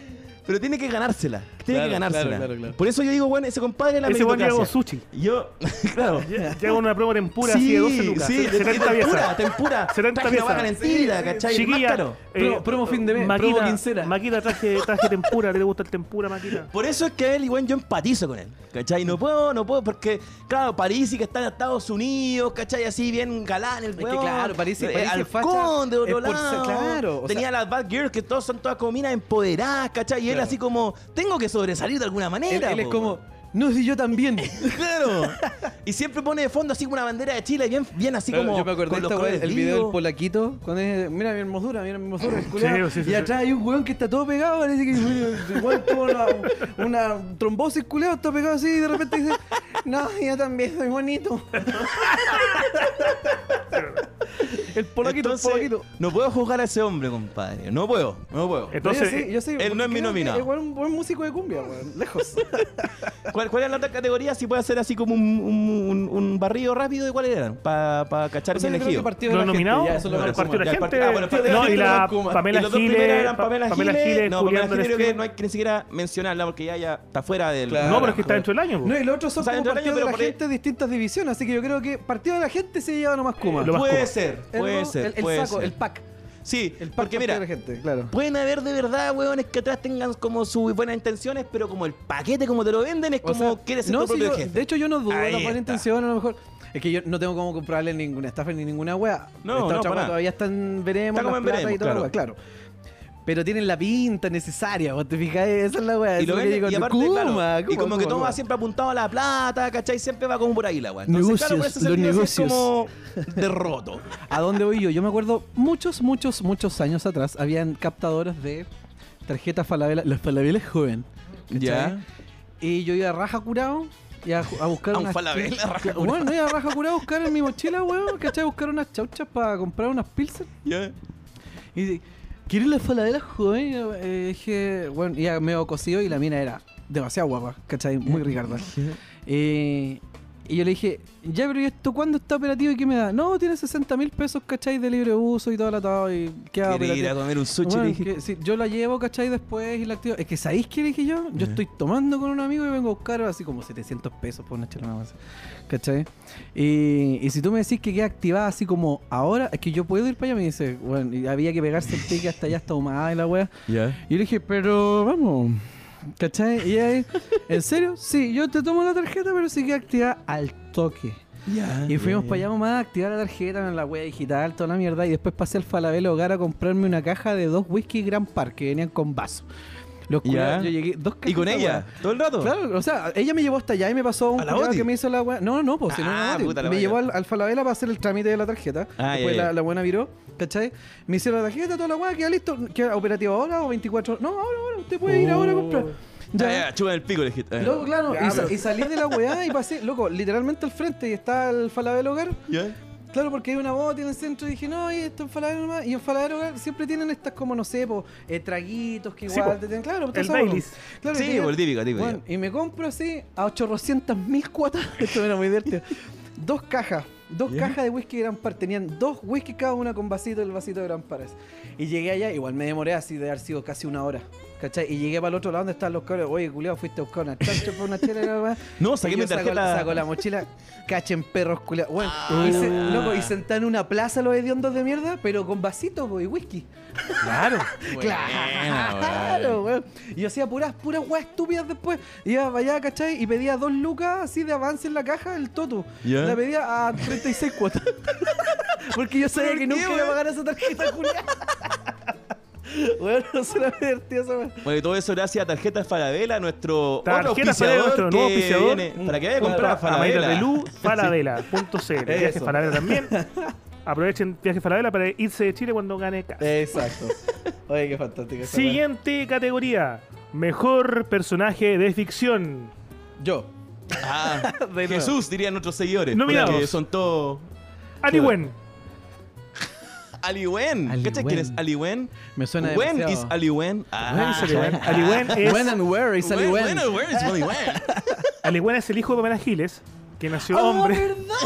[SPEAKER 3] Pero tiene que ganársela. Tiene
[SPEAKER 2] Claro,
[SPEAKER 3] que ganársela.
[SPEAKER 2] claro, claro, claro.
[SPEAKER 3] Por eso yo digo, weón, ese compadre es la
[SPEAKER 1] Ese weón llega
[SPEAKER 3] meritocracia.
[SPEAKER 1] con sushi.
[SPEAKER 3] Yo, claro.
[SPEAKER 1] Llega una prueba tempura así de 12 lucas.
[SPEAKER 3] sí, de- de
[SPEAKER 1] 70
[SPEAKER 3] tempura,
[SPEAKER 1] piezas.
[SPEAKER 3] tempura.
[SPEAKER 1] 70
[SPEAKER 3] Traje una
[SPEAKER 1] piezas.
[SPEAKER 3] vaca lentilla, ¿cachai? El más
[SPEAKER 1] Chiquilla, eh,
[SPEAKER 3] caro.
[SPEAKER 2] Promo- promo fin de mes, promo quincena.
[SPEAKER 1] Maquita, traje, traje tempura. ¿Te le gusta el tempura, Maquita?
[SPEAKER 3] Por eso es que él, igual yo empatizo con él, ¿cachai? No puedo, no puedo, porque, claro, París y que está en Estados Unidos, ¿cachai? Así bien galán el
[SPEAKER 2] que,
[SPEAKER 3] huevón.
[SPEAKER 2] claro, París y-
[SPEAKER 3] Eh,
[SPEAKER 2] París y facha,
[SPEAKER 3] Halcón de otro
[SPEAKER 2] es por ser-
[SPEAKER 3] lado.
[SPEAKER 2] claro, o
[SPEAKER 3] Tenía
[SPEAKER 2] sea-
[SPEAKER 3] las Bad Girls que todos son todas como minas empoderadas, ¿cachai? Y él
[SPEAKER 2] Claro.
[SPEAKER 3] así como, tengo que sobresalir de alguna
[SPEAKER 2] Él,
[SPEAKER 3] manera.
[SPEAKER 2] él es
[SPEAKER 3] po,
[SPEAKER 2] como,
[SPEAKER 3] weón.
[SPEAKER 2] no, si yo también.
[SPEAKER 3] Claro. y siempre pone de fondo así como una bandera de Chile, bien, bien así
[SPEAKER 2] Claro,
[SPEAKER 3] como.
[SPEAKER 2] yo me acordé
[SPEAKER 3] con
[SPEAKER 2] de
[SPEAKER 3] los
[SPEAKER 2] esta weá,
[SPEAKER 3] colores
[SPEAKER 2] el video del
[SPEAKER 3] vivos.
[SPEAKER 2] polaquito con ese, mira mi hermosura, mira mi hermosura, el culiao.
[SPEAKER 1] sí, sí,
[SPEAKER 2] y
[SPEAKER 1] sí.
[SPEAKER 2] atrás hay un weón que está todo pegado, parece que el weón tuvo una, una trombosis culiao, está pegado así y de repente dice, no, yo también soy bonito. el polaquito,
[SPEAKER 3] Entonces,
[SPEAKER 2] el polaquito.
[SPEAKER 3] no puedo juzgar a ese hombre, compadre. No puedo, no puedo.
[SPEAKER 1] Entonces,
[SPEAKER 2] yo sí, yo sí,
[SPEAKER 3] él no es mi
[SPEAKER 2] creo que
[SPEAKER 3] nominado.
[SPEAKER 2] Es un buen músico de cumbia, weón, lejos.
[SPEAKER 3] ¿Cuál, ¿Cuál era la otra categoría? Si puede hacer así como un, un, un- un barrido rápido, ¿de cuál era? Para cachar
[SPEAKER 2] O sea, yo creo
[SPEAKER 3] bien
[SPEAKER 2] que
[SPEAKER 3] elegido.
[SPEAKER 2] partido de
[SPEAKER 1] ¿Los
[SPEAKER 2] la gente,
[SPEAKER 1] nominados?
[SPEAKER 2] ya, eso lo
[SPEAKER 1] el
[SPEAKER 2] vamos a
[SPEAKER 1] partido de la
[SPEAKER 2] sumar.
[SPEAKER 1] gente.
[SPEAKER 3] Ah, bueno, el partido de la
[SPEAKER 1] no, y
[SPEAKER 3] gente
[SPEAKER 1] la
[SPEAKER 3] lo vamos a-
[SPEAKER 1] Pamela
[SPEAKER 3] y los dos primeros
[SPEAKER 1] Giles.
[SPEAKER 3] eran Pamela,
[SPEAKER 1] Pa- Pamela
[SPEAKER 3] Giles.
[SPEAKER 1] Giles,
[SPEAKER 3] No, Pamela
[SPEAKER 1] Julián
[SPEAKER 3] Giles creo que
[SPEAKER 1] Donestino.
[SPEAKER 3] no hay que ni siquiera mencionarla porque ya, ya está fuera del.
[SPEAKER 2] Claro.
[SPEAKER 1] No, pero es que está dentro del año. po.
[SPEAKER 2] No, y los otros son
[SPEAKER 3] O sea,
[SPEAKER 2] como
[SPEAKER 3] dentro del año,
[SPEAKER 2] partidos de
[SPEAKER 3] pero
[SPEAKER 2] la
[SPEAKER 3] por ahí-
[SPEAKER 2] gente de distintas divisiones, así que yo creo que partido de la gente se lleva nomás Kuma.
[SPEAKER 1] Lo más
[SPEAKER 3] Puede
[SPEAKER 1] cómodo.
[SPEAKER 3] ser,
[SPEAKER 2] El
[SPEAKER 3] puede
[SPEAKER 2] mo-
[SPEAKER 3] ser.
[SPEAKER 2] El, el
[SPEAKER 3] puede
[SPEAKER 2] saco,
[SPEAKER 3] ser.
[SPEAKER 2] el pack.
[SPEAKER 3] Sí,
[SPEAKER 2] El pack
[SPEAKER 3] porque
[SPEAKER 2] partido
[SPEAKER 3] mira,
[SPEAKER 2] de la gente, claro.
[SPEAKER 3] Pueden haber de verdad, huevones, que atrás tengan como sus buenas intenciones, pero como el paquete, como te lo venden, es
[SPEAKER 2] O
[SPEAKER 3] como
[SPEAKER 2] sea,
[SPEAKER 3] quieres ser
[SPEAKER 2] no,
[SPEAKER 3] tu
[SPEAKER 2] si
[SPEAKER 3] propio
[SPEAKER 2] yo-
[SPEAKER 3] jefe.
[SPEAKER 2] De hecho, yo no dudo de
[SPEAKER 3] Ahí
[SPEAKER 2] la buena
[SPEAKER 3] está.
[SPEAKER 2] intención, a lo mejor. Es que yo no tengo cómo comprarle ninguna estafa ni ninguna wea.
[SPEAKER 3] No,
[SPEAKER 2] Esta
[SPEAKER 3] no,
[SPEAKER 2] otra
[SPEAKER 3] para
[SPEAKER 2] wea
[SPEAKER 3] nada.
[SPEAKER 2] todavía están veremos,
[SPEAKER 3] Está como
[SPEAKER 2] las
[SPEAKER 3] en
[SPEAKER 2] plata
[SPEAKER 3] veremos,
[SPEAKER 2] y toda la
[SPEAKER 3] claro.
[SPEAKER 2] wea, claro. Pero tienen la pinta necesaria, vos te fijás, esa es la wea.
[SPEAKER 3] Y
[SPEAKER 2] eso
[SPEAKER 3] lo
[SPEAKER 2] es que
[SPEAKER 3] venden,
[SPEAKER 2] digo,
[SPEAKER 3] y aparte, claro,
[SPEAKER 2] Kuma,
[SPEAKER 3] y
[SPEAKER 2] Kuma,
[SPEAKER 3] como que
[SPEAKER 2] Kuma,
[SPEAKER 3] todo va
[SPEAKER 2] Kuma.
[SPEAKER 3] siempre apuntado a la plata, ¿cachai? Siempre va como por ahí la weá.
[SPEAKER 4] Negocios, los negocios.
[SPEAKER 3] Es como derroto.
[SPEAKER 2] ¿A dónde voy yo? Yo me acuerdo muchos, muchos, muchos años atrás habían captadores de tarjetas Falabella, los Falabella joven. ¿cachai?
[SPEAKER 3] Ya.
[SPEAKER 2] Y yo iba a raja curado y a, a buscar
[SPEAKER 3] A un
[SPEAKER 2] unas
[SPEAKER 3] Falabella
[SPEAKER 2] chau-
[SPEAKER 3] raja curado.
[SPEAKER 2] Bueno, iba a raja curado a buscar en mi mochila, weón, ¿cachai? Buscar unas chauchas para comprar unas pilsen.
[SPEAKER 3] Ya.
[SPEAKER 2] Y dice, ¿quieres la faladera joven? Y yo, eh, dije, bueno, ya medio cocido y la mina era demasiado guapa, ¿cachai? Muy Ricardo. Eh, y yo le dije, ya, pero ¿y esto cuándo está operativo y qué me da? No, tiene 60 mil pesos, ¿cachai? De libre uso y todo el atado y queda
[SPEAKER 3] Quiere ir a
[SPEAKER 2] operativo.
[SPEAKER 3] comer un sushi,
[SPEAKER 2] Bueno,
[SPEAKER 3] le dije.
[SPEAKER 2] que si yo la llevo, ¿cachai? Después y la activo. Es que ¿sabéis qué le dije yo? Yo
[SPEAKER 3] Eh.
[SPEAKER 2] estoy tomando con un amigo y vengo a buscar así como 700 pesos por una chela nada más. ¿Cachai? Y, y si tú me decís que queda activada así como ahora, es que yo puedo ir para allá, me dice, bueno, y había que pegarse el ticket hasta allá, hasta humada y la wea. Y yo le dije, pero vamos. ¿Cachai? Y ahí, ¿en serio? Sí, yo te tomo la tarjeta, pero sí que activa al toque. Y fuimos para allá, mamá, a activar la tarjeta en la web digital, toda la mierda. Y después pasé al Falabella Hogar a comprarme una caja de dos whisky Grand Park que venían con vaso. Los
[SPEAKER 3] Ya.
[SPEAKER 2] culiados, yo llegué dos cajas.
[SPEAKER 3] Y con ella, todo el rato.
[SPEAKER 2] Claro, o sea, ella me llevó hasta allá y me pasó un
[SPEAKER 3] ¿A la
[SPEAKER 2] culiao
[SPEAKER 3] Oti?
[SPEAKER 2] que me hizo la weá. No, no, no, pues si no,
[SPEAKER 3] Ah,
[SPEAKER 2] no, Oti.
[SPEAKER 3] puta la
[SPEAKER 2] Me
[SPEAKER 3] wea.
[SPEAKER 2] llevó al, al Falabella para hacer el trámite de la tarjeta.
[SPEAKER 3] Ah,
[SPEAKER 2] Después
[SPEAKER 3] ya, ya.
[SPEAKER 2] La, la buena viró, ¿cachai? Me hicieron la tarjeta, toda la weá, queda listo. Queda operativo ahora o 24 horas. No, ahora, ahora, usted puede ir ahora a comprar.
[SPEAKER 3] Oh. Ya, Ah, ya, chupa el pico, le dije. Eh.
[SPEAKER 2] Loco, claro,
[SPEAKER 1] Ya,
[SPEAKER 2] y, sa-
[SPEAKER 1] pero-
[SPEAKER 2] y salí de la weá y pasé, loco, literalmente al frente y está el Falabel Hogar.
[SPEAKER 3] Ya.
[SPEAKER 2] Claro, porque hay una bota en el centro y dije, no, y esto en Falabella nomás. Y en Falabella Hogar siempre tienen estas como, no sé, po, eh, traguitos que
[SPEAKER 1] Sí,
[SPEAKER 2] igual
[SPEAKER 1] po.
[SPEAKER 2] te tienen. Claro,
[SPEAKER 1] El
[SPEAKER 2] tú sabes,
[SPEAKER 1] Baileys.
[SPEAKER 2] po. Claro, y
[SPEAKER 3] Sí,
[SPEAKER 2] tienen-
[SPEAKER 3] po, el típico, típico,
[SPEAKER 2] Bueno, Y me compro así a 800 mil cuotas. esto era muy divertido. Dos cajas. Dos cajas de whisky Gran Par. Tenían dos whisky cada una con vasito, el vasito de Gran Par. Y llegué allá, igual me demoré así de haber sido casi una hora. ¿Cachai? Y llegué para el otro lado donde estaban los cabros. Oye, culiao, fuiste a buscar una chancha por una chela. la weá?"
[SPEAKER 3] No,
[SPEAKER 2] Y
[SPEAKER 3] saqué
[SPEAKER 2] yo
[SPEAKER 3] mi
[SPEAKER 2] saco-
[SPEAKER 3] tarjeta.
[SPEAKER 2] Saco la mochila, cachen perros culiados. Bueno,
[SPEAKER 3] Ah.
[SPEAKER 2] y se- loco, y sentar en una plaza los hediondos de mierda, pero con vasitos po, y whisky.
[SPEAKER 1] Claro.
[SPEAKER 2] Claro, weón. Y yo hacía puras, puras weas estúpidas después. Iba para allá, ¿cachai? Y pedía dos lucas así de avance en la caja el Toto.
[SPEAKER 3] Ya.
[SPEAKER 2] La pedía a 36 cuotas. Porque yo sabía
[SPEAKER 3] ¿Por
[SPEAKER 2] que
[SPEAKER 3] qué,
[SPEAKER 2] nunca iba a
[SPEAKER 3] weón?
[SPEAKER 2] pagar esa tarjeta, Julián. Weón, no se la divertía esa wea.
[SPEAKER 3] Bueno, y todo eso gracias a Tarjetas Falabella, nuestro otro
[SPEAKER 1] Tarjeta Falabella,
[SPEAKER 3] auspiciador
[SPEAKER 1] nuestro nuevo
[SPEAKER 3] que
[SPEAKER 1] auspiciador.
[SPEAKER 3] viene- para que vaya a comprar
[SPEAKER 1] Compra
[SPEAKER 3] Falabella.
[SPEAKER 1] Amarilla de luz, falabella.cl. Viajes
[SPEAKER 2] Eso.
[SPEAKER 1] Falabella también. Aprovechen Viajes Falabella para irse de Chile cuando gane casa.
[SPEAKER 2] Exacto. Oye, qué fantástico. esa wea.
[SPEAKER 1] Siguiente categoría. Mejor personaje de ficción.
[SPEAKER 2] Yo.
[SPEAKER 3] Ah,
[SPEAKER 2] De nuevo.
[SPEAKER 3] Jesús, dirían nuestros seguidores.
[SPEAKER 1] Nominados.
[SPEAKER 3] Porque son todos.
[SPEAKER 1] Ari Wen.
[SPEAKER 3] Aliwen.
[SPEAKER 2] Ali
[SPEAKER 3] ¿Cachai quién
[SPEAKER 2] Wen.
[SPEAKER 3] es Aliwen?
[SPEAKER 2] Me suena
[SPEAKER 3] When
[SPEAKER 2] demasiado.
[SPEAKER 3] is Aliwen? Ah,
[SPEAKER 1] Ari Wen. Ali Wen es,
[SPEAKER 2] When and where is Ali
[SPEAKER 3] When-
[SPEAKER 2] Wen?
[SPEAKER 3] when and where Ah, is Ali Wen?
[SPEAKER 1] Ali Wen es el hijo de Pamela Giles, que nació
[SPEAKER 2] ¡Ah,
[SPEAKER 1] hombre.
[SPEAKER 2] verdad!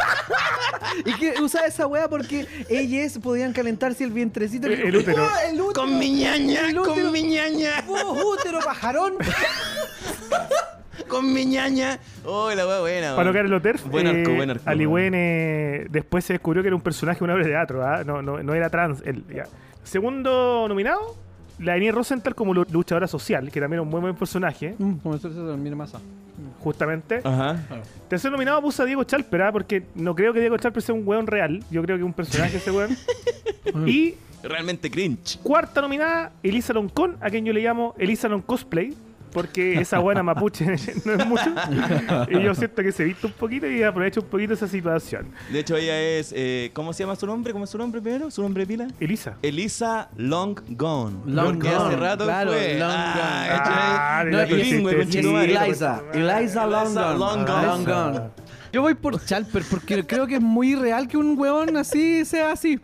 [SPEAKER 2] y que usaba esa wea porque ellas podían calentarse el vientrecito.
[SPEAKER 1] El- el útero.
[SPEAKER 2] ¡Ah, el útero!
[SPEAKER 3] Con mi ñaña,
[SPEAKER 2] El útero.
[SPEAKER 3] con mi ñaña,
[SPEAKER 2] ¡Oh, útero, pajarón!
[SPEAKER 3] con mi ñaña. Oh, la wea
[SPEAKER 1] Para
[SPEAKER 3] buena. weón.
[SPEAKER 1] lograr el Oter,
[SPEAKER 3] Buen arco, buen arco.
[SPEAKER 1] Ali Wen eh, después se descubrió que era un personaje de una obra de teatro, ¿ah? no, no, no era trans. él, ya. Segundo nominado, la Eni Rosenthal como lu- luchadora social, que también era un muy buen personaje,
[SPEAKER 2] Mm, Como eso se termina masa.
[SPEAKER 1] justamente.
[SPEAKER 3] Ah. Ajá.
[SPEAKER 1] Tercer nominado puso a Diego Chalper, ¿ah? porque no creo que Diego Chalper sea un weón real, yo creo que es un personaje ese weón. y
[SPEAKER 3] Realmente cringe.
[SPEAKER 1] Cuarta nominada, Elisa Loncón, a quien yo le llamo Elisa Loncón Cosplay, porque esa buena mapuche no es mucho. y yo siento que se viste un poquito y aprovecho un poquito esa situación.
[SPEAKER 3] De hecho, ella es. eh, ¿Cómo se llama su nombre? ¿Cómo es su nombre primero? ¿Su nombre de pila?
[SPEAKER 1] Elisa.
[SPEAKER 3] Elisa Long Gone.
[SPEAKER 2] Long
[SPEAKER 3] Porque
[SPEAKER 2] Gone,
[SPEAKER 3] hace rato
[SPEAKER 2] claro,
[SPEAKER 3] fue.
[SPEAKER 2] Long
[SPEAKER 3] Ah,
[SPEAKER 2] Gone.
[SPEAKER 3] ¿cachai?
[SPEAKER 1] Ah,
[SPEAKER 2] no,
[SPEAKER 1] mira, tú
[SPEAKER 3] bilingüe,
[SPEAKER 1] hiciste
[SPEAKER 3] conchito madre.
[SPEAKER 2] Eliza, Eliza Longon.
[SPEAKER 3] Longon.
[SPEAKER 2] Yo voy por Chalper porque creo que es muy real que un weón así sea así.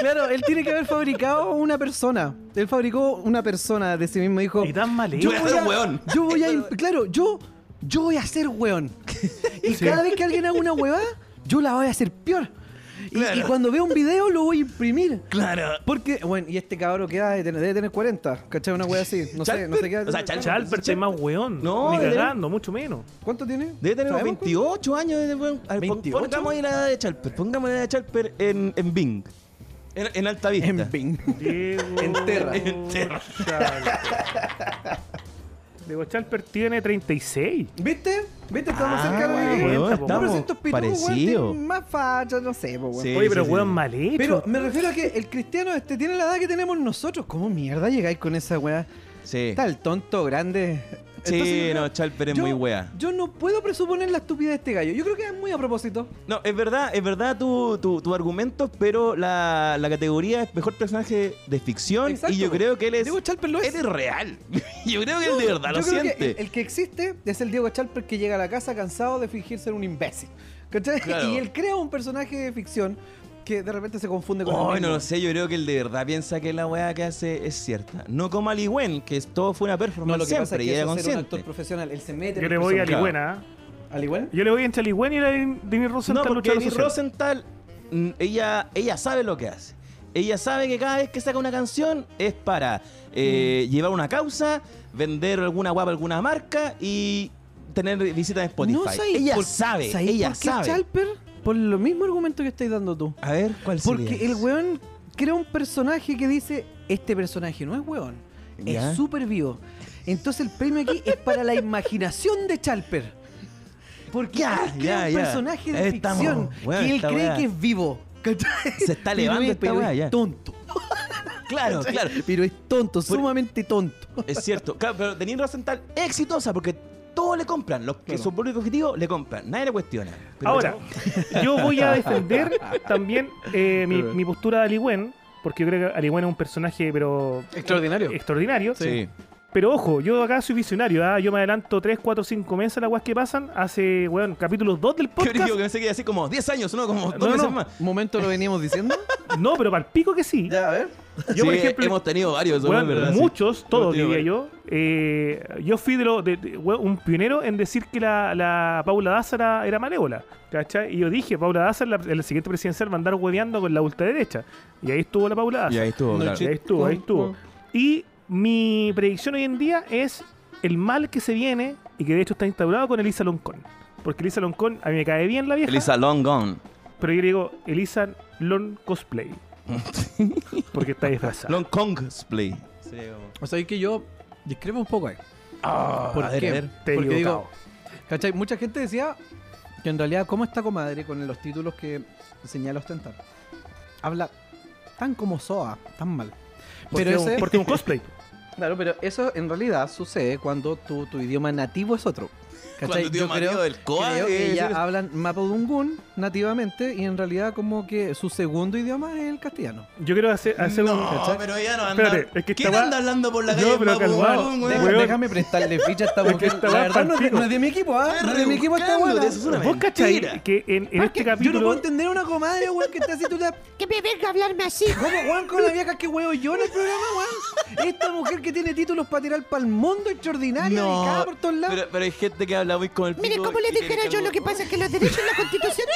[SPEAKER 2] claro, él tiene que haber fabricado una persona. Él fabricó una persona de sí mismo. Dijo,
[SPEAKER 1] Y tan mal
[SPEAKER 2] yo
[SPEAKER 3] Voy a
[SPEAKER 2] voy
[SPEAKER 3] ser
[SPEAKER 2] a,
[SPEAKER 3] weón.
[SPEAKER 2] yo voy a imp- claro, yo, yo voy a ser weón. Y cada vez que alguien haga una huevada, yo la voy a hacer peor. Y,
[SPEAKER 3] Claro.
[SPEAKER 2] y cuando veo un video lo voy a imprimir.
[SPEAKER 3] Claro.
[SPEAKER 2] Porque, bueno, y este cabrón que debe tener, debe tener 40, ¿cachai? Una wea así. No sé, no sé qué.
[SPEAKER 3] O sea, Chalper.
[SPEAKER 1] Chalper es más weón.
[SPEAKER 3] No,
[SPEAKER 1] ni
[SPEAKER 3] debe-
[SPEAKER 1] cagando, mucho menos.
[SPEAKER 2] ¿Cuánto tiene?
[SPEAKER 3] Debe tener unos
[SPEAKER 2] ¿Sabemos
[SPEAKER 3] 28 años. De, bueno, a ver, pon-
[SPEAKER 2] 28?
[SPEAKER 3] Pongamos ahí la edad de Chalper. Pongamos la edad de Chalper en, en Bing. En, en alta
[SPEAKER 2] cuánto?
[SPEAKER 3] vista.
[SPEAKER 2] En Bing.
[SPEAKER 1] Diego...
[SPEAKER 2] Enterra.
[SPEAKER 3] Enterra.
[SPEAKER 1] Chalper. Diego Chalper tiene 36.
[SPEAKER 2] ¿Viste? ¿Viste? Estamos
[SPEAKER 3] Ah,
[SPEAKER 2] cerca de
[SPEAKER 1] weón,
[SPEAKER 2] Pero
[SPEAKER 1] estamos
[SPEAKER 2] si estos pitudos, weón,
[SPEAKER 3] parecido.
[SPEAKER 2] tienen más facha, no sé, po, weón.
[SPEAKER 3] Sí,
[SPEAKER 1] Oye, pero
[SPEAKER 3] sí,
[SPEAKER 1] weón
[SPEAKER 3] sí.
[SPEAKER 1] mal hecho.
[SPEAKER 2] Pero me refiero a que el cristiano este tiene la edad que tenemos nosotros. ¿Cómo mierda llegáis con esa weá?
[SPEAKER 3] Sí.
[SPEAKER 2] Está el tonto grande.
[SPEAKER 3] Sí,
[SPEAKER 2] Entonces, yo
[SPEAKER 3] no,
[SPEAKER 2] creo-
[SPEAKER 3] Chalper es
[SPEAKER 2] yo-
[SPEAKER 3] muy wea.
[SPEAKER 2] Yo no puedo presuponer la estupidez de este gallo. Yo creo que es muy a propósito.
[SPEAKER 3] No, es verdad, es verdad tu, tu, tu argumento, pero la, la categoría es mejor personaje de ficción
[SPEAKER 2] Exacto,
[SPEAKER 3] y yo
[SPEAKER 2] po.
[SPEAKER 3] creo que él es,
[SPEAKER 2] Diego Chalper lo es.
[SPEAKER 3] él es real. yo creo que él
[SPEAKER 2] No,
[SPEAKER 3] de verdad
[SPEAKER 2] yo
[SPEAKER 3] lo
[SPEAKER 2] creo que
[SPEAKER 3] siente.
[SPEAKER 2] el, el que existe es el Diego Chalper que llega a la casa cansado de fingir ser un imbécil. ¿Cachai?
[SPEAKER 3] Claro.
[SPEAKER 2] Y él crea un personaje de ficción que de repente se confunde con
[SPEAKER 3] Ay,
[SPEAKER 2] el
[SPEAKER 3] no
[SPEAKER 2] mismo.
[SPEAKER 3] lo sé, yo creo que él de verdad piensa que la weá que hace es cierta. No como Ali Wen, que es- todo fue una performance
[SPEAKER 2] No, lo que
[SPEAKER 3] siempre
[SPEAKER 2] pasa es
[SPEAKER 3] y
[SPEAKER 2] que
[SPEAKER 3] era
[SPEAKER 2] eso es ser un actor
[SPEAKER 3] consciente.
[SPEAKER 2] profesional. Él se mete
[SPEAKER 1] Yo
[SPEAKER 2] en
[SPEAKER 1] le
[SPEAKER 2] el
[SPEAKER 1] voy a
[SPEAKER 2] personaje.
[SPEAKER 1] Ligüena.
[SPEAKER 2] ¿Al igual?
[SPEAKER 1] Yo le voy entre Ligüen y la Denis
[SPEAKER 3] No,
[SPEAKER 1] Rosenthal.
[SPEAKER 3] porque
[SPEAKER 1] luchadora
[SPEAKER 3] Ali
[SPEAKER 1] social.
[SPEAKER 3] Rosenthal, mm, ella, ella sabe lo que hace. Ella sabe que cada vez que saca una canción es para eh,
[SPEAKER 2] Mm.
[SPEAKER 3] llevar una causa, vender alguna guapa, alguna marca y tener visitas en Spotify.
[SPEAKER 2] sabéis
[SPEAKER 3] ella
[SPEAKER 2] por-
[SPEAKER 3] sabe,
[SPEAKER 2] ¿sabéis
[SPEAKER 3] ella
[SPEAKER 2] por qué
[SPEAKER 3] sabe.
[SPEAKER 2] Chalper, por lo mismo argumento que estáis dando tú.
[SPEAKER 3] A ver, ¿cuál
[SPEAKER 2] Porque
[SPEAKER 3] sería?
[SPEAKER 2] el weón crea un personaje que dice, este personaje no es weón,
[SPEAKER 3] Ya.
[SPEAKER 2] es súper vivo. Entonces el premio aquí es para la imaginación de Chalper. Porque
[SPEAKER 3] Ya,
[SPEAKER 2] él crea
[SPEAKER 3] ya,
[SPEAKER 2] un
[SPEAKER 3] ya.
[SPEAKER 2] personaje de
[SPEAKER 3] Ahí estamos,
[SPEAKER 2] ficción
[SPEAKER 3] weón,
[SPEAKER 2] que él
[SPEAKER 3] esta
[SPEAKER 2] cree
[SPEAKER 3] weá.
[SPEAKER 2] que es vivo. ¿cachai?
[SPEAKER 3] Se está
[SPEAKER 2] Pero
[SPEAKER 3] elevando
[SPEAKER 2] es-
[SPEAKER 3] esta
[SPEAKER 2] pero
[SPEAKER 3] weá,
[SPEAKER 2] es
[SPEAKER 3] ya.
[SPEAKER 2] tonto.
[SPEAKER 3] Claro, claro.
[SPEAKER 2] Pero es tonto, sumamente tonto.
[SPEAKER 3] Es cierto. Claro, pero Denise Rosenthal es exitosa porque todos le compran. Los que
[SPEAKER 2] Claro.
[SPEAKER 3] son público objetivo le compran. Nadie le cuestiona. Pero
[SPEAKER 1] Ahora, yo voy a defender también eh, mi,
[SPEAKER 2] Pero-
[SPEAKER 1] mi postura de Aliwen, porque yo creo que Aliwen es un personaje, pero
[SPEAKER 2] Extraordinario.
[SPEAKER 1] extraordinario.
[SPEAKER 3] Sí.
[SPEAKER 1] Pero ojo, yo acá soy visionario, ¿ah? yo me adelanto 3, 4, 5 meses a las weas que pasan. Hace, weón, capítulos 2 del
[SPEAKER 3] Qué brillo,
[SPEAKER 1] podcast.
[SPEAKER 3] que pensé que iba a decir como 10 años, ¿no? Como 2
[SPEAKER 1] No,
[SPEAKER 3] meses
[SPEAKER 1] no.
[SPEAKER 3] más.
[SPEAKER 2] Momento lo veníamos diciendo.
[SPEAKER 1] No, pero para el pico que sí.
[SPEAKER 2] ya, a ver.
[SPEAKER 1] Yo, por
[SPEAKER 3] Sí,
[SPEAKER 1] ejemplo,
[SPEAKER 3] hemos tenido varios, eso
[SPEAKER 1] weón,
[SPEAKER 3] es verdad, sí.
[SPEAKER 1] muchos, todos
[SPEAKER 3] Hemos tenido
[SPEAKER 1] diría
[SPEAKER 3] varios.
[SPEAKER 1] yo. eh, yo fui de, lo, de- de- weón, un pionero en decir que la, la Paula Daza era, era malévola. ¿Cachai? Y yo dije, Paula Daza en la, en la siguiente presidencial va a andar hueveando con la ultraderecha. Y ahí estuvo la Paula Daza.
[SPEAKER 3] Y ahí estuvo,
[SPEAKER 2] No,
[SPEAKER 3] claro.
[SPEAKER 1] Ahí estuvo, ahí estuvo. Y Mi predicción hoy en día es el mal que se viene y que de hecho está instaurado con Elisa Loncón. Porque Elisa Loncón, a mí me cae bien la vieja.
[SPEAKER 3] Elisa Long Gone.
[SPEAKER 1] Pero yo le digo Elisa Lon Cosplay. Porque está disfrazada.
[SPEAKER 3] Long Kong's Play. Sería como-
[SPEAKER 2] O sea, es que yo discrepo un poco ahí. ¿Por
[SPEAKER 3] a ver,
[SPEAKER 2] qué?
[SPEAKER 3] a ver.
[SPEAKER 1] Te he
[SPEAKER 2] Porque digo,
[SPEAKER 1] equivocado.
[SPEAKER 2] ¿cachai? Mucha gente decía que en realidad, ¿cómo está comadre con los títulos que señala ostentar? Habla tan como soa, tan mal.
[SPEAKER 1] Porque,
[SPEAKER 2] Pero
[SPEAKER 1] es un-
[SPEAKER 2] ese-
[SPEAKER 1] porque es un cosplay.
[SPEAKER 2] Claro, pero eso en realidad sucede cuando tu, tu idioma nativo es otro. ¿Cachai?
[SPEAKER 3] Cuando tío
[SPEAKER 2] Yo creo-
[SPEAKER 3] Mateo del Coa.
[SPEAKER 2] Creo que
[SPEAKER 3] eh,
[SPEAKER 2] ya
[SPEAKER 3] eres-
[SPEAKER 2] hablan mapudungún nativamente y en realidad como que su segundo idioma es el castellano.
[SPEAKER 1] Yo quiero hacer, hacer un.
[SPEAKER 3] No,
[SPEAKER 2] ¿cachai?
[SPEAKER 3] pero ella no anda.
[SPEAKER 1] Espérate, es que esta
[SPEAKER 3] ¿Quién
[SPEAKER 1] weá-
[SPEAKER 3] anda hablando por la
[SPEAKER 1] No,
[SPEAKER 3] calle?
[SPEAKER 1] pero
[SPEAKER 3] Mapu,
[SPEAKER 1] calmar.
[SPEAKER 3] weón, weón?
[SPEAKER 1] Deja-
[SPEAKER 2] Deja-
[SPEAKER 1] weón.
[SPEAKER 2] déjame prestarle ficha a esta
[SPEAKER 1] que
[SPEAKER 2] mujer.
[SPEAKER 1] esta
[SPEAKER 2] La
[SPEAKER 1] va
[SPEAKER 2] verdad no, es de-
[SPEAKER 1] palpico.
[SPEAKER 2] no es de mi equipo, ¿ah? No es de mi equipo esta
[SPEAKER 3] Rebuscando,
[SPEAKER 2] weá.
[SPEAKER 3] eso es una
[SPEAKER 1] ¿Vos cachai
[SPEAKER 3] mentira.
[SPEAKER 1] que en, en
[SPEAKER 2] Más
[SPEAKER 1] este
[SPEAKER 2] que- Yo no puedo
[SPEAKER 1] capítulo.
[SPEAKER 2] entender una comadre, weón, que está así tú la...
[SPEAKER 5] Que me venga a hablarme así.
[SPEAKER 2] ¿Cómo, weón, con la vieja que huevo yo en el programa, weón? Esta mujer que tiene títulos para tirar pa'l mundo extraordinaria,
[SPEAKER 3] No,
[SPEAKER 2] dedicada por todos lados.
[SPEAKER 3] Pero, pero hay gente que habla muy con el
[SPEAKER 5] Mire,
[SPEAKER 3] pico
[SPEAKER 5] ¿cómo le
[SPEAKER 3] y tiene
[SPEAKER 5] dijera yo
[SPEAKER 3] algo-
[SPEAKER 5] lo que pasa es que los derechos en la constitución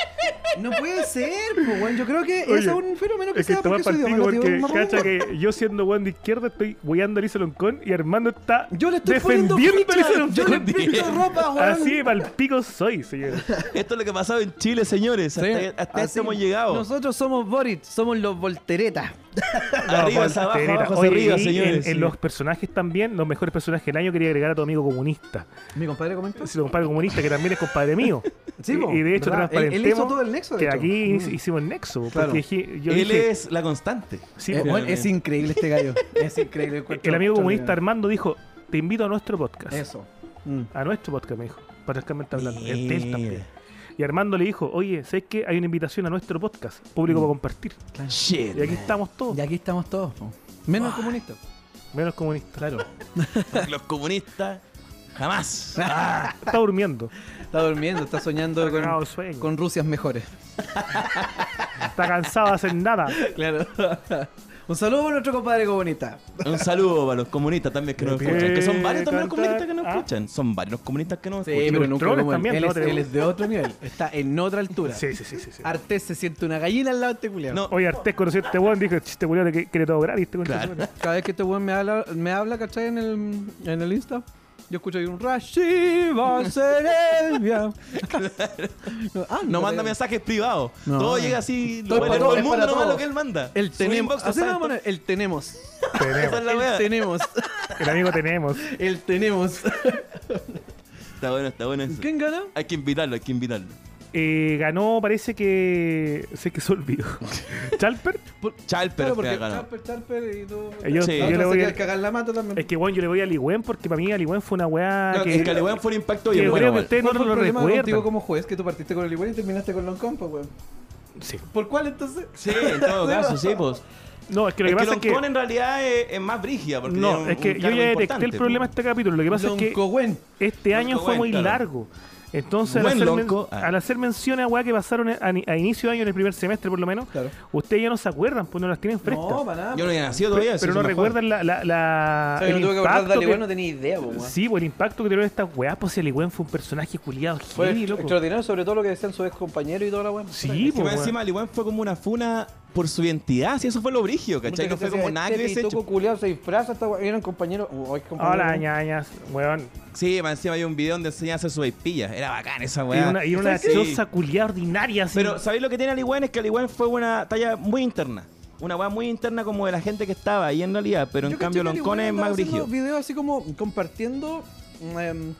[SPEAKER 2] No puede ser, po, weón. Yo creo que
[SPEAKER 1] Oye,
[SPEAKER 2] es un fenómeno que
[SPEAKER 1] Es que
[SPEAKER 2] se
[SPEAKER 1] está
[SPEAKER 2] da porque
[SPEAKER 1] más
[SPEAKER 2] su idioma
[SPEAKER 1] partido
[SPEAKER 2] nativo
[SPEAKER 1] porque,
[SPEAKER 2] es mapudungún.
[SPEAKER 1] cacha, que yo siendo weón de izquierda estoy weyando a Elisa Loncón y Armando está
[SPEAKER 2] Yo le estoy
[SPEAKER 1] defendiendo
[SPEAKER 2] poniendo
[SPEAKER 1] a Elisa
[SPEAKER 2] ficha. Yo le
[SPEAKER 1] Loncón.
[SPEAKER 2] pinto ropa, weón.
[SPEAKER 1] Así de palpico soy, señor.
[SPEAKER 3] Esto es lo que ha pasado en Chile, señores. Hasta,
[SPEAKER 2] Sí,
[SPEAKER 3] hasta
[SPEAKER 1] ah,
[SPEAKER 2] así.
[SPEAKER 3] esto hemos llegado.
[SPEAKER 2] Nosotros somos Boric, somos los volteretas.
[SPEAKER 3] arriba, hacia abajo,
[SPEAKER 1] Voltereta.
[SPEAKER 3] abajo, hacia
[SPEAKER 1] Oye,
[SPEAKER 3] arriba,
[SPEAKER 1] y
[SPEAKER 3] señores.
[SPEAKER 1] En, en
[SPEAKER 3] sí.
[SPEAKER 1] los personajes también, los mejores personajes del año quería agregar a tu amigo comunista.
[SPEAKER 2] Mi compadre comentó.
[SPEAKER 1] Si lo compadre comunista, que también es compadre mío.
[SPEAKER 2] Sí,
[SPEAKER 1] y,
[SPEAKER 2] po,
[SPEAKER 1] y de hecho,
[SPEAKER 2] ¿verdad? Él- él
[SPEAKER 1] transparentemos
[SPEAKER 2] hizo todo el nexo, de
[SPEAKER 1] que
[SPEAKER 2] hecho.
[SPEAKER 1] aquí
[SPEAKER 2] Mm.
[SPEAKER 1] hicimos el nexo. porque
[SPEAKER 2] Claro.
[SPEAKER 1] dije- yo
[SPEAKER 3] Él
[SPEAKER 1] dije,
[SPEAKER 3] es la constante.
[SPEAKER 1] sí,
[SPEAKER 2] Eh,
[SPEAKER 1] po,
[SPEAKER 2] bueno, es increíble este gallo. Es increíble. encuentro
[SPEAKER 1] el amigo comunista
[SPEAKER 2] extraordinario.
[SPEAKER 1] Armando dijo, te invito a nuestro podcast.
[SPEAKER 2] Eso. Mm.
[SPEAKER 1] A nuestro podcast, me dijo. Para que me está hablando.
[SPEAKER 3] Mira.
[SPEAKER 1] El de él también. Y Armando le dijo, oye, ¿sabes qué? Hay una invitación a nuestro podcast, público para compartir.
[SPEAKER 3] Shit.
[SPEAKER 1] Y aquí estamos todos,
[SPEAKER 2] Y aquí estamos todos. po. Menos comunistas.
[SPEAKER 1] menos comunistas.
[SPEAKER 2] Claro.
[SPEAKER 3] Los comunistas jamás.
[SPEAKER 1] Está durmiendo.
[SPEAKER 2] Está durmiendo, está soñando
[SPEAKER 1] Está cagado
[SPEAKER 2] con,
[SPEAKER 1] de sueño.
[SPEAKER 2] con Rusias mejores.
[SPEAKER 1] Está cansado de hacer nada.
[SPEAKER 2] Claro. Un saludo para nuestro compadre comunista.
[SPEAKER 3] Un saludo para los comunistas también que nos
[SPEAKER 1] Pide
[SPEAKER 3] escuchan. Que son varios también los
[SPEAKER 1] cantar.
[SPEAKER 3] comunistas que nos
[SPEAKER 1] Ah.
[SPEAKER 3] escuchan. Son varios los comunistas que nos
[SPEAKER 2] Sí,
[SPEAKER 3] escuchan.
[SPEAKER 2] pero nunca
[SPEAKER 1] Troles
[SPEAKER 2] como él.
[SPEAKER 1] también,
[SPEAKER 2] Él,
[SPEAKER 1] ¿no?
[SPEAKER 2] es, él es de otro nivel. Está en otra altura.
[SPEAKER 1] Sí, sí, sí, sí. sí.
[SPEAKER 2] Artés se siente una gallina al lado de este culiao.
[SPEAKER 3] No,
[SPEAKER 1] Oye, Artés conoció a este weón, dijo, chiste weón, que quiere todo gratis. Este weón".
[SPEAKER 3] Claro.
[SPEAKER 2] Cada vez que este weón me habla, me habla ¿cachai? En el, en el Insta, yo escucho ahí un Rashi va a ser el viaje". Ah,
[SPEAKER 3] no manda
[SPEAKER 2] pero-
[SPEAKER 3] mensajes privados.
[SPEAKER 2] No.
[SPEAKER 3] Todo llega así.
[SPEAKER 2] Todo
[SPEAKER 3] Lo
[SPEAKER 2] es
[SPEAKER 3] pone
[SPEAKER 2] para
[SPEAKER 3] todo
[SPEAKER 2] todo,
[SPEAKER 3] el
[SPEAKER 2] es
[SPEAKER 3] mundo
[SPEAKER 2] para
[SPEAKER 3] nomás
[SPEAKER 2] todo.
[SPEAKER 3] lo que él manda.
[SPEAKER 2] El
[SPEAKER 3] Su
[SPEAKER 2] tenemos.
[SPEAKER 3] inbox lo
[SPEAKER 2] Así le
[SPEAKER 3] sabe
[SPEAKER 2] vamos a poner, El tenemos.
[SPEAKER 3] Esa
[SPEAKER 1] Tenemos.
[SPEAKER 3] es la
[SPEAKER 2] el
[SPEAKER 3] wea.
[SPEAKER 2] tenemos.
[SPEAKER 1] El amigo tenemos.
[SPEAKER 2] El tenemos.
[SPEAKER 3] Está bueno, está bueno eso.
[SPEAKER 2] ¿Quién gana?
[SPEAKER 3] Hay que invitarlo, hay que invitarlo.
[SPEAKER 1] Eh, ganó, parece que... Sé que se olvidó. Chalper.
[SPEAKER 3] Chalper
[SPEAKER 2] Claro,
[SPEAKER 3] fue
[SPEAKER 2] porque
[SPEAKER 3] a ganar.
[SPEAKER 2] Charper, Charper y tú.
[SPEAKER 1] Eh, Yo,
[SPEAKER 3] Sí.
[SPEAKER 1] yo le
[SPEAKER 2] Otro se
[SPEAKER 1] voy
[SPEAKER 2] queda
[SPEAKER 1] a...
[SPEAKER 2] al cagar la mata también.
[SPEAKER 1] Es que, weón, yo le voy a Ligüen porque para mí Ligüen fue una weá
[SPEAKER 3] No,
[SPEAKER 1] Ah, que...
[SPEAKER 3] es que Aligüen fue un impacto
[SPEAKER 1] que
[SPEAKER 3] bien
[SPEAKER 1] yo
[SPEAKER 3] bueno.
[SPEAKER 1] creo que
[SPEAKER 3] vale.
[SPEAKER 1] ustedes no
[SPEAKER 2] ¿Cuál fue
[SPEAKER 1] lo
[SPEAKER 2] el problema contigo
[SPEAKER 1] recuerdan.
[SPEAKER 2] como juez que tú partiste con el Igual y terminaste con Loncompa, weón?
[SPEAKER 1] Sí.
[SPEAKER 2] ¿Por cuál entonces?
[SPEAKER 3] Sí, en todo caso, sí, pues.
[SPEAKER 1] No, es que lo que
[SPEAKER 3] Es que
[SPEAKER 1] pasa es que...
[SPEAKER 3] Loncón en realidad es, es más brígida. Porque tiene
[SPEAKER 1] No,
[SPEAKER 3] un-
[SPEAKER 1] es
[SPEAKER 3] un
[SPEAKER 1] que yo
[SPEAKER 3] cargo
[SPEAKER 1] ya detecté
[SPEAKER 3] importante,
[SPEAKER 1] el problema de
[SPEAKER 3] po.
[SPEAKER 1] este capítulo. Lo que pasa es que...
[SPEAKER 2] Loncowen.
[SPEAKER 1] este año
[SPEAKER 3] Lonco
[SPEAKER 1] fue
[SPEAKER 3] Buen,
[SPEAKER 1] muy
[SPEAKER 3] claro.
[SPEAKER 1] largo. Entonces, al
[SPEAKER 3] Buen
[SPEAKER 1] hacer, men-
[SPEAKER 3] Lonco, ah.
[SPEAKER 1] al hacer mención a weá que pasaron a, a inicio de año, en el primer semestre por lo menos,
[SPEAKER 2] Claro.
[SPEAKER 1] ustedes ya no se acuerdan, pues no las tienen frescas.
[SPEAKER 2] No, para nada.
[SPEAKER 3] pues. Yo no había nacido
[SPEAKER 1] pero
[SPEAKER 3] todavía. sí,
[SPEAKER 1] pero
[SPEAKER 3] sí
[SPEAKER 1] no
[SPEAKER 3] me acuerdo.
[SPEAKER 1] recuerdan la, la, la-
[SPEAKER 2] O sea, yo
[SPEAKER 1] Ah, el
[SPEAKER 2] no tuve que
[SPEAKER 1] impacto
[SPEAKER 2] guardar Dale,
[SPEAKER 1] que-
[SPEAKER 2] bueno, no tenía idea, po, weón.
[SPEAKER 1] Sí, pues, el impacto que tuvieron estas weas, pues el Ligüen fue un personaje culiado
[SPEAKER 2] Fue
[SPEAKER 1] heavy, loco.
[SPEAKER 2] extraordinario, sobre todo lo que decían sus ex compañeros y toda la weón.
[SPEAKER 1] Sí,
[SPEAKER 3] Es que
[SPEAKER 1] pues,
[SPEAKER 3] más
[SPEAKER 1] weón.
[SPEAKER 3] encima Aligüen fue como una funa por su identidad. Sí, eso fue lo brigio, ¿cachai? No fue como nada
[SPEAKER 2] este
[SPEAKER 3] que hubiese hecho.
[SPEAKER 2] culiado se disfraza, esta weón. Eran compañeros. o ex compañeros,
[SPEAKER 1] Hola,
[SPEAKER 2] weón.
[SPEAKER 1] ñañas, weón.
[SPEAKER 3] Sí, más encima hay un video donde enseñaba a hacer su vaipilla. Era bacán esa
[SPEAKER 1] Y
[SPEAKER 3] weá.
[SPEAKER 1] una, y una
[SPEAKER 3] Sí.
[SPEAKER 1] choza culiada ordinaria, así.
[SPEAKER 3] Pero ¿sabéis lo que tiene Aligüen? Es que Aligüen fue una talla muy interna. Una weá muy interna como de la gente que estaba ahí en realidad. Pero en
[SPEAKER 2] Yo
[SPEAKER 3] cambio
[SPEAKER 2] caché que
[SPEAKER 3] Loncón
[SPEAKER 2] el
[SPEAKER 3] es
[SPEAKER 2] weón
[SPEAKER 3] más
[SPEAKER 2] andaba haciendo
[SPEAKER 3] brigio.
[SPEAKER 2] videos así como compartiendo em,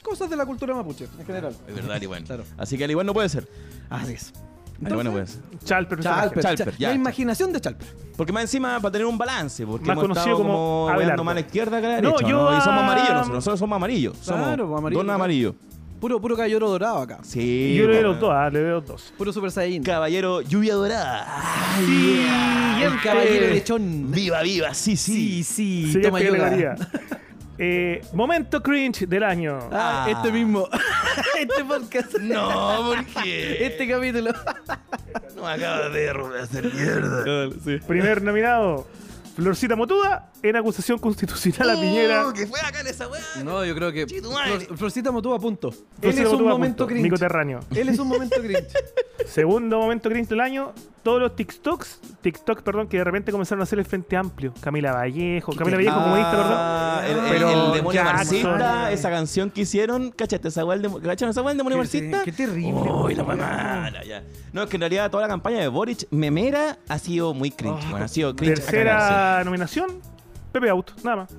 [SPEAKER 2] cosas de la cultura mapuche en general.
[SPEAKER 3] Es verdad, Aligüen.
[SPEAKER 2] Claro.
[SPEAKER 3] Así que Aligüen no puede ser.
[SPEAKER 2] Así es.
[SPEAKER 3] Aligüen no puede ser.
[SPEAKER 1] Chalper,
[SPEAKER 2] Chalper,
[SPEAKER 1] personaje.
[SPEAKER 3] Chalper,
[SPEAKER 2] Chalper,
[SPEAKER 3] ya,
[SPEAKER 2] La
[SPEAKER 3] Chalper.
[SPEAKER 2] imaginación de Chalper.
[SPEAKER 3] Porque más encima para tener un balance, porque
[SPEAKER 1] Más
[SPEAKER 3] hemos
[SPEAKER 1] conocido
[SPEAKER 3] estado
[SPEAKER 1] como
[SPEAKER 3] como
[SPEAKER 1] Abelardo.
[SPEAKER 3] weando más a la izquierda que a la
[SPEAKER 1] No,
[SPEAKER 3] derecha, ¿no?
[SPEAKER 1] yo
[SPEAKER 3] Y somos
[SPEAKER 1] a-
[SPEAKER 3] amarillos, nosotros, nosotros somos amarillos. Somos
[SPEAKER 2] Claro, pues, amarillo,
[SPEAKER 3] Don
[SPEAKER 2] claro.
[SPEAKER 3] amarillo.
[SPEAKER 2] Puro, puro caballero dorado acá.
[SPEAKER 3] Sí.
[SPEAKER 1] Yo le veo
[SPEAKER 3] po,
[SPEAKER 1] los dos, ah, le veo los dos.
[SPEAKER 2] Puro Super Saiyan.
[SPEAKER 3] Caballero lluvia dorada.
[SPEAKER 2] el caballero lechón.
[SPEAKER 3] Viva, viva, sí, sí.
[SPEAKER 2] sí.
[SPEAKER 1] Siguiente
[SPEAKER 2] Toma yoga.
[SPEAKER 1] categoría. Eh, momento cringe del año.
[SPEAKER 2] Ah,
[SPEAKER 3] Ah.
[SPEAKER 2] este mismo. este podcast.
[SPEAKER 3] No, ¿por qué?
[SPEAKER 2] Este capítulo.
[SPEAKER 3] no me acabas de derrubar, hacer mierda.
[SPEAKER 1] Primer nominado, Florcita Motuda en acusación constitucional
[SPEAKER 2] Oh,
[SPEAKER 1] a Piñera.
[SPEAKER 3] que fue acá en esa weá.
[SPEAKER 2] No, yo creo que.
[SPEAKER 3] Chito madre.
[SPEAKER 2] Flor- Florcita Motúa, punto. Él
[SPEAKER 1] Florcita
[SPEAKER 2] es un
[SPEAKER 1] Motúa,
[SPEAKER 2] momento
[SPEAKER 1] punto.
[SPEAKER 2] cringe.
[SPEAKER 1] Mi coterráneo.
[SPEAKER 2] Él es un momento cringe.
[SPEAKER 1] Segundo momento cringe del año, todos los TikToks, TikTok, perdón, que de repente comenzaron a hacer el Frente Amplio. Camila Vallejo, Camila Vallejo comunista, perdón.
[SPEAKER 3] Ah, el, el-
[SPEAKER 1] Pero
[SPEAKER 3] el demonio
[SPEAKER 1] Jackson.
[SPEAKER 3] marxista, esa canción que hicieron, cachate, esa weá del demo- ¿cacharon esa weá del demonio
[SPEAKER 2] Qué-
[SPEAKER 3] marxista.
[SPEAKER 2] qué terrible,
[SPEAKER 3] Uy, la weá
[SPEAKER 2] weón.
[SPEAKER 3] mala, ya. No, es que en realidad toda la campaña de Boric memera ha sido muy cringe,
[SPEAKER 2] Ah,
[SPEAKER 3] bueno, ha sido cringe. a cagarse.
[SPEAKER 1] Tercera nominación, Pepe Out, nada más.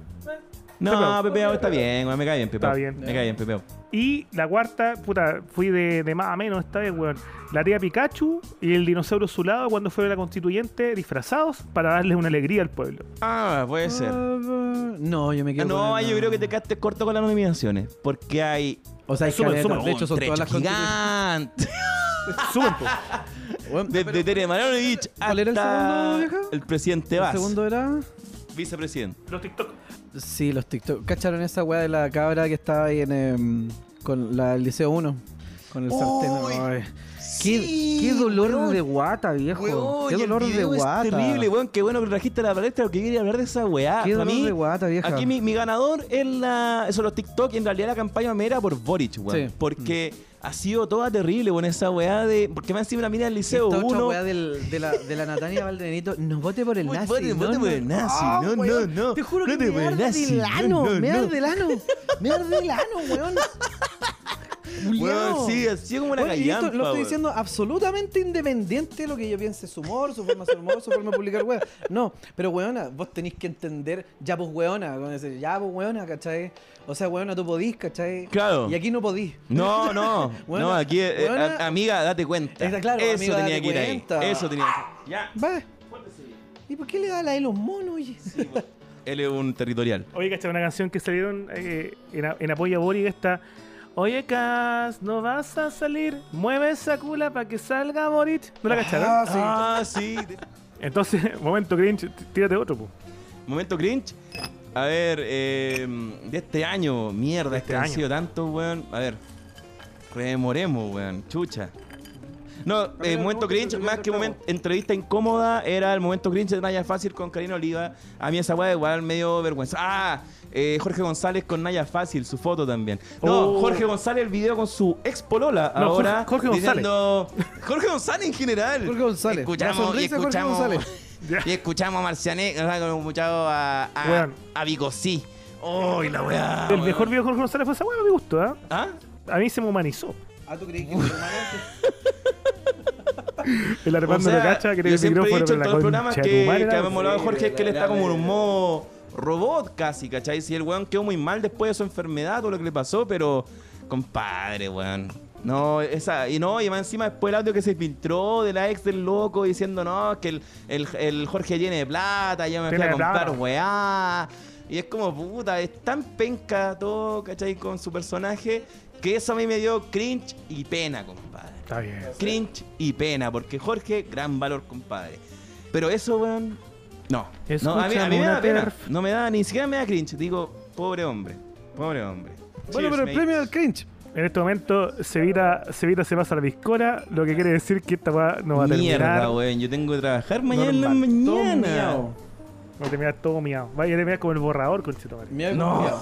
[SPEAKER 3] No,
[SPEAKER 1] Pepeo.
[SPEAKER 3] Pepeo está bien, weón, me cae bien, Pepeo.
[SPEAKER 1] Está bien.
[SPEAKER 3] Me cae bien, Pepeo.
[SPEAKER 1] Y la cuarta, puta, fui de, de más a menos esta vez, weón. La tía Pikachu y el dinosaurio Zulado cuando fue la constituyente disfrazados para darles una alegría al pueblo.
[SPEAKER 3] Ah, puede ser.
[SPEAKER 2] No, yo me
[SPEAKER 3] Ah,
[SPEAKER 2] quedo
[SPEAKER 3] No,
[SPEAKER 2] con el-
[SPEAKER 3] yo creo que te quedaste corto con las nominaciones. Porque hay.
[SPEAKER 2] O sea, hay
[SPEAKER 1] Suman,
[SPEAKER 2] caleta.
[SPEAKER 1] suman.
[SPEAKER 2] de hecho, son
[SPEAKER 3] trecho
[SPEAKER 2] todas las
[SPEAKER 3] gigante.
[SPEAKER 1] Suben, po.
[SPEAKER 2] Bueno,
[SPEAKER 3] Desde
[SPEAKER 2] pero-
[SPEAKER 3] de Tere Manonovich
[SPEAKER 2] ¿Cuál era el
[SPEAKER 3] hasta
[SPEAKER 2] segundo, vieja?
[SPEAKER 3] el presidente
[SPEAKER 2] ¿El
[SPEAKER 3] Vaz,
[SPEAKER 2] segundo era?
[SPEAKER 3] vicepresidente.
[SPEAKER 1] Los TikTok.
[SPEAKER 2] Sí, los TikTok. ¿Cacharon esa weá de la cabra que estaba ahí en em, con la del Liceo 1? Con el
[SPEAKER 3] Uy,
[SPEAKER 2] sartén. ay. Qué,
[SPEAKER 3] Sí,
[SPEAKER 2] qué dolor
[SPEAKER 3] weón.
[SPEAKER 2] de guata, viejo.
[SPEAKER 3] Weón,
[SPEAKER 2] qué
[SPEAKER 3] y el
[SPEAKER 2] dolor de
[SPEAKER 3] video
[SPEAKER 2] guata.
[SPEAKER 3] Es terrible, weón. Qué bueno que trajiste la palestra porque yo quería hablar de esa weá.
[SPEAKER 2] Qué
[SPEAKER 3] Para
[SPEAKER 2] dolor
[SPEAKER 3] mí,
[SPEAKER 2] de guata, vieja.
[SPEAKER 3] Aquí mi, mi ganador es la, son los TikTok y en realidad la campaña me era por Boric, weón.
[SPEAKER 2] Sí.
[SPEAKER 3] Porque ha sido toda terrible, weón, esa weá de. Porque me han sido una mina del
[SPEAKER 2] Esta
[SPEAKER 3] liceo
[SPEAKER 2] otra
[SPEAKER 3] 1.
[SPEAKER 2] weá del- de, la, de la Natalia Valdenito. No vote por el
[SPEAKER 3] Uy,
[SPEAKER 2] nazi.
[SPEAKER 3] vote-
[SPEAKER 2] no,
[SPEAKER 3] vote
[SPEAKER 2] no. Ah,
[SPEAKER 3] por el nazi, no, no,
[SPEAKER 2] weón,
[SPEAKER 3] no.
[SPEAKER 2] Te juro
[SPEAKER 3] No
[SPEAKER 2] que
[SPEAKER 3] te
[SPEAKER 2] me
[SPEAKER 3] por el
[SPEAKER 2] arde
[SPEAKER 3] nazi,
[SPEAKER 2] el
[SPEAKER 3] no,
[SPEAKER 2] ano.
[SPEAKER 3] no,
[SPEAKER 2] me
[SPEAKER 3] no.
[SPEAKER 2] arde el ano. Me arde el ano, weón.
[SPEAKER 3] Weón,
[SPEAKER 2] Culiao.
[SPEAKER 3] sí, ha sido como la
[SPEAKER 2] Bueno, y esto
[SPEAKER 3] gallampa,
[SPEAKER 2] lo estoy
[SPEAKER 3] weón.
[SPEAKER 2] diciendo absolutamente independiente de lo que yo piense, su humor, su forma de hacer humor, su forma de publicar weón. No, pero weona, vos tenés que entender, ya pues weona, como decir, ya pues weona, ¿cachai? O sea, weona, tú podís, ¿cachai?
[SPEAKER 3] Claro.
[SPEAKER 2] Y aquí no podís.
[SPEAKER 3] No, no,
[SPEAKER 2] Bueno,
[SPEAKER 3] no, aquí, eh,
[SPEAKER 2] bueno.
[SPEAKER 3] a- amiga, date cuenta.
[SPEAKER 2] Está claro,
[SPEAKER 3] Eso
[SPEAKER 2] amiga,
[SPEAKER 3] tenía
[SPEAKER 2] date
[SPEAKER 3] que ir
[SPEAKER 2] cuenta.
[SPEAKER 3] ahí. Eso tenía que Ya.
[SPEAKER 2] Va. ¿Y por qué le da la de los monos, oye?
[SPEAKER 3] Él es un territorial.
[SPEAKER 1] Oye, ¿cachai? Una canción que salieron eh, en, a- en apoyo a Boric está. Oye, Cas, no vas a salir. Mueve esa cula para que salga Boric. ¿No la cacharon?
[SPEAKER 2] Ah, sí.
[SPEAKER 3] Ah, sí.
[SPEAKER 1] Entonces, momento cringe, t- tírate otro, po.
[SPEAKER 3] Momento cringe. A ver, eh, de este año, mierda,
[SPEAKER 1] De
[SPEAKER 3] este
[SPEAKER 1] este
[SPEAKER 3] han
[SPEAKER 1] año.
[SPEAKER 3] sido tanto, weón. A ver, remoremos, weón, chucha. No, eh, momento cringe, más que momento, entrevista incómoda, era el momento cringe de Naya Fácil con Karina Oliva. A mí esa weá igual medio vergüenza. Ah, eh, Jorge González con Naya Fácil, su foto también. No,
[SPEAKER 1] Oh.
[SPEAKER 3] Jorge González, el video con su ex Polola
[SPEAKER 1] No,
[SPEAKER 3] ahora.
[SPEAKER 1] Jorge- Jorge
[SPEAKER 3] diciendo- Jorge González en general.
[SPEAKER 2] Jorge González. La
[SPEAKER 3] Escuchamos, y
[SPEAKER 2] sonrisa de Jorge
[SPEAKER 3] escuchamos.
[SPEAKER 2] González.
[SPEAKER 1] Ya.
[SPEAKER 3] Y escuchamos a Marciané, o sea, con un muchacho a, a,
[SPEAKER 1] Weón.
[SPEAKER 3] a Bigosí. ¡Uy, la weá!
[SPEAKER 1] el
[SPEAKER 3] weón.
[SPEAKER 1] mejor video de Jorge González fue esa weá, me gustó, ¿ah?
[SPEAKER 3] ¿Ah?
[SPEAKER 1] A mí se me humanizó.
[SPEAKER 2] Ah, tú creí que los humanos-
[SPEAKER 1] El Armando
[SPEAKER 3] O sea,
[SPEAKER 1] lo cacha, cree que
[SPEAKER 3] yo
[SPEAKER 1] el
[SPEAKER 3] siempre he
[SPEAKER 1] micrófono
[SPEAKER 3] dicho
[SPEAKER 1] pero
[SPEAKER 3] en
[SPEAKER 1] la
[SPEAKER 3] todos los programas
[SPEAKER 1] concha
[SPEAKER 3] que,
[SPEAKER 1] de tu madre,
[SPEAKER 3] que
[SPEAKER 1] la-
[SPEAKER 3] habíamos hablado de Jorge es que él está como en un
[SPEAKER 2] Sí,
[SPEAKER 3] modo robot casi, ¿cachai? Si el weón quedó muy mal después de su enfermedad o lo que le pasó, pero compadre, weón. No, esa, y no, y más encima después el audio que se filtró de la ex del loco diciendo no, que el, el, el Jorge tiene plata, ya me fui a
[SPEAKER 1] Tiene
[SPEAKER 3] comprar
[SPEAKER 1] plata.
[SPEAKER 3] weá. Y es como, puta, es tan penca todo, ¿cachai? Con su personaje, que eso a mí me dio cringe y pena, compadre
[SPEAKER 1] Está bien.
[SPEAKER 3] cringe y pena, porque Jorge, gran valor, compadre. Pero eso, weón, no. No, a mí, a mí
[SPEAKER 1] Escúchame
[SPEAKER 3] me da
[SPEAKER 1] una
[SPEAKER 3] pena.
[SPEAKER 1] terf.
[SPEAKER 3] No me da, ni siquiera me da cringe. Digo, pobre hombre, pobre hombre.
[SPEAKER 2] Bueno,
[SPEAKER 3] Cheers,
[SPEAKER 2] pero el
[SPEAKER 3] mate.
[SPEAKER 2] premio del cringe.
[SPEAKER 1] En este momento, Sevita, Sevita se pasa a la piscola, lo que quiere decir que esta weá no va a terminar.
[SPEAKER 3] Mierda, weón, yo tengo que trabajar mañana en la
[SPEAKER 2] Normal. Todo
[SPEAKER 3] mañana.
[SPEAKER 2] miau.
[SPEAKER 1] va a terminar todo miado. Va a terminar como el borrador, conchito, madre.
[SPEAKER 2] Miau y
[SPEAKER 3] No.
[SPEAKER 2] miau.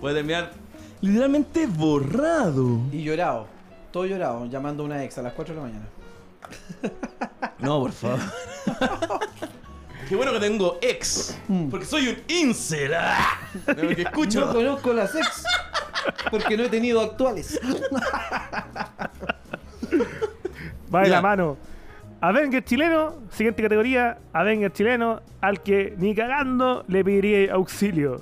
[SPEAKER 3] Voy a terminar literalmente borrado.
[SPEAKER 2] Y llorado. Todo llorado, llamando a una ex a las 4 de la mañana.
[SPEAKER 3] No, por favor. Qué bueno que tengo ex, porque soy un incel. ah. Porque escucho.
[SPEAKER 2] Mm. No conozco las ex. Porque no he tenido actuales.
[SPEAKER 1] Va de
[SPEAKER 3] Ya.
[SPEAKER 1] la mano. Avenger chileno, siguiente categoría, Avenger chileno, al que ni cagando le pediría auxilio.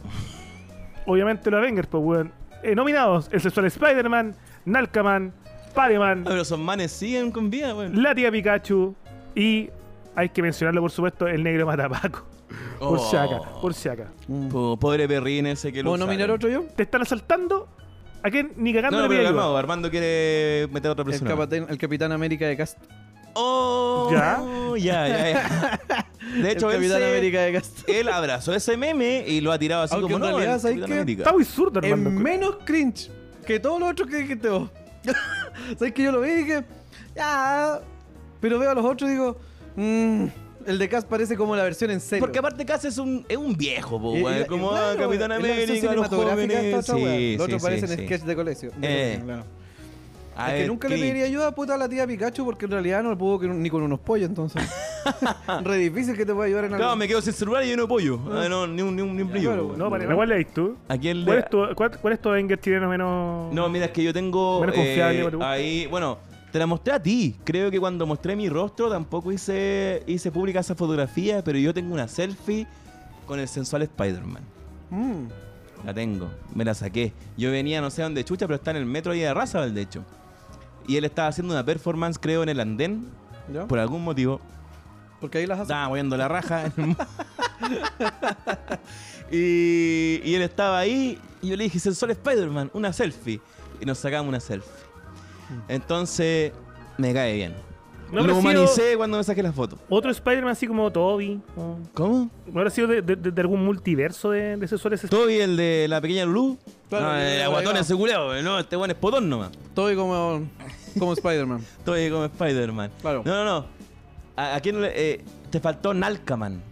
[SPEAKER 1] Obviamente los Avengers, pues weón. Eh, nominados, el sexual Spider-Man, Nalcaman, Pareman,
[SPEAKER 3] Ah, pero esos manes siguen con vida, weón.
[SPEAKER 1] la tía Pikachu y hay que mencionarlo por supuesto, el negro Matapaco. Por si acá,
[SPEAKER 3] Oh.
[SPEAKER 1] por si acá.
[SPEAKER 3] Po- Pobre perrín ese que lo
[SPEAKER 2] ¿Puedo nominar
[SPEAKER 3] usaron.
[SPEAKER 2] otro yo?
[SPEAKER 1] ¿Te están asaltando? ¿A quién ni cagando
[SPEAKER 3] No, no,
[SPEAKER 1] le
[SPEAKER 3] pero
[SPEAKER 1] pediría
[SPEAKER 3] calmado,
[SPEAKER 1] Ah, ayuda?
[SPEAKER 3] Armando quiere meter a otra
[SPEAKER 2] El
[SPEAKER 3] persona.
[SPEAKER 2] capitán, el capitán América de Cast.
[SPEAKER 3] ¡Oh!
[SPEAKER 1] ¿Ya?
[SPEAKER 3] Ya, ya, ya. De hecho,
[SPEAKER 2] el
[SPEAKER 3] él,
[SPEAKER 2] capitán
[SPEAKER 3] se-
[SPEAKER 2] América de Cast.
[SPEAKER 3] él abrazó ese meme y lo ha tirado así
[SPEAKER 2] Aunque
[SPEAKER 3] como
[SPEAKER 2] en
[SPEAKER 3] no, el
[SPEAKER 2] realidad, ¿sabes
[SPEAKER 3] Capitán
[SPEAKER 2] qué?
[SPEAKER 1] Está
[SPEAKER 3] América.
[SPEAKER 1] muy zurdo,
[SPEAKER 2] Es
[SPEAKER 1] Armando.
[SPEAKER 2] menos cringe que todos los otros que dijiste vos. ¿Sabes que yo lo vi y dije, ya. Pero veo a los otros y digo, mm, el de Cast parece como la versión en serio.
[SPEAKER 3] Porque aparte Cass es un, es un viejo, po,
[SPEAKER 2] Y- y-
[SPEAKER 3] weón.
[SPEAKER 2] y-
[SPEAKER 3] como
[SPEAKER 2] eh, claro,
[SPEAKER 3] ah, Capitán
[SPEAKER 2] es la versión
[SPEAKER 3] América, los
[SPEAKER 2] cinematográfica de esta
[SPEAKER 3] jóvenes.
[SPEAKER 2] otra wea.
[SPEAKER 3] Sí,
[SPEAKER 2] Los
[SPEAKER 3] sí,
[SPEAKER 2] otros
[SPEAKER 3] sí,
[SPEAKER 2] parecen
[SPEAKER 3] sí.
[SPEAKER 2] sketch de colegio. de
[SPEAKER 3] Eh.
[SPEAKER 2] colegio, claro.
[SPEAKER 3] A
[SPEAKER 2] es
[SPEAKER 3] ver,
[SPEAKER 2] que nunca le
[SPEAKER 3] Clint.
[SPEAKER 2] pediría ayuda puta a la tía Pikachu porque en realidad no le puedo que- ni con unos pollos, entonces. Re difícil que te pueda ayudar en algo.
[SPEAKER 3] Claro, me quedo sin celular y lleno de pollo. Ah, no, ni un, ni un, ni un brillo.
[SPEAKER 2] claro,
[SPEAKER 3] weón.
[SPEAKER 1] No, para ¿cuál leís tú?
[SPEAKER 3] ¿A quién le-
[SPEAKER 1] ¿Cuál es tu, cuál, cuál es tu Avenger chileno menos.?
[SPEAKER 3] No, mira, es que yo tengo.
[SPEAKER 1] Menos confiable,
[SPEAKER 3] eh,
[SPEAKER 1] Barbu.
[SPEAKER 3] ahí, bueno, te la mostré a ti. Creo que cuando mostré mi rostro tampoco hice, hice pública esa fotografía, pero yo tengo una selfie con el sensual Spider-Man.
[SPEAKER 2] Mm.
[SPEAKER 3] La tengo, me la saqué. Yo venía no sé dónde chucha, pero está en el metro ahí de Razaval, de hecho. Y él estaba haciendo una performance, creo, en el andén,
[SPEAKER 2] ¿Ya?
[SPEAKER 3] por algún motivo.
[SPEAKER 2] Porque ahí las hace.
[SPEAKER 3] Estaba moviendo la raja. y, y él estaba ahí y yo le dije, sensual Spider-Man, una selfie. Y nos sacamos una selfie. Entonces, me cae bien.
[SPEAKER 1] ¿No habrá
[SPEAKER 3] Lo
[SPEAKER 1] sido
[SPEAKER 3] humanicé cuando me saqué la foto.
[SPEAKER 1] Otro Spider-Man así como Toby. ¿No
[SPEAKER 3] ¿Cómo?
[SPEAKER 1] ¿No habrá sido de, de- de- de algún multiverso de, de asesores?
[SPEAKER 3] Toby, el de la pequeña Lulu.
[SPEAKER 2] Claro,
[SPEAKER 3] no,
[SPEAKER 2] el de
[SPEAKER 3] el
[SPEAKER 2] la
[SPEAKER 3] aguatón
[SPEAKER 2] delgada.
[SPEAKER 3] asegurado. No, este buen es potón nomás.
[SPEAKER 2] Todo y como, como Spider-Man.
[SPEAKER 3] Toby como Spider-Man.
[SPEAKER 2] Claro.
[SPEAKER 3] No, no, no. ¿A, a quién le- eh, te faltó Nalcaman?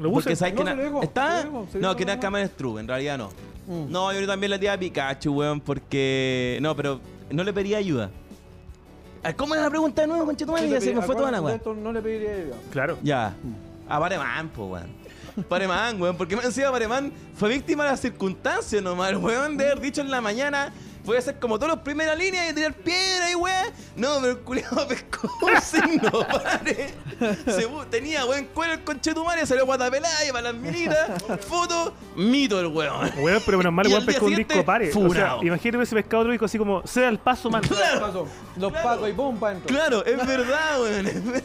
[SPEAKER 1] ¿Lo
[SPEAKER 3] Porque
[SPEAKER 1] puse?
[SPEAKER 3] sabes
[SPEAKER 2] No,
[SPEAKER 3] que
[SPEAKER 2] se
[SPEAKER 3] na-
[SPEAKER 2] lo digo,
[SPEAKER 3] ¿Está?
[SPEAKER 2] se lo digo, se
[SPEAKER 3] no,
[SPEAKER 2] digo
[SPEAKER 3] que
[SPEAKER 2] nomás.
[SPEAKER 3] Nalcaman es true, en realidad no.
[SPEAKER 2] Mm.
[SPEAKER 3] No, yo también la tía Pikachu, weón, porque. No, pero no le pedía ayuda. Ah, ¿Cómo era la pregunta de nuevo, conchetumare? Ya se me fue toda la weón.
[SPEAKER 2] No le pediría ayuda.
[SPEAKER 1] Claro.
[SPEAKER 3] Ya. A Pareman, po, weón. Pareman, weón, porque me decía Pareman fue víctima de las circunstancias nomás, weón, de haber dicho en la mañana. Voy a hacer como todos los primera línea y tirar piedra y weón. No, pero el culiado pescó un signo, padre. Se bu- tenía buen cuero el conchetumare, salió guatapelada y para las minitas. Foto, mito el weón.
[SPEAKER 1] Weón, pero menos mal,
[SPEAKER 3] Y
[SPEAKER 1] weón,
[SPEAKER 3] al día
[SPEAKER 1] pescó un
[SPEAKER 3] siguiente,
[SPEAKER 1] disco pare. O sea,
[SPEAKER 3] funao.
[SPEAKER 1] imagínate hubiese pescado otro disco así como, sea el paso, man.
[SPEAKER 2] Paso, Los pacos y pum, pa' dentro.
[SPEAKER 3] Claro, es verdad, weón. es ver-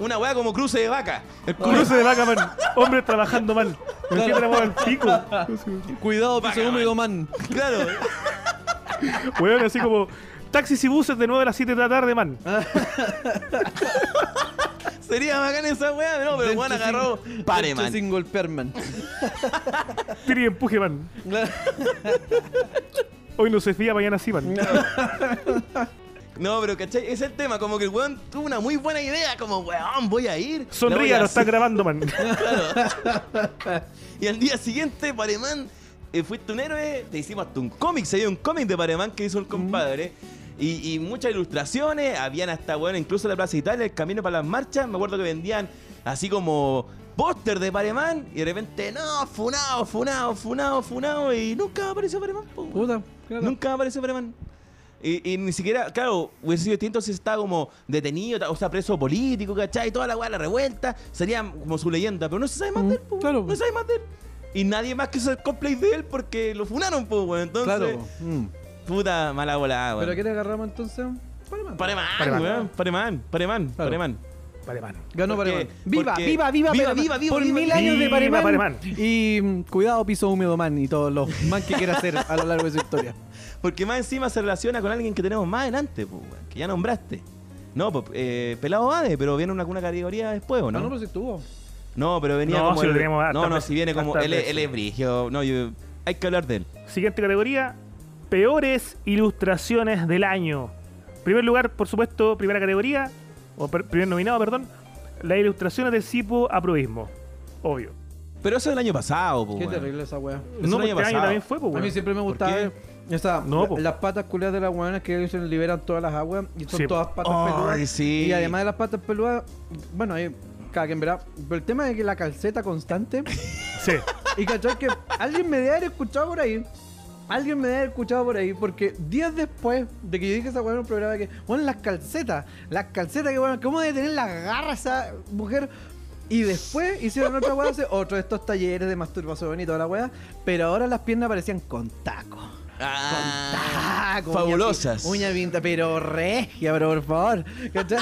[SPEAKER 3] Una weá como cruce de vaca. El cruce
[SPEAKER 1] Cruce de vaca, man. Hombre trabajando mal. Imagínate la weá al pico.
[SPEAKER 2] Cuidado,
[SPEAKER 3] Vaca,
[SPEAKER 2] piso húmedo, man.
[SPEAKER 3] Claro.
[SPEAKER 1] Weón, así como, taxis y buses de 9 a las 7 de la tarde, man.
[SPEAKER 3] Ah. Sería bacán esa weá, no, pero
[SPEAKER 2] Dentro
[SPEAKER 3] Juan
[SPEAKER 2] sin-
[SPEAKER 3] agarró. Pare,
[SPEAKER 2] Dentro
[SPEAKER 3] man.
[SPEAKER 2] sin golpear, man.
[SPEAKER 1] Tire y empuje, man. Hoy no se fía, mañana sí, man.
[SPEAKER 3] No, pero ¿cachai? Es el tema, como que el weón tuvo una muy buena idea, como weón, voy a ir. la voy a
[SPEAKER 1] Sonría, lo están
[SPEAKER 3] hacer.
[SPEAKER 1] grabando, man.
[SPEAKER 3] Y al día siguiente, Pareman, eh, fuiste un héroe, te hicimos hasta un cómic, se dio un cómic de Pareman que hizo el compadre. Y, y muchas ilustraciones, habían hasta, bueno, incluso en la Plaza Italia, el camino para las marchas, me acuerdo que vendían así como póster de Pareman y de repente, no, funado, funado, funado, funado, y nunca apareció Pareman. po, weón.
[SPEAKER 2] Puta, claro.
[SPEAKER 3] Nunca apareció Breman. Y, y ni siquiera, claro, hubiese sido distinto si estaba como detenido, ta- o sea, preso político, ¿cachai? Toda la weá, la revuelta, sería como su leyenda, pero no se sabe más de él, po,
[SPEAKER 2] Mm, claro,
[SPEAKER 3] no
[SPEAKER 2] po.
[SPEAKER 3] se sabe más de él. Y nadie más que hizo el cosplay de él porque lo funaron, pues, weón. Entonces,
[SPEAKER 2] Claro. mm.
[SPEAKER 3] puta mala volada,
[SPEAKER 2] ¿Pero a
[SPEAKER 3] weón.
[SPEAKER 2] qué le agarramos entonces? Pareman.
[SPEAKER 3] Pareman,
[SPEAKER 1] Pareman.
[SPEAKER 3] weón, Pareman, Pareman,
[SPEAKER 2] Claro.
[SPEAKER 3] Pareman.
[SPEAKER 1] Vale, man.
[SPEAKER 2] Ganó
[SPEAKER 3] Porque-
[SPEAKER 2] Pareman.
[SPEAKER 3] porque-
[SPEAKER 2] viva, viva,
[SPEAKER 3] viva,
[SPEAKER 2] Pareman.
[SPEAKER 3] viva, viva,
[SPEAKER 2] Por
[SPEAKER 3] viva,
[SPEAKER 2] mil
[SPEAKER 3] viva.
[SPEAKER 2] años de
[SPEAKER 1] Viva
[SPEAKER 2] Pareman.
[SPEAKER 1] Pareman.
[SPEAKER 2] Y mm, cuidado, piso húmedo, man. Y todos los man que quiera hacer a lo largo de su historia.
[SPEAKER 3] Porque más encima se relaciona con alguien que tenemos más adelante, pues, weón, que ya nombraste. No, pues, eh, Pelado Vade, pero viene una, una categoría después, ¿o
[SPEAKER 2] Ah, No, pues no, pero si estuvo.
[SPEAKER 3] No, pero venía
[SPEAKER 1] No,
[SPEAKER 3] como.
[SPEAKER 1] si lo
[SPEAKER 3] el-
[SPEAKER 1] teníamos hartas
[SPEAKER 3] no, no,
[SPEAKER 1] veces,
[SPEAKER 3] si viene como.
[SPEAKER 1] hartas
[SPEAKER 3] Él, es- él
[SPEAKER 1] veces.
[SPEAKER 3] es brigio. No, yo, hay que hablar de él.
[SPEAKER 1] Siguiente categoría, peores ilustraciones del año. Primer lugar, por supuesto, primera categoría, o per- primer nominado, perdón, las ilustraciones del Cipo a Proismo. Obvio.
[SPEAKER 3] Pero eso es del año pasado, po,
[SPEAKER 2] Qué
[SPEAKER 3] weón.
[SPEAKER 2] terrible esa wea.
[SPEAKER 3] Eso
[SPEAKER 1] no,
[SPEAKER 3] el año
[SPEAKER 1] este año
[SPEAKER 3] pasado.
[SPEAKER 1] también fue, pues,
[SPEAKER 2] A mí
[SPEAKER 1] weón.
[SPEAKER 2] siempre me gustaba
[SPEAKER 3] qué?
[SPEAKER 2] ver esa,
[SPEAKER 1] No, po.
[SPEAKER 2] las patas culiadas de las hueonas que ellos liberan todas las aguas y son
[SPEAKER 1] Sí.
[SPEAKER 2] todas patas
[SPEAKER 3] Ay,
[SPEAKER 2] peludas.
[SPEAKER 3] sí.
[SPEAKER 2] Y además de las patas peludas, bueno, ahí cada quien verá. Pero el tema de que la calceta constante.
[SPEAKER 1] Sí.
[SPEAKER 2] y cachai que alguien me debe haber escuchado por ahí. Alguien me debe haber escuchado por ahí porque días después de que yo dije esa hueá en un programa que, bueno, las calcetas, las calcetas que bueno, ¿cómo debe tener las garras esa mujer? Y después hicieron otra hueá, otro de estos talleres de masturbación y toda la hueá, pero ahora las piernas parecían con tacos.
[SPEAKER 3] Ah,
[SPEAKER 2] Taco,
[SPEAKER 3] fabulosas.
[SPEAKER 2] Uña, pi- uña pinta, pero regia, pero por favor. ¿Cachai?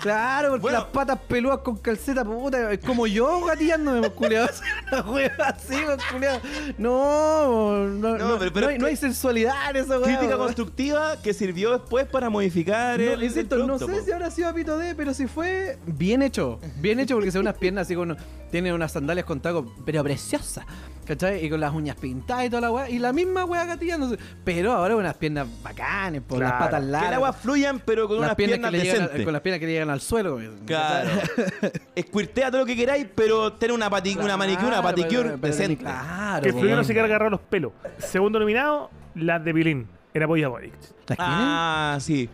[SPEAKER 2] Claro, porque
[SPEAKER 3] Bueno.
[SPEAKER 2] las patas peludas con calceta, puta, es como yo gatillándome, pues, culiao. Una wea así, pues, culiao. No, no, no,
[SPEAKER 3] No, pero- pero
[SPEAKER 2] no hay,
[SPEAKER 3] es
[SPEAKER 2] no
[SPEAKER 3] que-
[SPEAKER 2] hay sensualidad en esa wea. pues.
[SPEAKER 3] Crítica
[SPEAKER 2] po.
[SPEAKER 3] constructiva que sirvió después para modificar el.
[SPEAKER 2] No,
[SPEAKER 3] el
[SPEAKER 2] insisto, no
[SPEAKER 3] producto,
[SPEAKER 2] sé
[SPEAKER 3] po.
[SPEAKER 2] si habrá sido a pito D, pero si fue bien hecho. Bien hecho porque son unas piernas así con. Tiene unas sandalias con tacos, pero preciosas. ¿Cachai? Y con las uñas pintadas y toda la weá. Y la misma weá gatillándose. Pero ahora unas piernas bacanes, por las
[SPEAKER 1] Claro.
[SPEAKER 2] patas
[SPEAKER 3] Que
[SPEAKER 2] largas.
[SPEAKER 3] el agua fluyan, pero con
[SPEAKER 2] con las
[SPEAKER 3] unas
[SPEAKER 2] piernas,
[SPEAKER 3] piernas,
[SPEAKER 2] que le llegan al-
[SPEAKER 3] decentes.
[SPEAKER 2] con las piernas que le llegan al suelo.
[SPEAKER 3] Claro. Escuirtea todo lo que queráis, pero tener una, pati- una manicure, una
[SPEAKER 2] Claro,
[SPEAKER 3] paticure
[SPEAKER 2] pero- pero-
[SPEAKER 3] decente.
[SPEAKER 2] Claro.
[SPEAKER 1] que el
[SPEAKER 2] po,
[SPEAKER 1] fluido no
[SPEAKER 2] weón.
[SPEAKER 1] se queda agarrado los pelos. Segundo nominado, las de Pilín. en apoyo a Boric.
[SPEAKER 2] ¿La tienen?
[SPEAKER 3] Ah, sí.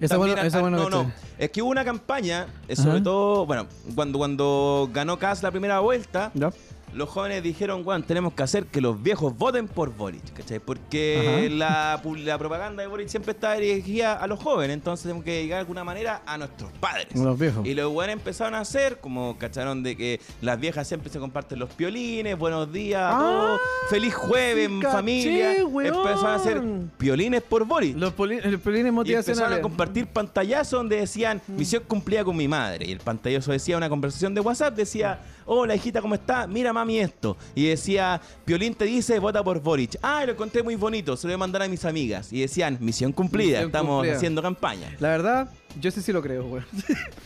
[SPEAKER 2] Esa
[SPEAKER 3] También
[SPEAKER 2] buena-
[SPEAKER 3] a-
[SPEAKER 2] esa
[SPEAKER 3] a-
[SPEAKER 2] buena
[SPEAKER 3] no, no.
[SPEAKER 2] cuestión.
[SPEAKER 3] Es que hubo una campaña, eh, sobre
[SPEAKER 2] Ajá.
[SPEAKER 3] todo, bueno, cuando, cuando ganó Kass la primera vuelta,
[SPEAKER 2] ¿Ya?
[SPEAKER 3] los jóvenes dijeron, bueno, tenemos que hacer que los viejos voten por Boric, ¿cachai? Porque la, pu- la propaganda de Boric siempre está dirigida a los jóvenes, entonces tenemos que llegar de alguna manera a nuestros padres.
[SPEAKER 2] A los viejos.
[SPEAKER 3] Y los buenos empezaron a hacer, como cacharon de que las viejas siempre se comparten los piolines, buenos días, a todos, feliz jueves,
[SPEAKER 2] Ah, sí,
[SPEAKER 3] familia.
[SPEAKER 2] caché, weón.
[SPEAKER 3] Empezaron a hacer piolines por Boric.
[SPEAKER 2] Los poli- los polines
[SPEAKER 3] Y empezaron a
[SPEAKER 2] motivacionales.
[SPEAKER 3] compartir pantallazos donde decían, misión cumplida con mi madre. Y el pantallazo decía una conversación de WhatsApp, decía, hola hijita, ¿cómo está? Mira mami esto. Y decía, Piolín te dice, vota por Boric. Ah, lo encontré muy bonito, se lo voy a mandar a mis amigas. Y decían, misión cumplida,
[SPEAKER 2] Misión
[SPEAKER 3] estamos
[SPEAKER 2] cumplida.
[SPEAKER 3] haciendo campaña.
[SPEAKER 2] La verdad, yo sí sí lo creo, weón.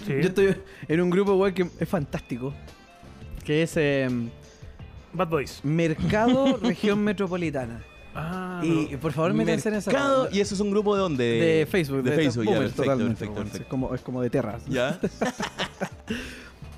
[SPEAKER 1] Sí.
[SPEAKER 2] Yo estoy en un grupo, weón, que es fantástico. Que es em,
[SPEAKER 1] Bad Boys.
[SPEAKER 2] Mercado Región Metropolitana.
[SPEAKER 1] Ah,
[SPEAKER 2] Y por favor, métanse en esa.
[SPEAKER 3] Mercado, y eso es un grupo de dónde?
[SPEAKER 2] de Facebook,
[SPEAKER 3] De,
[SPEAKER 2] de,
[SPEAKER 3] Facebook, ya,
[SPEAKER 2] boomers,
[SPEAKER 3] perfecto,
[SPEAKER 2] totalmente,
[SPEAKER 3] perfecto,
[SPEAKER 2] weón.
[SPEAKER 3] perfecto.
[SPEAKER 2] Es, como, es como de terras.
[SPEAKER 3] ¿Ya?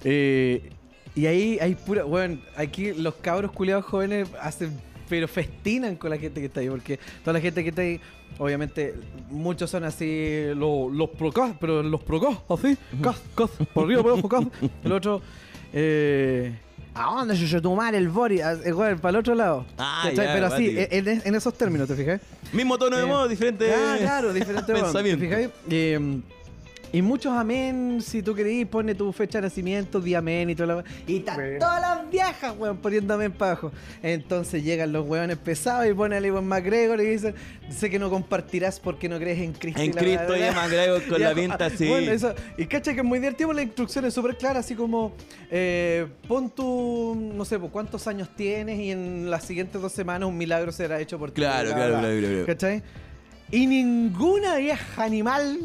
[SPEAKER 2] Eh, y ahí hay pura. Bueno, aquí los cabros culiados jóvenes hacen. Pero festinan con la gente que está ahí, porque toda la gente que está ahí, obviamente, muchos son así, lo- los procas, pero los procas, así, cas, cas, por arriba, por abajo, cas. El otro, eh, ¿a dónde yo, yo tomar el body? Ah, eh, bueno, para el otro lado.
[SPEAKER 3] Ah,
[SPEAKER 2] ¿Cachai?
[SPEAKER 3] ya,
[SPEAKER 2] pero así,
[SPEAKER 3] guático.
[SPEAKER 2] en, en- en esos términos, ¿te fijas?
[SPEAKER 3] Mismo tono de
[SPEAKER 2] Eh,
[SPEAKER 3] modo, diferente.
[SPEAKER 2] Ah, claro, diferente weón, ¿te
[SPEAKER 3] pensamiento.
[SPEAKER 2] fijáis? Eh, y muchos amén, si tú querís, pone tu fecha de nacimiento, di amén y toda la we- Y están
[SPEAKER 1] Bueno.
[SPEAKER 2] todas las viejas, weón, poniendo amén para abajo. Entonces llegan los weones pesados y ponen al Iwan McGregor y dicen, sé que no compartirás porque no crees en Cristo.
[SPEAKER 3] En
[SPEAKER 2] y la
[SPEAKER 3] Cristo
[SPEAKER 2] weá,
[SPEAKER 3] y
[SPEAKER 2] weá.
[SPEAKER 3] McGregor con
[SPEAKER 2] Ya,
[SPEAKER 3] la pinta así.
[SPEAKER 2] bueno, eso- y cacha que es muy divertido, pues, la instrucción es súper clara, así como eh, pon tu, no sé, pues, cuántos años tienes y en las siguientes dos semanas un milagro será hecho por ti.
[SPEAKER 3] Claro,
[SPEAKER 2] bla,
[SPEAKER 3] claro,
[SPEAKER 2] bla,
[SPEAKER 3] claro, claro, claro.
[SPEAKER 2] ¿Cachai? Y ninguna vieja animal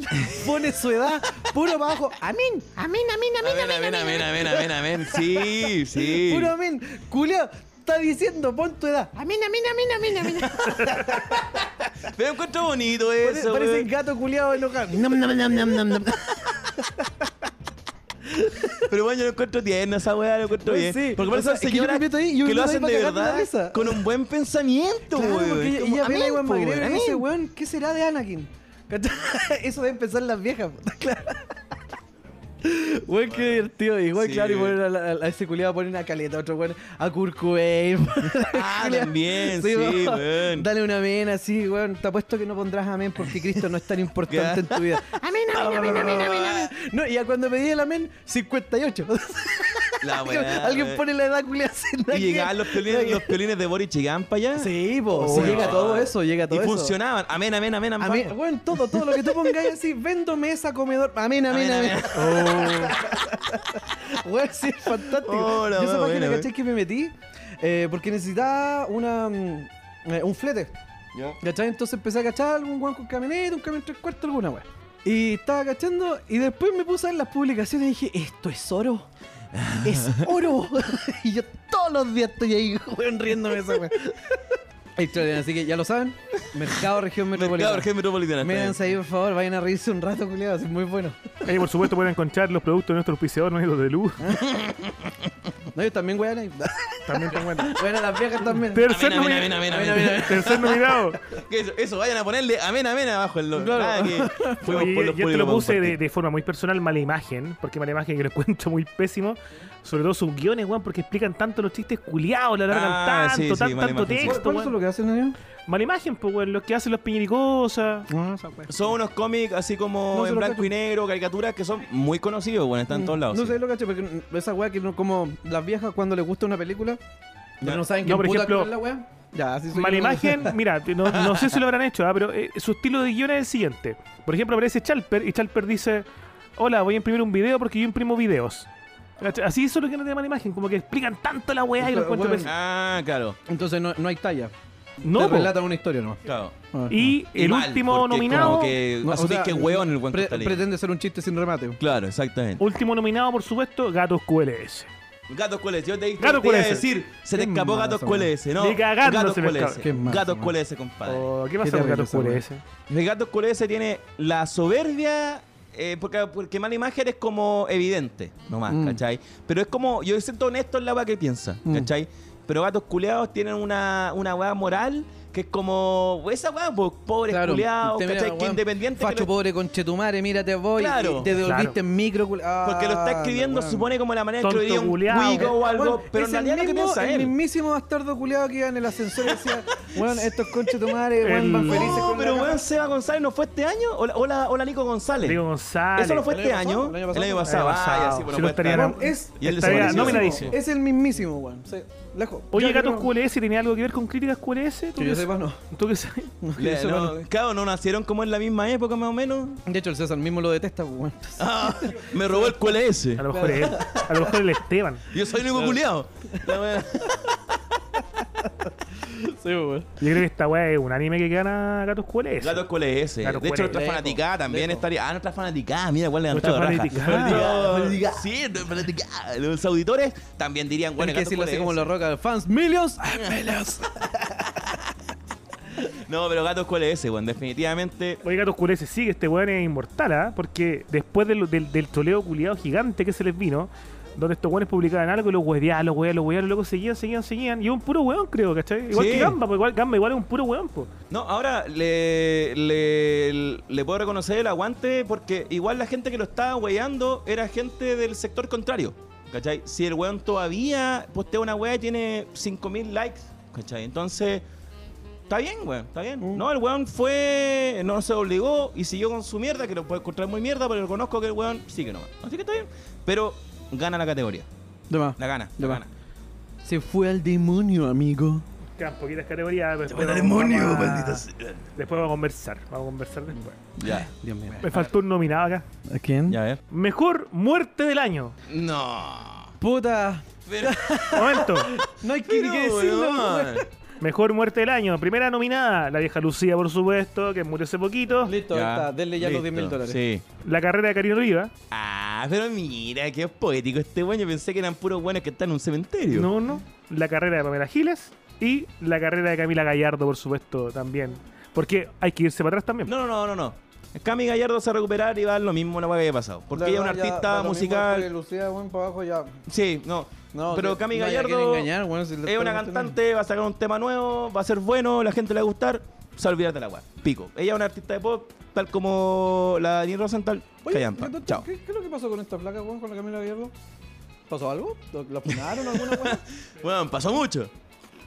[SPEAKER 2] pone su edad puro para abajo. Amén.
[SPEAKER 5] Amén, amén, amén,
[SPEAKER 3] Amén, amén, amén, amén, amén, amén. Sí, sí.
[SPEAKER 2] Puro amén. Culeo, está diciendo, pon tu edad.
[SPEAKER 5] Amén, amén, amén, amén, amén.
[SPEAKER 3] Pero encuentro bonito eso.
[SPEAKER 2] Parece
[SPEAKER 3] weón.
[SPEAKER 2] el gato culiado enojado.
[SPEAKER 4] Nam, nam, nam, nam, nam, nam.
[SPEAKER 3] Pero bueno, yo lo encuentro tierno, esa weá lo encuentro
[SPEAKER 2] Pues
[SPEAKER 3] bien.
[SPEAKER 2] sí,
[SPEAKER 3] Porque por
[SPEAKER 2] o
[SPEAKER 3] eso
[SPEAKER 2] sea, es que yo me
[SPEAKER 3] señoras
[SPEAKER 2] meto ahí y yo
[SPEAKER 3] que
[SPEAKER 2] me
[SPEAKER 3] lo
[SPEAKER 2] meto ahí
[SPEAKER 3] hacen
[SPEAKER 2] pa'
[SPEAKER 3] de
[SPEAKER 2] cagarme la risa.
[SPEAKER 3] verdad con un buen pensamiento,
[SPEAKER 2] Claro,
[SPEAKER 3] weón.
[SPEAKER 2] porque ella,
[SPEAKER 3] Como,
[SPEAKER 2] ella ve a
[SPEAKER 3] amén,
[SPEAKER 2] Iwan
[SPEAKER 3] po,
[SPEAKER 2] McGregor y
[SPEAKER 3] weón,
[SPEAKER 2] dice,
[SPEAKER 3] amén.
[SPEAKER 2] weón, ¿qué será de Anakin? ¿Cachai? Eso deben pensar las viejas, puta, claro. Weón, qué divertido. Y weón,
[SPEAKER 3] Sí,
[SPEAKER 2] claro, y
[SPEAKER 3] weón.
[SPEAKER 2] poner a, la- a ese culiado poner una caleta, otro weón, a Kurkuey.
[SPEAKER 3] Ah, también, sí, weón.
[SPEAKER 2] Dale una amén así, weón. Te apuesto que no pondrás amén porque Cristo no es tan importante en tu vida.
[SPEAKER 5] Amén, amén, amén, amén, amén, amén.
[SPEAKER 2] No, y ya cuando pedí el amén, 58.
[SPEAKER 3] La weá,
[SPEAKER 2] Alguien
[SPEAKER 3] weón.
[SPEAKER 2] pone la edad culiada sin nada
[SPEAKER 3] Y
[SPEAKER 2] que-
[SPEAKER 3] llegaban los piolines, los piolines de Boris llegaban para allá.
[SPEAKER 2] Sí, po, sí,
[SPEAKER 3] Oh,
[SPEAKER 2] llega
[SPEAKER 3] no.
[SPEAKER 2] todo eso, llega todo
[SPEAKER 3] Y
[SPEAKER 2] eso. uh,
[SPEAKER 3] funcionaban. Amén, amén, amén, amén.
[SPEAKER 2] Amén. Bueno, todo, todo lo que tú pongáis así, véndome esa comedor. Amén, amén,
[SPEAKER 3] Amén,
[SPEAKER 2] amén. Weón, sí, es fantástico.
[SPEAKER 3] Hola,
[SPEAKER 2] Yo esa
[SPEAKER 3] weón,
[SPEAKER 2] página,
[SPEAKER 3] Oh, buena,
[SPEAKER 2] ¿cachai? Que me metí eh, porque necesitaba una, mm, eh, un flete.
[SPEAKER 3] Ya.
[SPEAKER 2] ¿Cachai? Entonces empecé a cachar algún guan con camioneta, un camión tres cuartos, alguna weón. Y estaba cachando y después me puse a ver las publicaciones y dije, esto es oro. Es oro. y yo todos los días estoy ahí, weón, riéndome de esa weón. Extraordinario, así que ya lo saben. Mercado Región Metropolitana.
[SPEAKER 3] Mercado, región metropolitana. está bien.
[SPEAKER 2] Médanse ahí, por favor, vayan a reírse un rato, culiados, es muy bueno.
[SPEAKER 1] Ahí, por supuesto, pueden encontrar los productos de nuestros auspiciadores, los de luz.
[SPEAKER 2] Ah, No, yo también, weón, ahí.
[SPEAKER 1] También están buenos.
[SPEAKER 2] Bueno, las viejas también.
[SPEAKER 1] Tercer,
[SPEAKER 3] Amén,
[SPEAKER 1] nomi-
[SPEAKER 3] amén, amén, amén, amén.
[SPEAKER 1] tercer nominado.
[SPEAKER 3] Que Eso, eso, vayan a ponerle amén, amén abajo en los.
[SPEAKER 2] Claro.
[SPEAKER 3] nada que fuimos
[SPEAKER 1] Oye,
[SPEAKER 3] por los
[SPEAKER 1] yo te
[SPEAKER 3] pueblos
[SPEAKER 1] lo
[SPEAKER 3] para
[SPEAKER 1] puse de,
[SPEAKER 3] compartir.
[SPEAKER 1] de forma muy personal, mala imagen, porque mala imagen que lo encuentro muy pésimo. Sobre todo sus guiones, weón, porque explican tanto los chistes culiados, la largan
[SPEAKER 3] Ah,
[SPEAKER 1] tanto,
[SPEAKER 3] sí, sí,
[SPEAKER 1] tan-
[SPEAKER 3] mala
[SPEAKER 1] tanto
[SPEAKER 3] imagen, sí.
[SPEAKER 1] texto, weón.
[SPEAKER 2] que hacen ellos?
[SPEAKER 1] Mala imagen, pues, weón, los que hacen los piñericosas.
[SPEAKER 2] No, esa weá.
[SPEAKER 3] Son unos cómics así como
[SPEAKER 2] No se
[SPEAKER 3] en
[SPEAKER 2] lo
[SPEAKER 3] blanco
[SPEAKER 2] cacho.
[SPEAKER 3] y negro, caricaturas que son muy conocidos, bueno, están en todos lados.
[SPEAKER 2] No
[SPEAKER 3] sí.
[SPEAKER 2] sé lo cacho, porque esa weá que no, como las viejas cuando les gusta una película,
[SPEAKER 3] Ya.
[SPEAKER 2] pero no saben
[SPEAKER 1] No,
[SPEAKER 2] qué
[SPEAKER 1] por
[SPEAKER 2] puta
[SPEAKER 1] ejemplo,
[SPEAKER 2] es la weá. Ya, así soy
[SPEAKER 1] Mala
[SPEAKER 2] yo.
[SPEAKER 1] imagen, mira, no, no sé si lo habrán hecho, ah, pero eh, su estilo de guion es el siguiente. Por ejemplo, aparece Chalper y Chalper dice: Hola, voy a imprimir un video porque yo imprimo videos. ¿Cachai? Así es lo que no tiene mala imagen, como que explican tanto la weá y lo
[SPEAKER 2] Pero,
[SPEAKER 1] encuentro
[SPEAKER 2] weón,
[SPEAKER 1] pésimo.
[SPEAKER 3] Ah, claro,
[SPEAKER 2] Entonces no, no hay talla.
[SPEAKER 1] No,
[SPEAKER 2] Te
[SPEAKER 1] po.
[SPEAKER 2] relatan una historia nomás.
[SPEAKER 3] claro.
[SPEAKER 2] Ah,
[SPEAKER 1] Y el
[SPEAKER 3] mal, porque
[SPEAKER 1] último
[SPEAKER 3] es
[SPEAKER 1] nominado.
[SPEAKER 3] Como que
[SPEAKER 2] no, o
[SPEAKER 3] Eh, asumís
[SPEAKER 2] sea,
[SPEAKER 3] que es weón el buen
[SPEAKER 2] pre-
[SPEAKER 3] que está leyendo.
[SPEAKER 2] Pretende ser un chiste sin remate.
[SPEAKER 3] Claro, exactamente.
[SPEAKER 1] Último nominado, por supuesto, Gatos QLS.
[SPEAKER 3] Gatos cuál es, yo te dije
[SPEAKER 1] Gatos
[SPEAKER 3] te iba a
[SPEAKER 1] QLS.
[SPEAKER 3] decir, se te
[SPEAKER 2] Qué
[SPEAKER 3] escapó
[SPEAKER 2] mala
[SPEAKER 3] gatos
[SPEAKER 2] esa
[SPEAKER 3] cuál
[SPEAKER 2] weá.
[SPEAKER 3] es, ¿no?
[SPEAKER 1] Ni cagando
[SPEAKER 3] gatos
[SPEAKER 1] se me
[SPEAKER 3] cuál es,
[SPEAKER 1] escapa.
[SPEAKER 2] Qué mala
[SPEAKER 3] gatos
[SPEAKER 2] esa
[SPEAKER 3] cuál es, compadre.
[SPEAKER 1] Oh, ¿Qué
[SPEAKER 2] Qué
[SPEAKER 1] pasa con
[SPEAKER 2] terrible
[SPEAKER 1] Gatos
[SPEAKER 2] esa weá.
[SPEAKER 1] QLS?
[SPEAKER 3] El gato oscurece tiene la soberbia. eh, porque, porque mala imagen es como evidente, nomás,
[SPEAKER 2] Mm.
[SPEAKER 3] ¿cachai? Pero es como, yo siento honesto en la weá que piensa,
[SPEAKER 2] Mm.
[SPEAKER 3] ¿cachai? Pero gatos culeados tienen una, una weá moral Que es como, esa weá, pues, pobres culiados,
[SPEAKER 2] te mira,
[SPEAKER 3] ¿cachai? que
[SPEAKER 2] weón,
[SPEAKER 3] independiente. que
[SPEAKER 2] Facho
[SPEAKER 3] lo-
[SPEAKER 2] pobre conchetumare, mira, te voy.
[SPEAKER 3] Claro.
[SPEAKER 2] y te devolviste
[SPEAKER 1] Claro.
[SPEAKER 2] en micro. cul- Ah,
[SPEAKER 3] porque lo está escribiendo,
[SPEAKER 2] weón.
[SPEAKER 3] supone como la manera en
[SPEAKER 1] Tonto
[SPEAKER 3] que lo diría un
[SPEAKER 1] culiao.
[SPEAKER 3] cuico o algo,
[SPEAKER 2] Weón,
[SPEAKER 3] pero
[SPEAKER 2] es
[SPEAKER 3] en realidad
[SPEAKER 2] el
[SPEAKER 3] lo que
[SPEAKER 2] mismo-
[SPEAKER 3] piensa
[SPEAKER 2] El
[SPEAKER 3] él.
[SPEAKER 2] mismismo bastardo culiado que iba en el ascensor y decía, weón, estos conchetumares,
[SPEAKER 1] El-
[SPEAKER 2] weón, van felices
[SPEAKER 3] No,
[SPEAKER 2] con la
[SPEAKER 3] pero
[SPEAKER 2] caja".
[SPEAKER 3] weón, Seba González no fue este año. Hola, hola, hola Nico González.
[SPEAKER 1] Diego González.
[SPEAKER 3] Eso no fue
[SPEAKER 2] ¿El
[SPEAKER 3] este
[SPEAKER 2] año
[SPEAKER 3] año.
[SPEAKER 2] pasado?
[SPEAKER 3] El año pasado.
[SPEAKER 1] pasado.
[SPEAKER 3] Ah, ya, sí, bueno,
[SPEAKER 1] Si no
[SPEAKER 3] puede
[SPEAKER 1] estaría
[SPEAKER 3] estar.
[SPEAKER 2] Weón, es,
[SPEAKER 3] Y él
[SPEAKER 1] estaría
[SPEAKER 3] desapareció.
[SPEAKER 1] nominadísimo.
[SPEAKER 2] es el mismísimo, weón. Sí, lejos.
[SPEAKER 1] Oye,
[SPEAKER 2] Ya,
[SPEAKER 1] Gatos
[SPEAKER 2] pero-
[SPEAKER 1] QLS, ¿tenía algo que ver con críticas QLS? ¿Tú
[SPEAKER 2] Que yo
[SPEAKER 1] qué-
[SPEAKER 2] sepa, no.
[SPEAKER 1] ¿Tú qué sabes?
[SPEAKER 3] Le-
[SPEAKER 2] Eso,
[SPEAKER 3] no,
[SPEAKER 2] bueno.
[SPEAKER 3] claro, no nacieron como en la misma época, más o menos.
[SPEAKER 2] De hecho, el César mismo lo detesta, weón. Entonces,
[SPEAKER 3] Ah, me robó el QLS.
[SPEAKER 1] A lo mejor él. A lo mejor el Esteban.
[SPEAKER 3] Yo soy Nico Culeado.
[SPEAKER 1] Yo creo que esta weá es un anime que gana Gatos QLS.
[SPEAKER 3] Gatos QLS. De
[SPEAKER 1] Gatos
[SPEAKER 3] hecho,
[SPEAKER 1] QLS.
[SPEAKER 3] nuestra fanaticada también estaría. Ah, nuestra fanaticada. Mira, cuál le han
[SPEAKER 1] Nuestra
[SPEAKER 3] dado raja.
[SPEAKER 1] fanaticada.
[SPEAKER 3] No, Sí, nuestra fanaticada. Los auditores también dirían, bueno,
[SPEAKER 2] Tienes que decirlo
[SPEAKER 3] Gatos
[SPEAKER 2] así como
[SPEAKER 3] QLS.
[SPEAKER 2] los roca fans. ¡Millions! ¡Millions!
[SPEAKER 3] No, pero Gatos QLS, weón. Definitivamente.
[SPEAKER 1] Oye, Gatos QLS, sí, que este weón es inmortal, ¿ah? Porque después de lo- del, del troleo culiado gigante que se les vino, donde estos weones publicaban algo y los hueveaban, los hueveaban, los hueveaban, luego seguían, seguían, seguían. Y es un puro weón, creo, ¿cachai? Igual
[SPEAKER 3] Sí.
[SPEAKER 1] que Gamba, porque igual, Gamba igual es un puro weón, pues. po.
[SPEAKER 3] No, ahora le, le, le puedo reconocer el aguante porque igual la gente que lo estaba weyando era gente del sector contrario. ¿Cachai? Si el weón todavía postea una wea y tiene 5.000 likes, ¿cachai? Entonces, está bien, weón, está bien. No, el weón fue, no se obligó y siguió con su mierda, que lo puede encontrar muy mierda, pero reconozco que el weón sigue nomás. Así que está bien. Pero gana la categoría,
[SPEAKER 2] De más.
[SPEAKER 3] la gana,
[SPEAKER 2] De
[SPEAKER 3] la
[SPEAKER 2] más.
[SPEAKER 3] gana.
[SPEAKER 2] Se fue al demonio, amigo.
[SPEAKER 1] Quedan poquitas categorías. pero después vamos- vamos a- Después vamos a conversar, vamos a conversar después.
[SPEAKER 3] Ya,
[SPEAKER 2] Dios mío.
[SPEAKER 1] Me faltó un nominado acá.
[SPEAKER 2] ¿A quién?
[SPEAKER 3] ya ves.
[SPEAKER 1] Mejor muerte del año.
[SPEAKER 3] No.
[SPEAKER 2] Puta.
[SPEAKER 3] Pero,
[SPEAKER 1] Momento.
[SPEAKER 2] No hay que, ni que decirlo.
[SPEAKER 3] weón.
[SPEAKER 2] weón.
[SPEAKER 1] Mejor muerte del año. Primera nominada, la vieja Lucía, por supuesto, que murió hace poquito.
[SPEAKER 2] Listo, ahí está. Denle ya los 10 mil
[SPEAKER 3] listo,
[SPEAKER 2] dólares.
[SPEAKER 3] Sí.
[SPEAKER 1] La carrera de Karina Riva.
[SPEAKER 3] Ah, pero mira, qué poético este weón. Yo pensé que eran puros buenos que están en un cementerio.
[SPEAKER 1] No, no. La carrera de Pamela Giles. Y la carrera de Camila Gallardo, por supuesto, también. Porque hay que irse para atrás también.
[SPEAKER 3] no, no, no, no. no. Cami Gallardo se va a recuperar y va a dar lo mismo la weá que había pasado. Porque
[SPEAKER 2] La
[SPEAKER 3] ella es una
[SPEAKER 2] verdad, ya
[SPEAKER 3] artista
[SPEAKER 2] da lo mismo
[SPEAKER 3] musical.
[SPEAKER 2] que Lucía, weón, para abajo ya.
[SPEAKER 3] Sí, no.
[SPEAKER 2] No,
[SPEAKER 3] pero
[SPEAKER 2] sí,
[SPEAKER 3] Cami
[SPEAKER 2] no, ya
[SPEAKER 3] Gallardo
[SPEAKER 2] quieren engañar, weón, si le
[SPEAKER 3] es una
[SPEAKER 2] estamos
[SPEAKER 3] cantante, va a sacar un tema nuevo, va a ser bueno, la gente le va a gustar. Se va a olvidar de la weá. Pico. Ella es una artista de pop, tal como la Dani Rosenthal.
[SPEAKER 2] Oye,
[SPEAKER 3] Callampa.
[SPEAKER 2] entonces,
[SPEAKER 3] Chao.
[SPEAKER 2] ¿qué, qué es lo que pasó con esta placa, weón, con la Camila Gallardo? ¿Pasó algo? ¿Lo- ¿La funaron alguna weón?
[SPEAKER 3] Bueno, pasó mucho.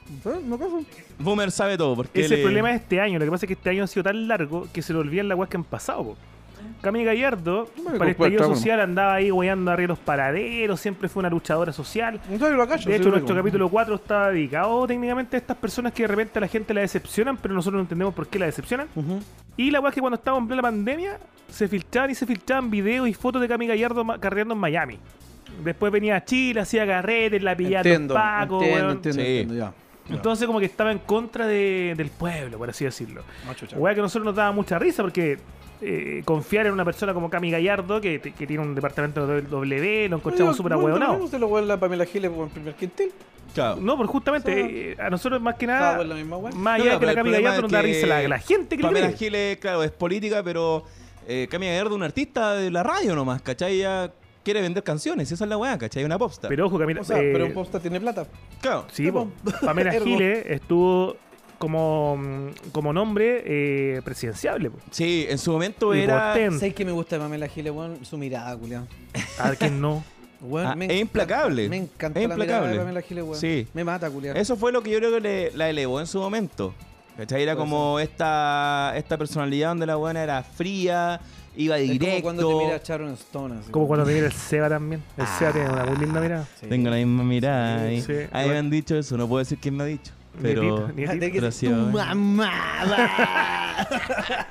[SPEAKER 2] Entonces, No pasó.
[SPEAKER 3] Boomer sabe todo. Porque
[SPEAKER 1] Ese es el
[SPEAKER 3] le-
[SPEAKER 1] problema de este año. Lo que pasa es que este año ha sido tan largo que se le olvidan las weas que han pasado. po. Camila Gallardo, para el
[SPEAKER 2] me compuesta,
[SPEAKER 1] estallido
[SPEAKER 2] bueno.
[SPEAKER 1] social, andaba ahí weyando arriba de los paraderos. Siempre fue una luchadora social.
[SPEAKER 2] Entonces, lo callo,
[SPEAKER 1] De
[SPEAKER 2] sí,
[SPEAKER 1] hecho, nuestro
[SPEAKER 2] weón.
[SPEAKER 1] capítulo 4 está dedicado técnicamente a estas personas que de repente a la gente la decepcionan, pero nosotros no entendemos por qué la decepcionan.
[SPEAKER 2] Ujú.
[SPEAKER 1] Y la weá es que cuando estaba en plena pandemia, se filtraban y se filtraban videos y fotos de Cami Gallardo ma- carreando en Miami. Después venía a Chile, hacía carretes, la pillaba en
[SPEAKER 2] Entiendo,
[SPEAKER 1] los pacos,
[SPEAKER 2] entiendo,
[SPEAKER 1] weón.
[SPEAKER 2] entiendo,
[SPEAKER 3] Sí.
[SPEAKER 2] entiendo, ya.
[SPEAKER 1] Entonces como que estaba en contra de- del pueblo, por así decirlo.
[SPEAKER 2] No, chucha.
[SPEAKER 1] Weá que a nosotros nos daba mucha risa porque eh, confiar en una persona como Cami Gallardo, que, que tiene un departamento de W, lo encontramos súper ahueonado.
[SPEAKER 2] Se lo weón la Pamela Giles, weón, primer quintil.
[SPEAKER 3] Chao.
[SPEAKER 1] No, pero justamente,
[SPEAKER 2] O sea,
[SPEAKER 1] eh, a nosotros más que
[SPEAKER 2] Estaba
[SPEAKER 1] nada,
[SPEAKER 2] por la misma weón.
[SPEAKER 1] más
[SPEAKER 3] No,
[SPEAKER 1] allá de
[SPEAKER 3] no,
[SPEAKER 1] que la
[SPEAKER 3] pero el
[SPEAKER 1] Cami
[SPEAKER 3] problema
[SPEAKER 1] Gallardo
[SPEAKER 3] es
[SPEAKER 1] nos da risa, la, la gente que le
[SPEAKER 3] Pamela
[SPEAKER 1] cree.
[SPEAKER 3] Giles, claro, es política, pero eh, Cami Gallardo es una artista de la radio nomás, ¿cachai? Ella quiere vender canciones, esa es la weá, ¿cachai? Una popstar.
[SPEAKER 1] Pero ojo, Camila...
[SPEAKER 2] O sea,
[SPEAKER 1] eh,
[SPEAKER 2] pero un posta tiene plata.
[SPEAKER 3] claro,
[SPEAKER 1] Sí, po. Pamela
[SPEAKER 2] Ergo.
[SPEAKER 1] Giles estuvo como, como nombre eh, presidenciable. po.
[SPEAKER 3] sí, en su momento
[SPEAKER 1] Y
[SPEAKER 3] era...
[SPEAKER 1] potente.
[SPEAKER 2] ¿Sabes qué me gusta de Pamela Giles, weón? Su mirada, culiao.
[SPEAKER 1] A quien no.
[SPEAKER 2] Weón,
[SPEAKER 3] Ah,
[SPEAKER 2] me
[SPEAKER 3] es
[SPEAKER 2] encanta-
[SPEAKER 3] implacable.
[SPEAKER 2] Me encanta
[SPEAKER 3] Es
[SPEAKER 2] la mirada de
[SPEAKER 3] implacable.
[SPEAKER 2] Pamela Giles, weón.
[SPEAKER 3] Sí.
[SPEAKER 2] Me mata, culiao.
[SPEAKER 3] Eso fue lo que yo creo que le- la elevó en su momento. ¿Cachai? Era
[SPEAKER 2] Puede
[SPEAKER 3] como esta, esta personalidad donde la buena era fría, iba
[SPEAKER 2] Es
[SPEAKER 3] directo.
[SPEAKER 2] como cuando te mira Sharon Stone. así.
[SPEAKER 1] Como cuando viene el Seba también. El Seba tiene una muy linda mirada.
[SPEAKER 2] Sí.
[SPEAKER 3] Tengo la misma mirada.
[SPEAKER 1] Sí,
[SPEAKER 3] ahí.
[SPEAKER 1] sí.
[SPEAKER 3] Ahí me han dicho eso, no puedo decir quién me ha dicho. Pero...
[SPEAKER 1] Nietito, nietito.
[SPEAKER 2] Fíjate que-
[SPEAKER 3] pero sí,
[SPEAKER 4] Tu
[SPEAKER 3] weón.
[SPEAKER 4] mamada.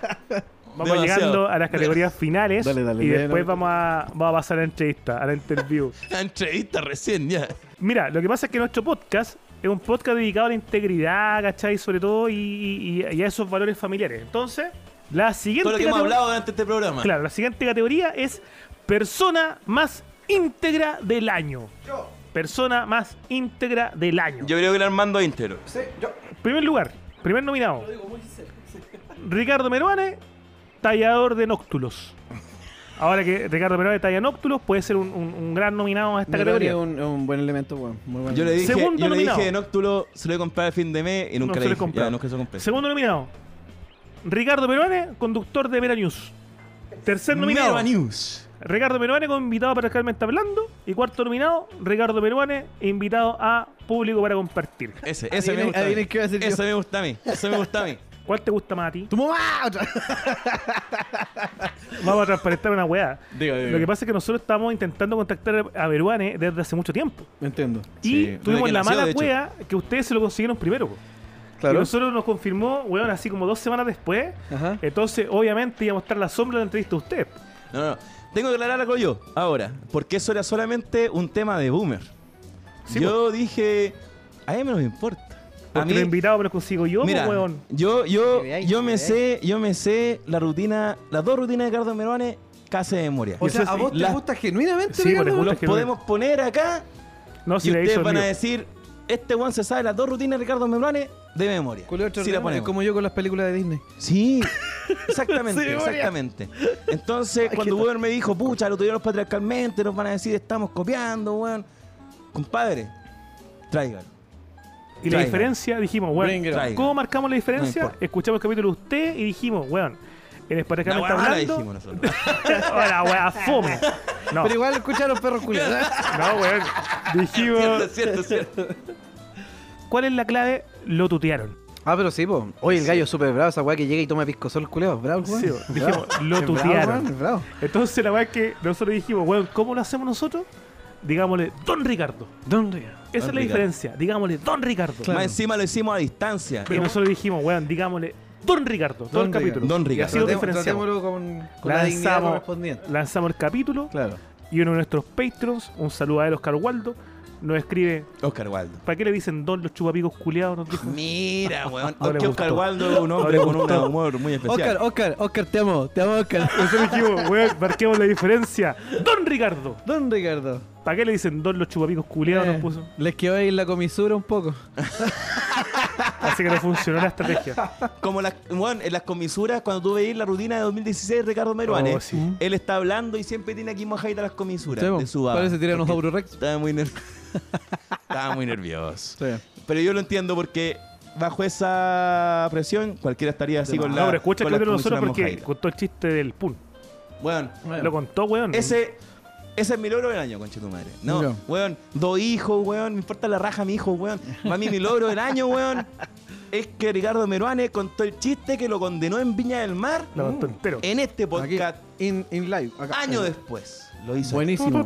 [SPEAKER 1] Vamos
[SPEAKER 3] demasiado.
[SPEAKER 1] llegando a las categorías finales
[SPEAKER 4] Dale, dale,
[SPEAKER 1] y
[SPEAKER 4] dale,
[SPEAKER 1] después
[SPEAKER 4] dale.
[SPEAKER 1] Vamos, a, vamos a pasar a la entrevista, a la interview.
[SPEAKER 3] La entrevista recién, ya.
[SPEAKER 1] Mira, lo que pasa es que nuestro podcast es un podcast dedicado a la integridad, ¿cachai? Sobre todo y, y- y a esos valores familiares. Entonces, la siguiente...
[SPEAKER 3] Todo lo que hemos
[SPEAKER 1] categoría-
[SPEAKER 3] hablado durante este programa.
[SPEAKER 1] Claro, la siguiente categoría es persona más íntegra del año. Persona más íntegra del año.
[SPEAKER 3] Yo creo que el Armando íntegro.
[SPEAKER 1] Primer lugar, primer nominado. Ricardo Meruane, tallador de nóctulos. Ahora que Ricardo Peroa está en Noctulos, puede ser un, un- un gran nominado a esta
[SPEAKER 2] Meloni
[SPEAKER 1] categoría.
[SPEAKER 2] es un, es un buen elemento, weón. Muy bueno.
[SPEAKER 3] Yo le dije,
[SPEAKER 1] Segundo
[SPEAKER 3] yo le
[SPEAKER 1] nominado.
[SPEAKER 3] dije Noctulo, se lo voy a comprar al fin de mes y
[SPEAKER 1] No
[SPEAKER 3] nunca le
[SPEAKER 1] se lo
[SPEAKER 3] dije. Ya,
[SPEAKER 1] compré.
[SPEAKER 3] nunca se lo compré.
[SPEAKER 1] Segundo nominado, Ricardo Peruane, conductor de Vera News. Tercer nominado,
[SPEAKER 3] Mega News.
[SPEAKER 1] Ricardo Peruane, con invitado para Carmen está hablando. Y cuarto nominado, Ricardo Peruane, invitado a público para compartir.
[SPEAKER 3] Ese, ese me
[SPEAKER 2] Adivinen-
[SPEAKER 3] gusta. a mí.
[SPEAKER 2] adivinen qué voy a decir yo.
[SPEAKER 3] Ese me gusta a mí. Ese me gusta a mí.
[SPEAKER 1] ¿Cuál te gusta más a ti?
[SPEAKER 2] ¡Tu mamá! Otra-
[SPEAKER 1] Vamos a transparentar una weá.
[SPEAKER 3] Diga, diga.
[SPEAKER 1] Lo que pasa es que nosotros estamos intentando contactar a Peruane desde hace mucho tiempo.
[SPEAKER 2] Entiendo.
[SPEAKER 1] Y
[SPEAKER 3] Sí, desde
[SPEAKER 1] tuvimos
[SPEAKER 3] que
[SPEAKER 1] la
[SPEAKER 3] nació,
[SPEAKER 1] mala
[SPEAKER 3] de hecho.
[SPEAKER 1] wea que ustedes se lo consiguieron primero. po. Y
[SPEAKER 2] Claro.
[SPEAKER 1] nosotros nos confirmó, weón, así como dos semanas después.
[SPEAKER 2] Ajá.
[SPEAKER 1] Entonces, obviamente, íbamos a estar la sombra de la entrevista a usted.
[SPEAKER 3] No, no. Tengo que aclarar algo yo. Ahora, porque eso era solamente un tema de boomer.
[SPEAKER 1] Sí,
[SPEAKER 3] yo dije, a mí me nos importa. A
[SPEAKER 1] Porque
[SPEAKER 3] mí,
[SPEAKER 1] lo invitado me lo consigo yo, po,
[SPEAKER 3] mira,
[SPEAKER 1] weón.
[SPEAKER 3] yo, yo,
[SPEAKER 2] Que veáis,
[SPEAKER 3] yo
[SPEAKER 2] que
[SPEAKER 3] me
[SPEAKER 2] veáis.
[SPEAKER 3] sé, yo me sé la rutina, las dos rutinas de Ricardo Meruane casi de memoria.
[SPEAKER 2] O sea,
[SPEAKER 1] Eso
[SPEAKER 2] ¿a
[SPEAKER 1] sí.
[SPEAKER 2] vos te
[SPEAKER 3] La-
[SPEAKER 2] gusta genuinamente?
[SPEAKER 1] Sí, por
[SPEAKER 2] Ricardo?
[SPEAKER 1] ejemplo,
[SPEAKER 3] Los
[SPEAKER 1] que-
[SPEAKER 3] podemos poner acá
[SPEAKER 1] No, si
[SPEAKER 3] y
[SPEAKER 1] le
[SPEAKER 3] ustedes
[SPEAKER 1] hizo el
[SPEAKER 3] van a
[SPEAKER 1] mío.
[SPEAKER 3] decir, este one se sabe las dos rutinas de Ricardo Meruane de memoria.
[SPEAKER 2] Culeo
[SPEAKER 3] Sí, la
[SPEAKER 2] extraordinario,
[SPEAKER 3] ponemos.
[SPEAKER 2] como yo con las películas de Disney.
[SPEAKER 3] Sí, exactamente, exactamente. Entonces, cuando Uber me dijo, pucha, lo tuvieron patriarcalmente, nos van a decir, estamos copiando, weón. Compadre, tráigalo.
[SPEAKER 1] Y la
[SPEAKER 3] Traigan.
[SPEAKER 1] diferencia, dijimos, weón,
[SPEAKER 2] Bring it
[SPEAKER 3] on.
[SPEAKER 1] ¿cómo marcamos la diferencia?
[SPEAKER 3] No importa.
[SPEAKER 1] Escuchamos el capítulo de usted y dijimos, weón, el
[SPEAKER 3] La
[SPEAKER 1] esparacán
[SPEAKER 3] weá
[SPEAKER 1] está
[SPEAKER 3] mala
[SPEAKER 1] hablando.
[SPEAKER 3] dijimos nosotros.
[SPEAKER 1] Hola, weá, fome. No,
[SPEAKER 2] Pero igual escucharon perros culiados.
[SPEAKER 1] no, weón.
[SPEAKER 3] cierto,
[SPEAKER 1] Dijimos,
[SPEAKER 3] cierto, cierto.
[SPEAKER 1] ¿cuál es la clave? Lo tutearon.
[SPEAKER 2] Ah, pero sí, po. Oye, el gallo es súper bravo, esa weá que llega y toma pisco sol, culeo. Bravo, weón.
[SPEAKER 1] Sí, po. Dijimos, lo
[SPEAKER 2] Es bravo,
[SPEAKER 1] tutearon.
[SPEAKER 2] weón, es bravo.
[SPEAKER 1] Entonces la verdad es que nosotros dijimos, weón, ¿cómo lo hacemos nosotros? Digámosle, Don Ricardo.
[SPEAKER 2] ¿Dónde?
[SPEAKER 1] Esa es
[SPEAKER 3] Don
[SPEAKER 1] la
[SPEAKER 3] Ricardo.
[SPEAKER 1] diferencia. Digámosle, Don Ricardo.
[SPEAKER 2] Claro.
[SPEAKER 3] Más encima lo hicimos a distancia.
[SPEAKER 1] Y nosotros dijimos, weón, digámosle, Don Ricardo. Todo
[SPEAKER 2] Don
[SPEAKER 1] el capítulo.
[SPEAKER 2] Ricardo.
[SPEAKER 3] Don
[SPEAKER 1] Y así
[SPEAKER 3] Ricardo.
[SPEAKER 1] lo
[SPEAKER 2] Tratem-
[SPEAKER 1] diferenciamos.
[SPEAKER 2] Tratémoslo con, con la dignidad
[SPEAKER 1] Lanzamos,
[SPEAKER 2] correspondiente.
[SPEAKER 1] lanzamos el capítulo
[SPEAKER 2] Claro.
[SPEAKER 1] y uno de nuestros patrons, un saludo a él, Oscar Waldo, nos escribe,
[SPEAKER 3] Oscar Waldo.
[SPEAKER 1] ¿para qué le dicen Don los chupapicos culiados? Nos dijo.
[SPEAKER 3] Mira, weón.
[SPEAKER 1] No le
[SPEAKER 3] que Oscar
[SPEAKER 1] Ah, gustó.
[SPEAKER 3] Waldo es un hombre con un humor muy
[SPEAKER 2] Oscar,
[SPEAKER 3] especial.
[SPEAKER 2] Oscar, Oscar, te amo, te amo, Oscar.
[SPEAKER 1] Nosotros dijimos, weón, marquemos la diferencia. Don Ricardo.
[SPEAKER 2] Don Ricardo.
[SPEAKER 1] ¿Para qué le dicen Don los chupapicos culiados?
[SPEAKER 2] Eh,
[SPEAKER 1] Nos puso.
[SPEAKER 2] Les quedó ahí la comisura un poco.
[SPEAKER 1] Así que no funcionó la estrategia.
[SPEAKER 3] Como las, weón, en las comisuras, cuando tú veis la rutina de 2016 de Ricardo Meruane,
[SPEAKER 1] Oh, sí.
[SPEAKER 3] él está hablando y siempre tiene aquí mojadita las comisuras
[SPEAKER 2] Sí, po.
[SPEAKER 3] de su baba.
[SPEAKER 2] Parece Tiranosaurio
[SPEAKER 3] Porque
[SPEAKER 2] Rex.
[SPEAKER 3] Estaba muy nervioso. estaba muy nervioso.
[SPEAKER 2] Sí.
[SPEAKER 3] Pero yo lo entiendo porque bajo esa presión cualquiera estaría así con la.
[SPEAKER 1] no, pero Ah, escucha
[SPEAKER 3] con
[SPEAKER 1] que
[SPEAKER 3] las
[SPEAKER 1] de nosotros porque Mm.
[SPEAKER 3] comisuras
[SPEAKER 1] contó el chiste del pun.
[SPEAKER 3] mojaditas. Weón,
[SPEAKER 1] Lo contó, weón.
[SPEAKER 3] ese. Ese es mi logro del año, concha tu madre. No,
[SPEAKER 2] Ya.
[SPEAKER 3] weón, dos hijos, weón, me importa la raja mi hijo, weón. Mami, mi logro del año, weón, es que Ricardo Meruane contó el chiste que lo condenó en Viña del Mar
[SPEAKER 1] Lo contó entero.
[SPEAKER 3] en este
[SPEAKER 2] Aquí,
[SPEAKER 3] podcast
[SPEAKER 2] in, in live. acá.
[SPEAKER 3] año después. Lo hizo.
[SPEAKER 2] Buenísimo.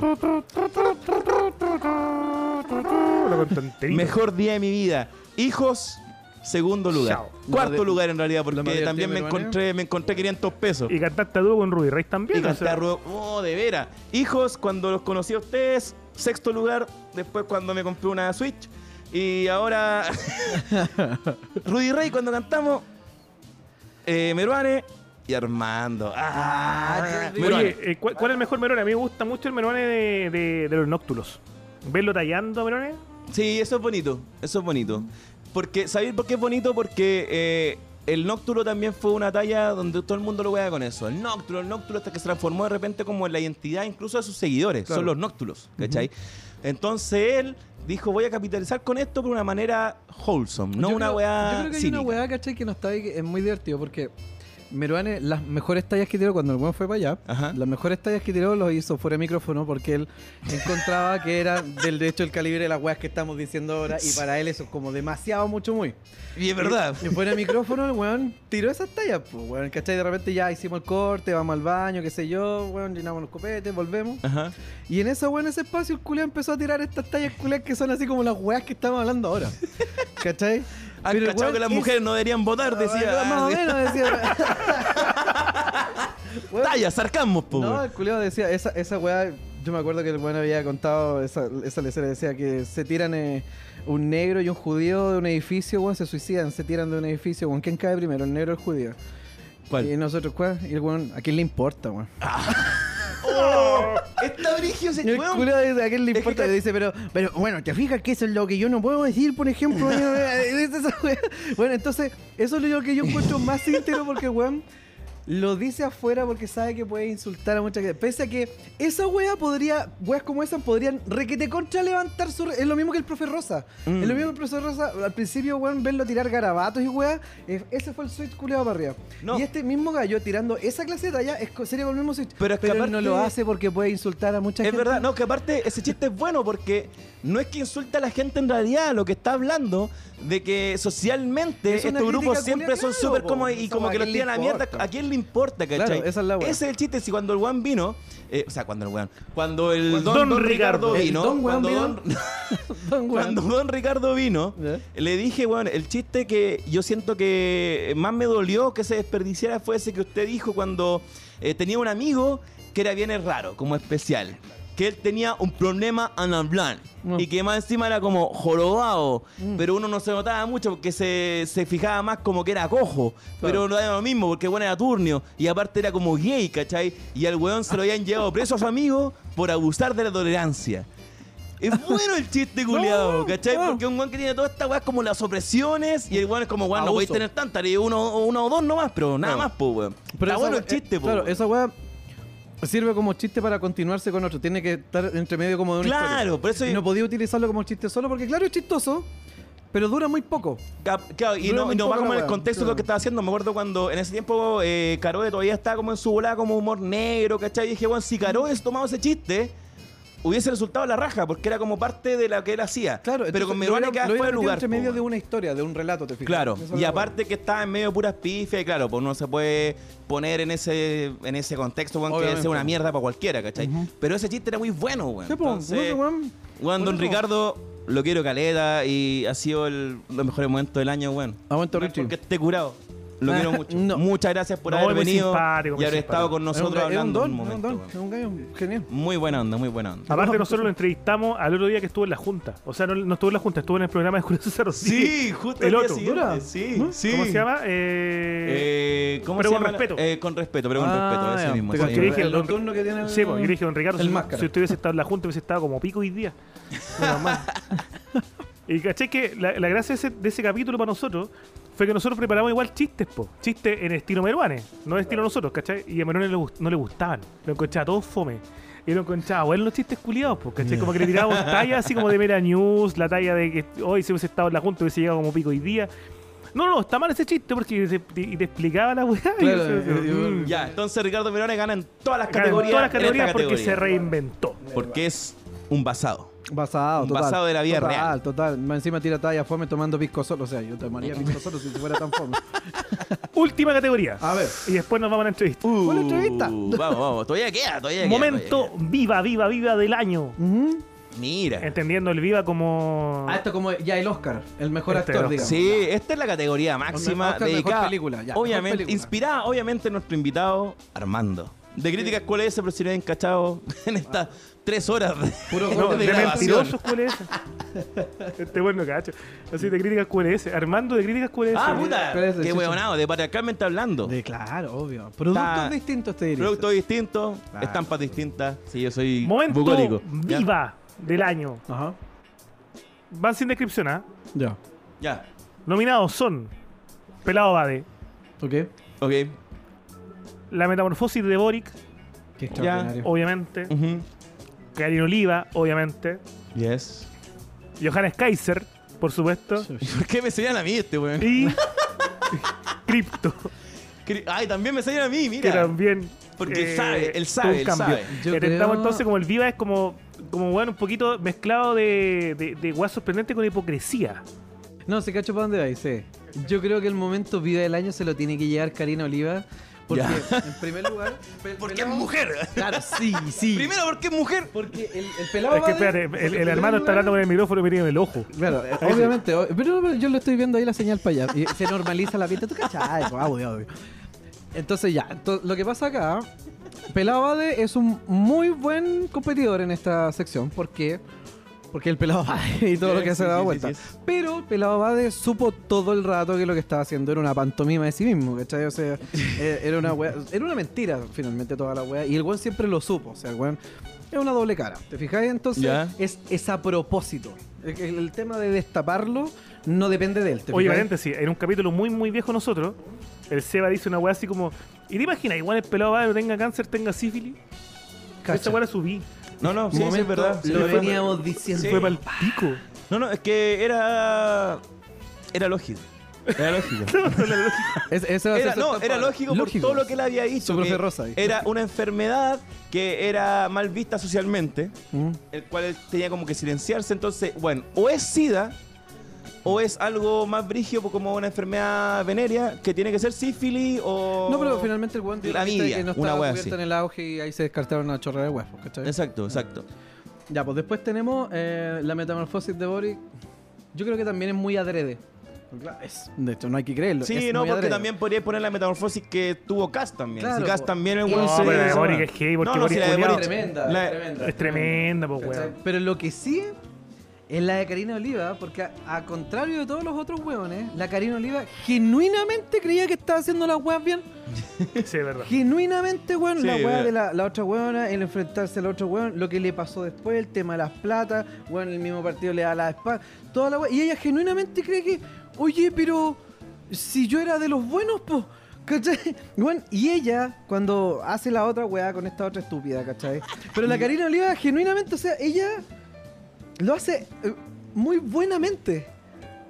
[SPEAKER 1] Lo contó enterito.
[SPEAKER 3] Mejor día de mi vida. Hijos, segundo lugar.
[SPEAKER 1] Chao.
[SPEAKER 3] Cuarto
[SPEAKER 2] La de-
[SPEAKER 3] lugar en realidad,
[SPEAKER 2] la
[SPEAKER 3] porque
[SPEAKER 2] mayoría
[SPEAKER 3] también me
[SPEAKER 2] del team peruano.
[SPEAKER 3] encontré, me encontré 500 pesos.
[SPEAKER 1] Y cantaste a dúo con Ruby Reyes también.
[SPEAKER 3] Y
[SPEAKER 1] o sea,
[SPEAKER 3] cantar ruego- Oh, de veras. Hijos, cuando los conocí a ustedes, sexto lugar. Después cuando me compré una Switch. Y ahora. Rudy Rey, cuando cantamos. Eh, Meruane y Armando. Ah,
[SPEAKER 1] oye, eh, ¿cuál, cuál es el mejor Merone? A mí me gusta mucho el Merone de, de- de los Nóctulos. ¿Verlo tallando, Merone?
[SPEAKER 3] Sí, eso es bonito, eso es bonito. Porque, ¿sabéis por qué es bonito? Porque eh, el Noctulo también fue una talla donde todo el mundo lo vea con eso. El Noctulo, el Noctulo, hasta que se transformó de repente como en la identidad incluso de sus seguidores. Son los Noctulos, ¿cachai? Entonces él dijo, voy a capitalizar con esto por una manera wholesome, no
[SPEAKER 2] Yo
[SPEAKER 3] una
[SPEAKER 2] creo-
[SPEAKER 3] weá
[SPEAKER 2] Yo creo que hay
[SPEAKER 3] cínica.
[SPEAKER 2] una weá, ¿cachai? Que no está ahí, que es muy divertido porque. Meruane, las mejores tallas que tiró cuando el weón fue para allá,
[SPEAKER 3] Ajá.
[SPEAKER 2] las mejores tallas que tiró los hizo fuera de micrófono porque él encontraba que era del derecho el calibre de las weas que estamos diciendo ahora y para él eso es como demasiado mucho muy.
[SPEAKER 3] Y es verdad.
[SPEAKER 2] Y fuera de micrófono, el weón tiró esas tallas, pues, weón, ¿cachai? De repente ya hicimos el corte, vamos al baño, qué sé yo, weón, llenamos los copetes, volvemos.
[SPEAKER 3] Ajá.
[SPEAKER 2] Y en esa weá, en ese espacio, el culé empezó a tirar estas tallas culés que son así como las weas que estamos hablando ahora. ¿Cachai?
[SPEAKER 3] Han
[SPEAKER 2] Pero el
[SPEAKER 3] cachado
[SPEAKER 2] weón
[SPEAKER 3] que las
[SPEAKER 2] hizo-
[SPEAKER 3] mujeres no deberían votar, decía.
[SPEAKER 2] más o
[SPEAKER 3] Ah, sí.
[SPEAKER 2] menos decía. Weón,
[SPEAKER 3] Talla, sarcasmos, po.
[SPEAKER 2] No,
[SPEAKER 3] weón.
[SPEAKER 2] el culeo decía, esa, esa weá, yo me acuerdo que el weón había contado, esa, esa lecera decía que se tiran eh, un negro y un judío de un edificio, weón, se suicidan, se tiran de un edificio, weón, ¿quién cae primero, el negro o el judío?
[SPEAKER 3] ¿Cuál?
[SPEAKER 2] Y nosotros, ¿cuál? Y el weón, ¿a quién le importa, weón?
[SPEAKER 3] ¡Oh! Está brígido
[SPEAKER 2] Y
[SPEAKER 3] ese
[SPEAKER 2] el
[SPEAKER 3] weón.
[SPEAKER 2] culeo dice, ¿a quién le
[SPEAKER 3] Es que
[SPEAKER 2] importa?
[SPEAKER 3] ca-
[SPEAKER 2] Y dice, pero, pero bueno, te fijas que eso es lo que yo no puedo decir, por ejemplo. yo- dice esa wea. bueno, entonces, eso es lo que yo encuentro más íntimo porque, weón, lo dice afuera porque sabe que puede insultar a mucha gente. Pese a que esa wea podría, weas como esas podrían requete contra levantar su. Es lo mismo que el profe Rosa.
[SPEAKER 3] Mm.
[SPEAKER 2] Es lo mismo que el profesor Rosa. Al principio, weón, verlo tirar garabatos y weas. eh, Ese fue el switch culeado para arriba.
[SPEAKER 3] No.
[SPEAKER 2] Y este mismo gallo tirando esa clase de talla es, co- sería con el mismo switch.
[SPEAKER 3] Pero es que
[SPEAKER 2] él no
[SPEAKER 3] aparte-
[SPEAKER 2] lo hace porque puede insultar a mucha
[SPEAKER 3] Es
[SPEAKER 2] gente.
[SPEAKER 3] verdad, no, que aparte ese chiste es bueno porque no es que insulta a la gente en realidad, lo que está hablando de que socialmente
[SPEAKER 2] Es una
[SPEAKER 3] estos grupos
[SPEAKER 2] crítica
[SPEAKER 3] siempre
[SPEAKER 2] culia,
[SPEAKER 3] son
[SPEAKER 2] claro,
[SPEAKER 3] súper
[SPEAKER 2] po.
[SPEAKER 3] como y
[SPEAKER 2] Esa
[SPEAKER 3] como
[SPEAKER 2] weá,
[SPEAKER 3] que
[SPEAKER 2] ¿a
[SPEAKER 3] los
[SPEAKER 2] quién
[SPEAKER 3] tiran
[SPEAKER 2] le
[SPEAKER 3] a mierda.
[SPEAKER 2] importa?
[SPEAKER 3] ¿A quién le importa, cachai?
[SPEAKER 2] Claro, esa es la weá.
[SPEAKER 3] Ese es el chiste, si cuando el Juan vino, eh, o sea, cuando el Juan, cuando el
[SPEAKER 1] Cuando
[SPEAKER 3] don,
[SPEAKER 1] Don
[SPEAKER 3] don Ricardo,
[SPEAKER 1] Ricardo.
[SPEAKER 2] El
[SPEAKER 3] vino,
[SPEAKER 2] don weón
[SPEAKER 3] cuando
[SPEAKER 2] vino.
[SPEAKER 3] don-
[SPEAKER 2] Don weón.
[SPEAKER 3] cuando Don Ricardo vino,
[SPEAKER 2] ¿Ya?
[SPEAKER 3] le dije, bueno, el chiste que yo siento que más me dolió que se desperdiciara fue ese que usted dijo cuando eh, tenía un amigo que era bien raro, como especial. Que él tenía un problema en hablar.
[SPEAKER 2] Mm.
[SPEAKER 3] Y que más encima era como jorobado. Pero uno no se notaba mucho porque se, se fijaba más como que era cojo. Pero no era lo mismo porque bueno era turnio. Y aparte era como gay, ¿cachai? Y al weón se lo habían llevado preso a su amigo por abusar de la tolerancia. Es bueno el chiste, culiado,
[SPEAKER 2] no,
[SPEAKER 3] ¿cachai?
[SPEAKER 2] no.
[SPEAKER 3] Porque un weón que tiene toda esta weá como las opresiones y el weón es como, weón, no
[SPEAKER 2] Abuso.
[SPEAKER 3] podéis tener tantas, le digo uno, uno o dos nomás, pero nada
[SPEAKER 2] No.
[SPEAKER 3] más, po, weón.
[SPEAKER 2] Pero
[SPEAKER 3] Está
[SPEAKER 2] esa
[SPEAKER 3] bueno
[SPEAKER 2] wea-
[SPEAKER 3] el chiste,
[SPEAKER 2] eh,
[SPEAKER 3] po.
[SPEAKER 2] Claro,
[SPEAKER 3] weón.
[SPEAKER 2] esa weá sirve como chiste para continuarse con otro. Tiene que estar entre medio como de una
[SPEAKER 3] Claro,
[SPEAKER 2] historia.
[SPEAKER 3] por eso-
[SPEAKER 2] Y no podía utilizarlo como chiste solo porque, claro, es chistoso, pero dura muy poco.
[SPEAKER 3] Cap- Claro, y
[SPEAKER 2] Dura
[SPEAKER 3] no,
[SPEAKER 2] muy
[SPEAKER 3] y no va
[SPEAKER 2] poco
[SPEAKER 3] como
[SPEAKER 2] la
[SPEAKER 3] en el
[SPEAKER 2] weá,
[SPEAKER 3] contexto de lo
[SPEAKER 2] claro.
[SPEAKER 3] que estaba haciendo. Me acuerdo cuando en ese tiempo eh, Caroe todavía estaba como en su volada como humor negro, ¿cachai? Y dije, weón, si Caroe hubiese tomado ese chiste, hubiese resultado la raja, porque era como parte de lo que él hacía.
[SPEAKER 2] Claro,
[SPEAKER 3] pero
[SPEAKER 2] entonces
[SPEAKER 3] con
[SPEAKER 2] lo
[SPEAKER 3] Meruane
[SPEAKER 2] hubiera-
[SPEAKER 3] queda
[SPEAKER 2] lo hubiera
[SPEAKER 3] fuera de
[SPEAKER 2] metido
[SPEAKER 3] lugar.
[SPEAKER 2] entre
[SPEAKER 3] po,
[SPEAKER 2] medio
[SPEAKER 3] weón.
[SPEAKER 2] de una historia, de un relato, te fijas.
[SPEAKER 3] Claro,
[SPEAKER 2] Esa es
[SPEAKER 3] y
[SPEAKER 2] la
[SPEAKER 3] aparte que está en medio de puras pifias, y claro, pues uno se puede poner en ese en ese contexto, weón, que
[SPEAKER 2] Obviamente.
[SPEAKER 3] es una mierda para cualquiera, ¿cachai? Pero ese chiste era muy bueno, weón.
[SPEAKER 2] weá. Sí, po,
[SPEAKER 3] Entonces,
[SPEAKER 2] no sé, weón.
[SPEAKER 3] weón, don
[SPEAKER 2] Bueno,
[SPEAKER 3] Ricardo, lo quiero caleta y ha sido el, los mejores momentos del año, weón.
[SPEAKER 2] Aguanta,
[SPEAKER 3] No es
[SPEAKER 2] Richie.
[SPEAKER 3] Porque esté curado. Lo quiero mucho.
[SPEAKER 2] No.
[SPEAKER 3] Muchas gracias por
[SPEAKER 1] No,
[SPEAKER 3] haber
[SPEAKER 1] muy
[SPEAKER 3] venido
[SPEAKER 1] simpático,
[SPEAKER 3] y
[SPEAKER 1] muy
[SPEAKER 3] haber estado
[SPEAKER 1] simpático.
[SPEAKER 3] con
[SPEAKER 2] Es un- es
[SPEAKER 3] nosotros
[SPEAKER 2] un
[SPEAKER 3] hablando
[SPEAKER 2] don,
[SPEAKER 3] en un momento.
[SPEAKER 2] Es un don, Ah, es
[SPEAKER 3] weón.
[SPEAKER 2] un gallo genial.
[SPEAKER 3] Muy buena onda, muy buena onda.
[SPEAKER 1] Aparte, nosotros lo entrevistamos al otro día que estuvo en la junta. O sea, no, no estuvo en la junta, estuvo en el programa de Julio César Rodríguez.
[SPEAKER 3] Sí, justo
[SPEAKER 1] El
[SPEAKER 3] el, día
[SPEAKER 1] otro.
[SPEAKER 3] siguiente.
[SPEAKER 2] Dura.
[SPEAKER 3] Eh, Sí,
[SPEAKER 2] ¿No?
[SPEAKER 3] sí.
[SPEAKER 1] ¿Cómo se llama? Eh,
[SPEAKER 3] Eh, ¿Cómo
[SPEAKER 1] Pero
[SPEAKER 3] se
[SPEAKER 1] con
[SPEAKER 3] llama la-
[SPEAKER 1] respeto.
[SPEAKER 3] eh, con respeto, pero con respeto, ese mismo.
[SPEAKER 2] Ah, Te
[SPEAKER 3] ese
[SPEAKER 1] porque
[SPEAKER 3] mismo.
[SPEAKER 1] dije,
[SPEAKER 2] el
[SPEAKER 1] don-
[SPEAKER 2] nocturno que tiene. el-
[SPEAKER 1] sí, pues, yo le dije, don Ricardo,
[SPEAKER 2] El
[SPEAKER 1] si,
[SPEAKER 2] máscara.
[SPEAKER 1] si usted hubiese estado en la junta, hubiese estado como pico hoy día. Menos mal. y caché que la, la gracia de ese, de ese capítulo para nosotros fue que nosotros preparamos igual chistes, po. Chistes en estilo meruane, no en estilo nosotros, ¿cachai? Y a Meruane le gust- no le gustaban. Lo encontraba todo fome. Y lo encontraba, bueno, los chistes culiados, pues, ¿cachai? Como que le tirábamos tallas así como de Mera News, la talla de que hoy si hubiese estado en la junta, hubiese llegado como pico hoy día. No, no, está mal ese chiste porque se- y te explicaba la weá. y
[SPEAKER 2] Claro,
[SPEAKER 1] yo-
[SPEAKER 2] eh,
[SPEAKER 1] yo-
[SPEAKER 2] eh,
[SPEAKER 1] mm.
[SPEAKER 3] Ya, entonces Ricardo Mirone gana en todas las
[SPEAKER 1] Ganó
[SPEAKER 3] categorías.
[SPEAKER 1] todas las
[SPEAKER 3] en
[SPEAKER 1] categorías
[SPEAKER 3] esta
[SPEAKER 1] porque se
[SPEAKER 3] categoría.
[SPEAKER 1] reinventó.
[SPEAKER 3] Porque es un basado.
[SPEAKER 2] Basado,
[SPEAKER 3] Un
[SPEAKER 2] total.
[SPEAKER 3] basado de la vida
[SPEAKER 2] total,
[SPEAKER 3] real.
[SPEAKER 2] Total, Más Encima tira talla fome tomando pisco solo. O sea, yo tomaría pisco solo si fuera tan fome.
[SPEAKER 1] Última categoría.
[SPEAKER 2] A ver.
[SPEAKER 1] Y después nos vamos a la entrevista.
[SPEAKER 2] Buena entrevista.
[SPEAKER 3] Uh, Vamos, vamos, todavía queda, todavía queda,
[SPEAKER 1] Momento
[SPEAKER 3] todavía
[SPEAKER 1] viva, viva, viva del año.
[SPEAKER 2] Ujú.
[SPEAKER 3] queda. Mira.
[SPEAKER 1] Entendiendo el viva como.
[SPEAKER 2] Ah, esto como ya el Oscar, el mejor
[SPEAKER 1] Este
[SPEAKER 2] actor,
[SPEAKER 1] Oscar.
[SPEAKER 2] digamos.
[SPEAKER 3] Sí, esta es la categoría máxima
[SPEAKER 2] Oscar, mejor
[SPEAKER 3] dedicada.
[SPEAKER 2] película, ya,
[SPEAKER 3] obviamente,
[SPEAKER 2] mejor película.
[SPEAKER 3] inspirada, obviamente, en nuestro invitado Armando. De críticas, ¿cuál es ese? Pero si lo he encachado en estas tres horas de,
[SPEAKER 2] Puro
[SPEAKER 1] No,
[SPEAKER 2] de
[SPEAKER 1] de
[SPEAKER 2] grabación.
[SPEAKER 1] mentirosos ¿cuál es? este bueno cacho. Así de críticas cuál es. Armando de críticas cuál es.
[SPEAKER 3] Ah, puta.
[SPEAKER 2] ¿cuál es ese,
[SPEAKER 3] Qué
[SPEAKER 2] chucha?
[SPEAKER 3] huevonado, de patriarcal me está hablando.
[SPEAKER 2] De- claro, obvio. Productos
[SPEAKER 3] Está-
[SPEAKER 2] distintos te diría.
[SPEAKER 3] Productos distintos,
[SPEAKER 2] Claro.
[SPEAKER 3] estampas distintas. Sí, yo soy
[SPEAKER 1] Momento
[SPEAKER 3] bucólico. Ya,
[SPEAKER 1] viva del año.
[SPEAKER 2] Ajá.
[SPEAKER 1] Van sin descripción, ¿ah?
[SPEAKER 2] Ya.
[SPEAKER 3] Ya,
[SPEAKER 1] Nominados son Pelado Bade,
[SPEAKER 2] Ok.
[SPEAKER 3] ok.
[SPEAKER 1] La Metamorfosis de Boric,
[SPEAKER 2] Qué extraordinario.
[SPEAKER 1] obviamente.
[SPEAKER 3] Ujú.
[SPEAKER 1] Karin Oliva, obviamente.
[SPEAKER 3] Yes.
[SPEAKER 1] Johannes Kaiser, por supuesto.
[SPEAKER 3] ¿Por qué me sellan a mí este weón?
[SPEAKER 1] Y. Crypto,
[SPEAKER 3] Cri- Ay, también me sellan a mí, mira.
[SPEAKER 1] que también.
[SPEAKER 3] Porque
[SPEAKER 1] eh,
[SPEAKER 3] sabe, él
[SPEAKER 1] tuvo
[SPEAKER 3] sabe,
[SPEAKER 1] un
[SPEAKER 3] él
[SPEAKER 1] cambio.
[SPEAKER 3] sabe.
[SPEAKER 2] Yo
[SPEAKER 1] Intentamos
[SPEAKER 2] creo-
[SPEAKER 1] entonces como el Viva es como. Como bueno, un poquito mezclado de, de, de guas sorprendente con hipocresía.
[SPEAKER 2] No, se cacho para dónde va, sí. Yo creo que el momento vida del año se lo tiene que llegar Karina Oliva. Porque,
[SPEAKER 3] Ya.
[SPEAKER 2] en primer lugar. pe-
[SPEAKER 3] Porque es
[SPEAKER 2] pelado-
[SPEAKER 3] mujer.
[SPEAKER 2] Claro, sí, sí.
[SPEAKER 3] Primero porque es mujer.
[SPEAKER 2] porque el, el
[SPEAKER 3] Oh,
[SPEAKER 2] pelado.
[SPEAKER 1] es que
[SPEAKER 2] Bader-
[SPEAKER 1] espérate, el, el
[SPEAKER 2] primer
[SPEAKER 1] hermano está
[SPEAKER 2] lugar-
[SPEAKER 1] hablando con el micrófono y me tiene en el ojo.
[SPEAKER 2] Claro, eh, obviamente, ob- pero pero yo lo estoy viendo ahí la señal para allá. Y se normaliza la pinta. Tú cachai, po, ah, obvio, obvio. Entonces ya, ento- lo que pasa acá, Pelado Bade es un muy buen competidor en esta sección. ¿Por qué? Porque el Pelado Bade y todo
[SPEAKER 3] Sí,
[SPEAKER 2] lo que
[SPEAKER 3] sí,
[SPEAKER 2] se ha dado
[SPEAKER 3] sí,
[SPEAKER 2] vuelta.
[SPEAKER 3] sí, sí.
[SPEAKER 2] Pero Pelado Bade supo todo el rato que lo que estaba haciendo era una pantomima de sí mismo, ¿cachai? O sea, eh, era una wea- era una mentira finalmente toda la wea. Y el weón siempre lo supo, o sea, el weón es una doble cara, ¿te fijáis? Entonces
[SPEAKER 3] Ya.
[SPEAKER 2] es, es a propósito. El, el- el tema de destaparlo no depende de él, ¿te
[SPEAKER 1] Oye,
[SPEAKER 2] fijáis?
[SPEAKER 1] paréntesis, en un capítulo muy, muy viejo nosotros, El Seba dice una weá así como. ¿Y te imaginas? Igual el pelado va, tenga cáncer, tenga sífilis. Esa weá la subí.
[SPEAKER 3] No, no, sí, sí,
[SPEAKER 2] Momento,
[SPEAKER 3] es verdad. Sí,
[SPEAKER 2] lo
[SPEAKER 3] fue-
[SPEAKER 2] veníamos diciendo.
[SPEAKER 3] Sí.
[SPEAKER 1] Fue pa'l pico.
[SPEAKER 3] No, no, es que era. Era lógico. Era lógico.
[SPEAKER 2] Es- ese va a ser
[SPEAKER 3] Era,
[SPEAKER 2] su
[SPEAKER 3] no,
[SPEAKER 2] top
[SPEAKER 3] era
[SPEAKER 2] ahora.
[SPEAKER 3] lógico, por todo lo que él había dicho.
[SPEAKER 2] Su profe
[SPEAKER 3] que
[SPEAKER 2] Rosa ahí.
[SPEAKER 3] Era una enfermedad que era mal vista socialmente,
[SPEAKER 2] Mm.
[SPEAKER 3] el cual él tenía como que silenciarse. Entonces, bueno, o es SIDA, o es algo más brigio como una enfermedad venérea, que tiene que ser sífilis o...
[SPEAKER 2] No, pero finalmente el weón dijo
[SPEAKER 3] Clamidia,
[SPEAKER 2] que no
[SPEAKER 3] una
[SPEAKER 2] estaba
[SPEAKER 3] wea
[SPEAKER 2] cubierto
[SPEAKER 3] así.
[SPEAKER 2] en el auge y ahí se descartaron una chorrera de weas, pues, ¿cachai?
[SPEAKER 3] Exacto, exacto.
[SPEAKER 2] Ya, pues después tenemos eh, la metamorfosis de Boric. Yo creo que también es muy adrede. Porque, claro, es- de hecho, no hay que creerlo.
[SPEAKER 3] Sí,
[SPEAKER 2] es
[SPEAKER 3] no,
[SPEAKER 2] muy
[SPEAKER 3] porque
[SPEAKER 2] adrede.
[SPEAKER 3] también podría poner la metamorfosis que tuvo Cass también.
[SPEAKER 2] Claro,
[SPEAKER 3] si Cass
[SPEAKER 2] po.
[SPEAKER 3] también el
[SPEAKER 5] No,
[SPEAKER 3] weón se-
[SPEAKER 1] pero la de
[SPEAKER 3] se-
[SPEAKER 1] Boric es heavy, porque
[SPEAKER 3] No, no,
[SPEAKER 1] Boric
[SPEAKER 3] si la de
[SPEAKER 1] culiao-
[SPEAKER 2] Es
[SPEAKER 3] Boric-
[SPEAKER 2] tremenda,
[SPEAKER 3] la-
[SPEAKER 2] es tremenda.
[SPEAKER 1] Es tremenda, pues
[SPEAKER 2] ¿Cachai?
[SPEAKER 1] weón.
[SPEAKER 2] Pero lo que sí es la de Karina Oliva, porque a, a contrario de todos los otros hueones, la Karina Oliva genuinamente creía que estaba haciendo las weas bien.
[SPEAKER 1] Sí, es verdad.
[SPEAKER 2] Genuinamente, weón,
[SPEAKER 3] Sí,
[SPEAKER 2] la weá
[SPEAKER 3] weón.
[SPEAKER 2] de la, la otra weona, el enfrentarse al otro weón, lo que le pasó después, el tema de las platas, weón, el mismo partido le da la espalda, toda la weá. Y ella genuinamente cree que, oye, pero si yo era de los buenos, pues. ¿Cachai? Weón, y ella, cuando hace la otra weá con esta otra estúpida, ¿cachai? Pero la Karina Oliva, genuinamente, o sea, ella lo hace eh, muy buenamente.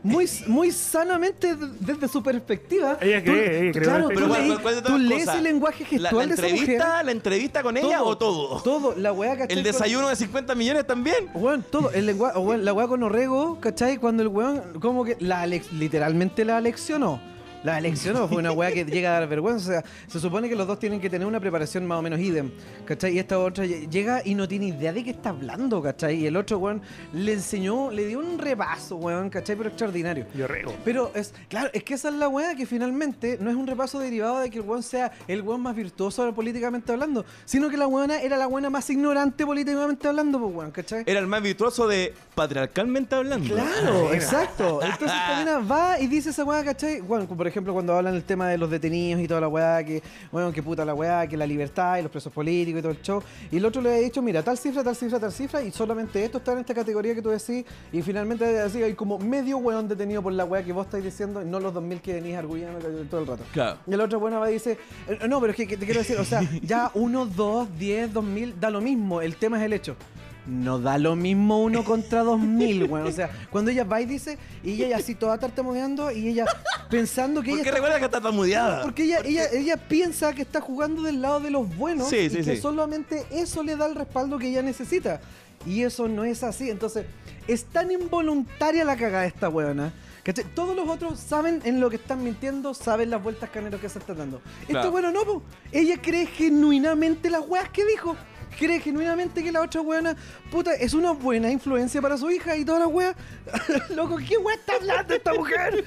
[SPEAKER 2] Muy, muy sanamente d- desde su perspectiva.
[SPEAKER 1] Ella
[SPEAKER 2] Tú-
[SPEAKER 1] cree, ella cree, perfecto.
[SPEAKER 2] Claro, tú,
[SPEAKER 3] Pero ¿cuál-
[SPEAKER 2] leí-
[SPEAKER 3] cuál- cuál de
[SPEAKER 2] tú
[SPEAKER 3] todas
[SPEAKER 2] lees
[SPEAKER 3] cosas?
[SPEAKER 2] el lenguaje
[SPEAKER 3] La,
[SPEAKER 2] gestual
[SPEAKER 3] la
[SPEAKER 2] de esa mujer.
[SPEAKER 3] entrevista, la entrevista con ella o todo.
[SPEAKER 2] Todo, la weá, ¿cachai?
[SPEAKER 3] El
[SPEAKER 2] Con-
[SPEAKER 3] desayuno de 50 millones también.
[SPEAKER 2] Weón, todo, el lenguaje, la weá con Orrego, ¿cachai? Cuando el weón, como que, la alex- literalmente la leccionó. La leccionó, fue una weá que llega a dar vergüenza. O sea, se supone que los dos tienen que tener una preparación más o menos idem, ¿cachai? Y esta otra lle- llega y no tiene idea de qué está hablando, ¿cachai? Y el otro weón le enseñó, le dio un repaso, weón, ¿cachai? Pero extraordinario.
[SPEAKER 1] Yo rego.
[SPEAKER 2] Pero es, claro, es que esa es la weá que finalmente no es un repaso derivado de que el weón sea el weón más virtuoso políticamente hablando, sino que la weona era la weona más ignorante políticamente hablando, pues weón, ¿cachai?
[SPEAKER 3] Era el más virtuoso de patriarcalmente hablando.
[SPEAKER 2] Claro,
[SPEAKER 1] Mira.
[SPEAKER 2] exacto. Entonces Karina va y dice esa weá, ¿cachai? Bueno, como por ejemplo, cuando hablan el tema de los detenidos y toda la weá, que, bueno, que puta la weá, que la libertad y los presos políticos y todo el show. Y el otro le ha dicho, mira, tal cifra, tal cifra, tal cifra, y solamente esto está en esta categoría que tú decís. Y finalmente así hay como medio weón detenido por la weá que vos estáis diciendo, y no los 2000 que venís arguyendo todo el rato.
[SPEAKER 3] Claro.
[SPEAKER 2] Y el otro bueno va y dice, eh, no, pero es que, que te quiero decir, o sea, ya uno, dos, diez, dos mil, da lo mismo, el tema es el hecho. No da lo mismo uno contra dos mil, weón. O sea, cuando ella va y dice, y ella así toda tartamudeando, y ella pensando que
[SPEAKER 3] ¿Por
[SPEAKER 2] ella
[SPEAKER 3] qué
[SPEAKER 2] está
[SPEAKER 3] recuerda que está tartamudeada?
[SPEAKER 2] porque ella, ella, ella piensa que está jugando del lado de los buenos
[SPEAKER 3] Sí,
[SPEAKER 2] y
[SPEAKER 3] sí,
[SPEAKER 2] que
[SPEAKER 3] sí.
[SPEAKER 2] solamente eso le da el respaldo que ella necesita. Y eso no es así. Entonces, es tan involuntaria la cagada de esta weona. ¿cachai? Todos los otros saben en lo que están mintiendo, saben las vueltas caneros que se están dando.
[SPEAKER 3] Claro.
[SPEAKER 2] Esta weona no, po. Ella cree genuinamente las weas que dijo. Cree genuinamente que la otra weona, puta, es una buena influencia para su hija y toda la wea. Loco, ¿qué wea está hablando esta mujer?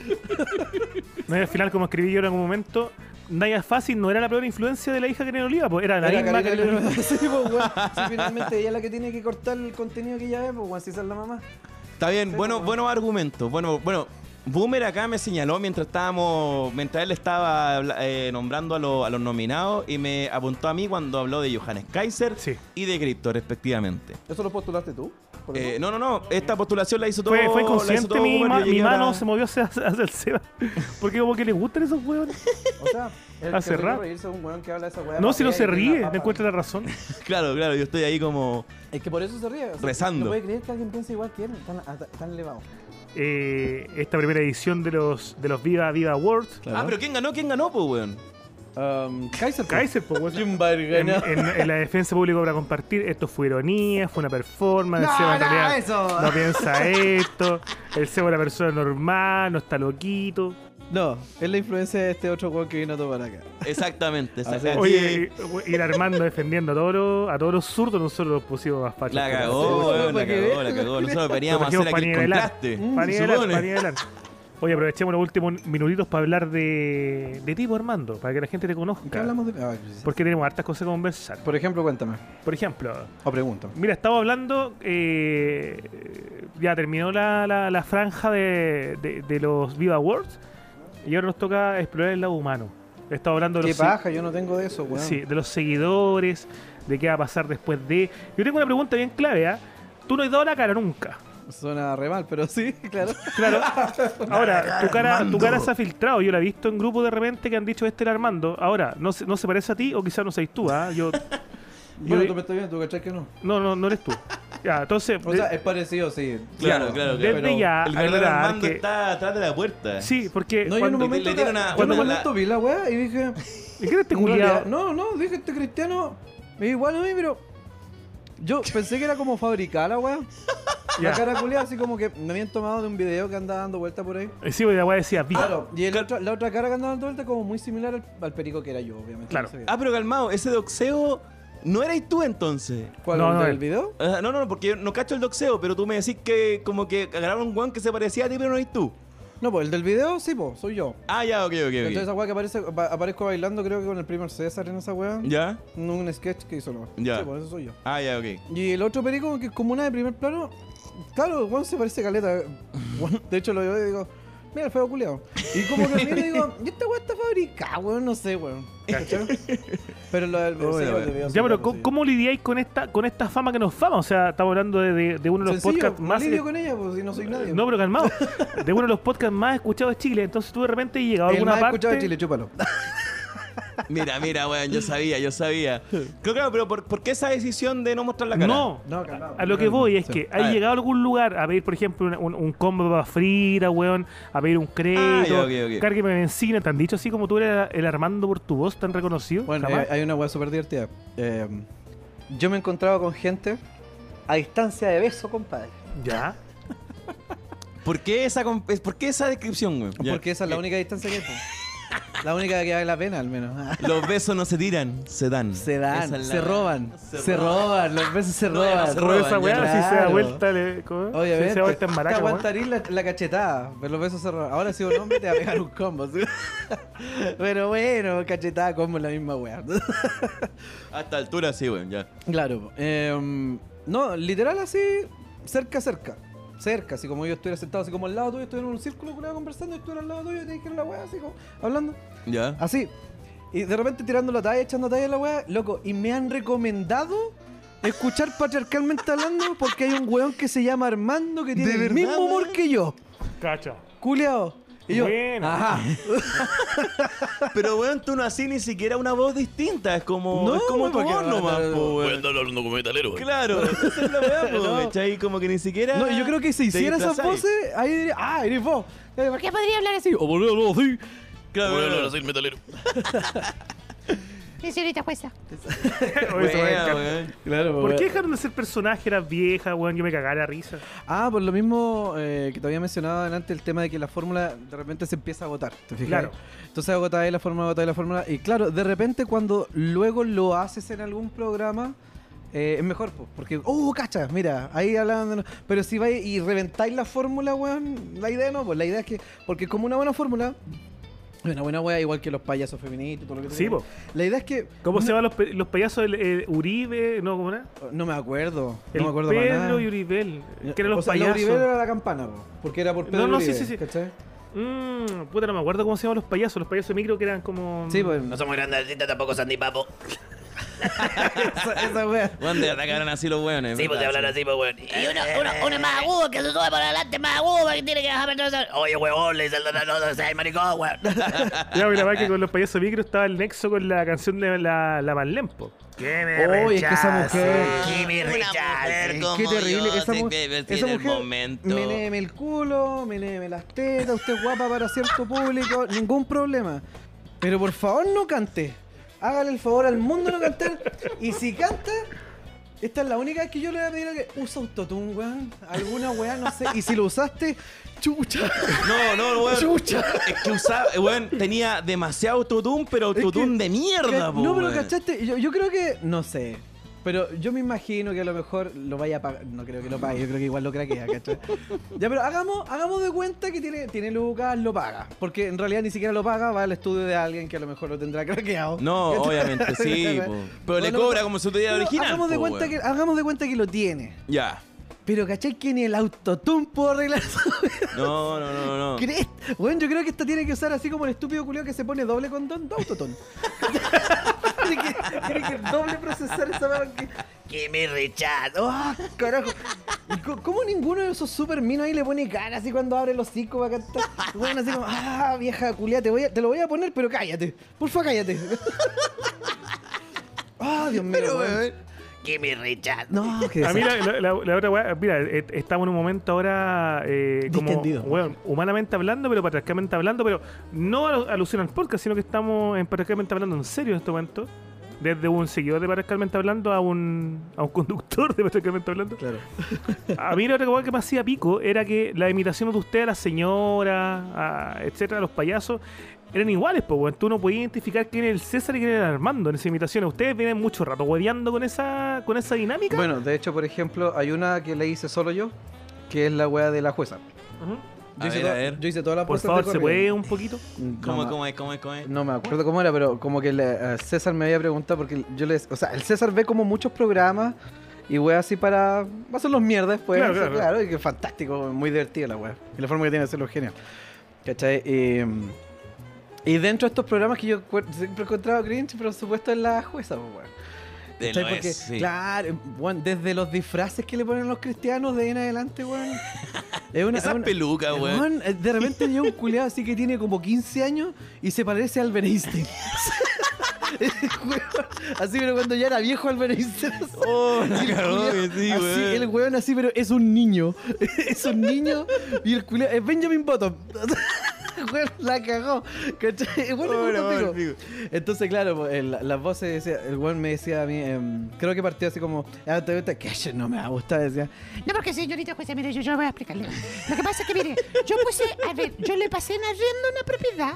[SPEAKER 1] No, y al final, como escribí yo en algún momento, Naya Fácil no era la peor influencia de la hija que tenía Oliva, pues era la
[SPEAKER 2] Era
[SPEAKER 1] misma
[SPEAKER 2] Karina
[SPEAKER 1] Karina
[SPEAKER 2] Oliva.
[SPEAKER 1] Oliva.
[SPEAKER 2] Sí, pues, weón. Sí, finalmente ella es la que tiene que cortar el contenido que ella ve, pues, weón, si esa es la mamá.
[SPEAKER 3] Está bien, bueno, buenos argumentos. Bueno, bueno, Boomer acá me señaló mientras estábamos, mientras él estaba habla- eh, nombrando a, los- a los nominados y me apuntó a mí cuando habló de Johannes Kaiser
[SPEAKER 1] Sí.
[SPEAKER 3] y de Crypto, respectivamente.
[SPEAKER 2] ¿Eso lo postulaste tú?
[SPEAKER 3] Eh, no, no, no, esta postulación la hizo todo.
[SPEAKER 1] Fue, fue
[SPEAKER 3] la hizo
[SPEAKER 1] inconsciente
[SPEAKER 3] todo
[SPEAKER 1] mi,
[SPEAKER 3] Boomer,
[SPEAKER 1] ma-
[SPEAKER 3] yo llegué
[SPEAKER 1] mi
[SPEAKER 3] ahora-
[SPEAKER 1] mano, se movió hacia, hacia el Seba. Porque como que le gustan esos huevones.
[SPEAKER 2] o sea, el
[SPEAKER 1] hace
[SPEAKER 2] que se
[SPEAKER 1] rato.
[SPEAKER 2] reírse de un weón que habla de esa weá.
[SPEAKER 1] No, si no
[SPEAKER 2] papaya
[SPEAKER 1] se
[SPEAKER 2] y de la
[SPEAKER 1] ríe,
[SPEAKER 2] papa.
[SPEAKER 1] me encuentra la razón.
[SPEAKER 3] Claro, claro, yo estoy ahí como.
[SPEAKER 2] Es que por eso se ríe. o sea,
[SPEAKER 3] Rezando.
[SPEAKER 2] No puede creer que alguien piense igual que él, tan, a- tan elevado.
[SPEAKER 1] Eh, esta primera edición de los, de los Viva Viva Awards.
[SPEAKER 3] Ah, pero ¿quién ganó? ¿Quién ganó, pues, weón?
[SPEAKER 2] Um, Kaiser. pues.
[SPEAKER 1] Kaiser, pues, weón.
[SPEAKER 2] Jim
[SPEAKER 1] En,
[SPEAKER 2] Vargana.
[SPEAKER 1] en- en la defensa pública para compartir, esto fue ironía, fue una performance.
[SPEAKER 2] No,
[SPEAKER 1] el Seba en
[SPEAKER 2] no,
[SPEAKER 1] realidad
[SPEAKER 2] eso.
[SPEAKER 1] no piensa esto. El Seba es una persona normal, no está loquito.
[SPEAKER 2] No, es la influencia de este otro weón que vino a tomar acá. Ah,
[SPEAKER 3] Exactamente, exactamente.
[SPEAKER 1] Oye, y, y el Armando defendiendo a todos los, a todos los zurdos, nosotros los pusimos más fácil.
[SPEAKER 3] La
[SPEAKER 2] Sí,
[SPEAKER 3] cagó, weón,
[SPEAKER 2] para
[SPEAKER 3] la
[SPEAKER 2] que
[SPEAKER 3] cagó,
[SPEAKER 2] vean.
[SPEAKER 3] la cagó. Nosotros veníamos a
[SPEAKER 1] Lo Mm.
[SPEAKER 3] hacer
[SPEAKER 1] trajimos
[SPEAKER 3] aquí el
[SPEAKER 1] para nivelar.
[SPEAKER 3] contraste. Mm,
[SPEAKER 1] Para
[SPEAKER 3] se
[SPEAKER 1] nivelar,
[SPEAKER 3] supone.
[SPEAKER 1] para nivelar. Oye, aprovechemos los últimos minutitos para hablar de, de ti, pues, Armando, para que la gente te
[SPEAKER 2] ¿Qué
[SPEAKER 1] conozca.
[SPEAKER 2] hablamos de.? ah, sí.
[SPEAKER 1] Porque tenemos hartas cosas que conversar.
[SPEAKER 2] Por ejemplo, cuéntame.
[SPEAKER 1] Por ejemplo,
[SPEAKER 2] O pregúntame.
[SPEAKER 1] Mira, estaba hablando. eh, ya terminó la, la- la franja de, de- de los Viva Awards. Y ahora nos toca explorar el lado humano. He estado hablando de
[SPEAKER 2] Qué
[SPEAKER 1] los,
[SPEAKER 2] paja, yo no tengo de eso,
[SPEAKER 1] se-
[SPEAKER 2] weón.
[SPEAKER 1] sí, de los seguidores, de qué va a pasar después de. Yo tengo una pregunta bien clave. ¿ah? Tú no has dado la cara nunca.
[SPEAKER 2] Suena re mal, pero sí, claro.
[SPEAKER 1] Claro. Ahora, tu cara, tu cara se ha filtrado. Yo la he visto en grupos de repente que han dicho este era Armando. Ahora, no se, no se parece a ti o quizás no seas tú, ¿ah? Yo,
[SPEAKER 2] Bueno,
[SPEAKER 1] yo-
[SPEAKER 2] tú me estás viendo, tú cachai que no.
[SPEAKER 1] no, no, no eres tú. Ya, entonces, eh,
[SPEAKER 2] O
[SPEAKER 1] de-
[SPEAKER 2] sea, es parecido, sí.
[SPEAKER 3] Claro, claro,
[SPEAKER 1] desde
[SPEAKER 3] claro.
[SPEAKER 2] pero
[SPEAKER 1] ya,
[SPEAKER 3] El verdadero
[SPEAKER 1] aclarar
[SPEAKER 3] Armando
[SPEAKER 1] que-
[SPEAKER 3] está atrás de la puerta.
[SPEAKER 1] Sí, porque
[SPEAKER 2] No, yo en
[SPEAKER 1] cuando...
[SPEAKER 2] un
[SPEAKER 3] le-
[SPEAKER 2] momento, te-
[SPEAKER 3] le dieron una-
[SPEAKER 2] yo en un
[SPEAKER 3] cuando la-
[SPEAKER 2] momento vi la weá y dije.
[SPEAKER 1] ¿Y qué era este
[SPEAKER 2] en realidad-
[SPEAKER 1] culiao?
[SPEAKER 2] No, no, dije este cristiano. Es igual a mí, pero. Yo pensé que era como fabricada la weá.
[SPEAKER 1] Ya.
[SPEAKER 2] La cara culiada, así como que me habían tomado de un video que andaba dando vuelta por ahí.
[SPEAKER 1] Sí, porque la weá decía viva.
[SPEAKER 2] Claro, y el otro- la otra cara que andaba dando vuelta como muy similar al, al perico que era yo, obviamente.
[SPEAKER 1] Claro.
[SPEAKER 2] Ese video.
[SPEAKER 3] Ah, pero calmado, ese doxeo no erais tú entonces.
[SPEAKER 2] ¿Cuál
[SPEAKER 1] No,
[SPEAKER 2] el
[SPEAKER 1] no,
[SPEAKER 2] del
[SPEAKER 1] el-
[SPEAKER 2] video?
[SPEAKER 3] Ah, no, no, no, porque yo no cacho el doxeo, pero tú me decís que como que agarraron un guan que se parecía a ti, pero no eres tú.
[SPEAKER 2] No, pues el del video sí, pues, soy yo.
[SPEAKER 3] Ah, ya, ok,
[SPEAKER 2] Entonces
[SPEAKER 3] ok,
[SPEAKER 2] esa weá que aparece, apa- aparezco bailando creo que con el primer César en esa weá.
[SPEAKER 3] ok. ¿Ya?
[SPEAKER 2] En Un sketch que hizo no.
[SPEAKER 3] Ya.
[SPEAKER 2] Sí, pues eso soy yo.
[SPEAKER 3] Ah, ya, ok.
[SPEAKER 2] Y el otro perico, que es como una de primer plano, claro, Juan se parece caleta. Weón, de hecho, lo veo y digo, mira el feo culeado. Y como que lo miro y digo, ¿y esta weá está fabricada, weón? No sé, weón. ¿Cachai? Pero lo del
[SPEAKER 3] Uy, la
[SPEAKER 2] lo del
[SPEAKER 3] wea.
[SPEAKER 2] video, sí,
[SPEAKER 1] Ya,
[SPEAKER 2] claro,
[SPEAKER 1] pero ¿cómo,
[SPEAKER 2] sí.
[SPEAKER 1] cómo lidiáis con esta, con esta fama que nos fama? O sea, estamos hablando de, de- de uno de los
[SPEAKER 2] Sencillo,
[SPEAKER 1] podcasts más.
[SPEAKER 2] lidio con ella, pues si no soy nadie.
[SPEAKER 1] No, pero calmado. De uno de los podcasts más escuchados de Chile. Entonces tú de repente has llegado a
[SPEAKER 2] el
[SPEAKER 1] alguna
[SPEAKER 2] más escuchado de
[SPEAKER 1] parte.
[SPEAKER 2] Chile, chúpalo.
[SPEAKER 3] Mira, mira, weón, yo sabía, yo sabía. Claro, claro, pero ¿por, por qué esa decisión de no mostrar la cara?
[SPEAKER 1] no.
[SPEAKER 2] No, calmado.
[SPEAKER 1] A lo que
[SPEAKER 2] calma,
[SPEAKER 1] voy es
[SPEAKER 2] sí.
[SPEAKER 1] que
[SPEAKER 3] A
[SPEAKER 1] has
[SPEAKER 3] ver.
[SPEAKER 1] llegado a algún lugar a pedir, por ejemplo, una- un, un combo para frita, weón, a pedir un crédito,
[SPEAKER 3] Ah, ya, ok, ok.
[SPEAKER 1] cárgueme benzina, te han dicho así como tú eres el Armando por tu voz tan reconocido.
[SPEAKER 2] Bueno,
[SPEAKER 1] Jamás.
[SPEAKER 2] eh, hay una weá súper divertida. Eh, yo me encontraba con gente a distancia de beso, compadre.
[SPEAKER 1] Ya.
[SPEAKER 3] ¿Por qué esa, com- es- ¿por qué esa descripción, weón? Ya. Eh.
[SPEAKER 2] Porque esa es la única distancia que hay. pues. La única que vale la pena, al menos.
[SPEAKER 3] Los besos no se tiran, se dan.
[SPEAKER 2] Se
[SPEAKER 3] Esa
[SPEAKER 2] dan,
[SPEAKER 3] es la-
[SPEAKER 2] se roban, se, roban, los besos se
[SPEAKER 3] No, ya no
[SPEAKER 2] roban.
[SPEAKER 3] se
[SPEAKER 1] Pero
[SPEAKER 3] roban,
[SPEAKER 1] esa
[SPEAKER 3] ya
[SPEAKER 1] weá,
[SPEAKER 3] no.
[SPEAKER 1] si se da
[SPEAKER 2] Claro.
[SPEAKER 1] vuelta, le, ¿cómo?
[SPEAKER 2] Obviamente.
[SPEAKER 1] si se da vuelta en
[SPEAKER 2] te
[SPEAKER 1] maraca, weón.
[SPEAKER 2] aguantaría la, la cachetada, pero los besos se roban. Ahora si un hombre te va a pegar un combo. ¿sí? Pero bueno, cachetada, combo, la misma weá.
[SPEAKER 3] A esta altura sí, weón, ya.
[SPEAKER 2] Claro. po. Em, no, literal así, cerca, cerca. Cerca, así como yo estuviera sentado así como al lado tuyo, estuviera en un círculo curado conversando, y estuviera al lado tuyo y te dijeron la weá así como hablando.
[SPEAKER 3] Ya.
[SPEAKER 2] Así. Y de repente tirando la talla, echando talla a la weá, loco. Y me han recomendado escuchar patriarcalmente hablando porque hay un weón que se llama Armando que tiene
[SPEAKER 3] ¿De
[SPEAKER 2] el
[SPEAKER 3] verdad,
[SPEAKER 2] mismo humor
[SPEAKER 3] weón?
[SPEAKER 2] que yo.
[SPEAKER 1] Cacha.
[SPEAKER 2] Culeado. Y yo,
[SPEAKER 1] Buena.
[SPEAKER 2] ajá.
[SPEAKER 3] Pero, weón, tú no así ni siquiera una voz distinta. Es como,
[SPEAKER 2] No,
[SPEAKER 3] es como
[SPEAKER 2] weón,
[SPEAKER 3] tu
[SPEAKER 2] porque
[SPEAKER 3] voz
[SPEAKER 2] no,
[SPEAKER 3] nomás,
[SPEAKER 2] no,
[SPEAKER 3] po, weón.
[SPEAKER 6] Pueden hablar un documentalero.
[SPEAKER 3] Claro, esa es la weá, po,
[SPEAKER 2] No.
[SPEAKER 3] ¿cachai? Como que ni siquiera.
[SPEAKER 2] No, y yo creo que si
[SPEAKER 3] te
[SPEAKER 2] hiciera esas
[SPEAKER 3] disfrazáis.
[SPEAKER 2] voces, ahí diría, ah, eres vos.
[SPEAKER 5] ¿Por qué podría hablar así?
[SPEAKER 2] O boludo, no, sí.
[SPEAKER 3] Claro,
[SPEAKER 6] Pueden hablar
[SPEAKER 3] claro.
[SPEAKER 6] así el metalero.
[SPEAKER 5] Y señorita jueza.
[SPEAKER 1] Oye, esa weá me
[SPEAKER 3] Weá,
[SPEAKER 1] encanta.
[SPEAKER 2] eh,
[SPEAKER 3] weón.
[SPEAKER 2] Claro,
[SPEAKER 1] ¿Por qué dejaron de ser personaje? Era vieja, weón. Yo me cagaba la risa.
[SPEAKER 2] Ah, por lo mismo eh, que te había mencionado antes, el tema de que la fórmula de repente se empieza a agotar. ¿te fijas?
[SPEAKER 1] Claro.
[SPEAKER 2] Entonces agotáis la fórmula, agotáis la fórmula. Y claro, de repente cuando luego lo haces en algún programa, eh, es mejor, po, porque, oh, cacha, mira, ahí hablan de no- Pero si vais y reventáis la fórmula, weón, la idea no, pues la idea es que, porque como una buena fórmula. Una buena wea, igual que los payasos feministas, y todo lo que tú
[SPEAKER 1] Sí,
[SPEAKER 2] quieras.
[SPEAKER 1] po.
[SPEAKER 2] La idea es que.
[SPEAKER 1] ¿Cómo
[SPEAKER 2] no,
[SPEAKER 1] se llaman los, pe- los payasos? El, el Uribe, no, ¿cómo era?
[SPEAKER 2] No me acuerdo.
[SPEAKER 1] El
[SPEAKER 2] no me acuerdo
[SPEAKER 1] Pedro
[SPEAKER 2] para nada.
[SPEAKER 1] y Uribel. Que eran
[SPEAKER 2] Eh, O
[SPEAKER 1] los
[SPEAKER 2] sea, la
[SPEAKER 1] payasos.
[SPEAKER 2] Uribe era la campana, po, porque era por
[SPEAKER 1] No,
[SPEAKER 2] Pedro
[SPEAKER 1] no,
[SPEAKER 2] Uribe,
[SPEAKER 1] sí, sí, sí.
[SPEAKER 2] ¿cachai?
[SPEAKER 1] Mm, puta, no me acuerdo cómo se llaman los payasos. Los payasos de micro que eran como.
[SPEAKER 2] Sí, pues.
[SPEAKER 6] No somos grandes tampoco Sandy Papo.
[SPEAKER 2] esa, esa wea.
[SPEAKER 3] Weón, de atacaron así los weones.
[SPEAKER 6] Sí, pues te
[SPEAKER 3] ¿verdad?
[SPEAKER 6] hablan así, pues, weón.
[SPEAKER 5] Y uno, uno, uno más agudo que se sube por adelante, más agudo que tiene que dejar atrás.
[SPEAKER 6] Oye, weón, le dice el no, no seas el maricón, weón.
[SPEAKER 1] Ya, mira, que con los payasos de micro estaba el nexo con la canción de la, la Marlene, po.
[SPEAKER 6] Que
[SPEAKER 2] Oye, es que esa mujer.
[SPEAKER 6] Kimi Richards.
[SPEAKER 2] Qué terrible. esa, mu- esa
[SPEAKER 3] el
[SPEAKER 2] mujer.
[SPEAKER 3] momento.
[SPEAKER 2] Menéeme el culo, menéeme las tetas. Usted es guapa para cierto público. Ningún problema. Pero por favor, no cante. Hágale el favor al mundo no cantar. Y si canta. Esta es la única vez que yo le voy a pedir a que usa autotune, weón. Alguna weá, no sé. Y si lo usaste, chucha.
[SPEAKER 3] No, no, weón.
[SPEAKER 2] Chucha.
[SPEAKER 3] Es que usaba, weón, tenía demasiado autotune, pero
[SPEAKER 2] que-
[SPEAKER 3] autotune de mierda,
[SPEAKER 2] Que-
[SPEAKER 3] po,
[SPEAKER 2] No, pero
[SPEAKER 3] weón.
[SPEAKER 2] cachaste, yo, yo creo que, no sé. Pero yo me imagino que a lo mejor lo vaya a pagar. No creo que lo pague, yo creo que igual lo craquea, ¿cachai? ya, pero hagamos, hagamos de cuenta que tiene, tiene lucas, lo paga. Porque en realidad ni siquiera lo paga, va al estudio de alguien que a lo mejor lo tendrá craqueado.
[SPEAKER 3] No,
[SPEAKER 2] ¿Cachai?
[SPEAKER 3] obviamente, sí, po. Pero le
[SPEAKER 2] Bueno,
[SPEAKER 3] cobra como si tuviera
[SPEAKER 2] pero
[SPEAKER 3] original.
[SPEAKER 2] Hagamos de,
[SPEAKER 3] po,
[SPEAKER 2] cuenta
[SPEAKER 3] weón.
[SPEAKER 2] que, hagamos de cuenta que lo tiene.
[SPEAKER 3] Ya.
[SPEAKER 2] Pero, ¿cachai? Que ni el autotune puedo arreglar esa
[SPEAKER 3] No, no, no, no.
[SPEAKER 2] ¿Crees? Bueno, yo creo que esta tiene que usar así como el estúpido culiao que se pone doble condón de autotón. tiene que, tiene que doble procesar esa weá. que-
[SPEAKER 6] Kimi Richard. ¡Oh!
[SPEAKER 2] Ah, Carajo. ¿Y co- ¿Cómo ninguno de esos super minos ahí le pone cara así cuando abre los cinco para cantar? Bueno, así como, ah, vieja culia, te, voy a- te lo voy a poner, pero cállate. Porfa, cállate. Ah, Dios mío. weón.
[SPEAKER 6] Kimi Richard.
[SPEAKER 2] No, que
[SPEAKER 1] A mí la, Ah, la- la- la otra weá, mira, eh, estamos en un momento ahora eh, como,
[SPEAKER 2] Distendido.
[SPEAKER 1] weón, humanamente hablando, pero patriarcalmente hablando, pero no al- alusión al podcast, sino que estamos en patriarcalmente hablando en serio en este momento. Desde un seguidor de patriarcalmente hablando a un, a un conductor de patriarcalmente hablando.
[SPEAKER 2] Claro.
[SPEAKER 1] A mí la otra cosa que me hacía pico era que las imitaciones de ustedes a las señoras, a- etcétera, a los payasos, eran iguales, pues, weón. Tú no podías identificar quién era el César y quién era el Armando en esas imitaciones. Ustedes vienen mucho rato hueveando con esa, con esa dinámica.
[SPEAKER 2] Bueno, de hecho, por ejemplo, hay una que le hice solo yo, que es la wea de la jueza.
[SPEAKER 1] Ujú.
[SPEAKER 3] A ver,
[SPEAKER 2] toda-
[SPEAKER 3] a ver.
[SPEAKER 2] yo hice todas las
[SPEAKER 1] Por
[SPEAKER 2] puestas de
[SPEAKER 1] favor, ¿se puede
[SPEAKER 2] corrido.
[SPEAKER 1] un poquito?
[SPEAKER 2] No
[SPEAKER 3] ¿Cómo,
[SPEAKER 2] me-
[SPEAKER 3] cómo es? ¿Cómo es? ¿Cómo es?
[SPEAKER 2] No me acuerdo cómo era, pero como que le- eh, César me había preguntado porque yo les, o sea, el César ve como muchos programas y weas así para va a ser los mierdas pues,
[SPEAKER 1] Claro,
[SPEAKER 2] o sea,
[SPEAKER 1] claro.
[SPEAKER 2] y que fantástico, muy divertida la wea. Y la forma que tiene de hacerlo es genial. ¿Cachai? Y, mm, y dentro de estos programas que yo encuer- siempre he encontrado cringe, pero por supuesto es la jueza, pues, weón.
[SPEAKER 3] De
[SPEAKER 2] ¿Cachai?
[SPEAKER 3] lo
[SPEAKER 2] Porque,
[SPEAKER 3] es, sí.
[SPEAKER 2] Claro, weón, desde los disfraces que le ponen los cristianos de ahí en adelante, weón. Es una,
[SPEAKER 3] Esas
[SPEAKER 2] es una-
[SPEAKER 3] pelucas, weón.
[SPEAKER 2] Weón, eh, de repente llega un culiado así que tiene como 15 años y se parece a Albert Einstein. Weón, así, pero cuando ya era viejo Albert Einstein.
[SPEAKER 3] Oh, la
[SPEAKER 2] Y el
[SPEAKER 3] cagó,
[SPEAKER 2] culiao
[SPEAKER 3] sí,
[SPEAKER 2] así,
[SPEAKER 3] weón.
[SPEAKER 2] El weón así, pero es un niño. es un niño y el culiado es Benjamin Button. Weón, la cagó. ¿Cachai? Weón,
[SPEAKER 3] Oh,
[SPEAKER 2] es
[SPEAKER 3] la
[SPEAKER 2] un
[SPEAKER 3] madre,
[SPEAKER 2] pico.
[SPEAKER 3] pico.
[SPEAKER 2] Entonces, claro, pues, el- las voces, decía- el weón me decía a mí, em, creo que partió así como, ah, te gusta, que ayer no me va a gustar, decía.
[SPEAKER 7] No, porque señorita jueza, mire, yo, yo voy a explicarle. Lo que pasa es que, mire, yo puse, a ver, yo le pasé en arriendo una propiedad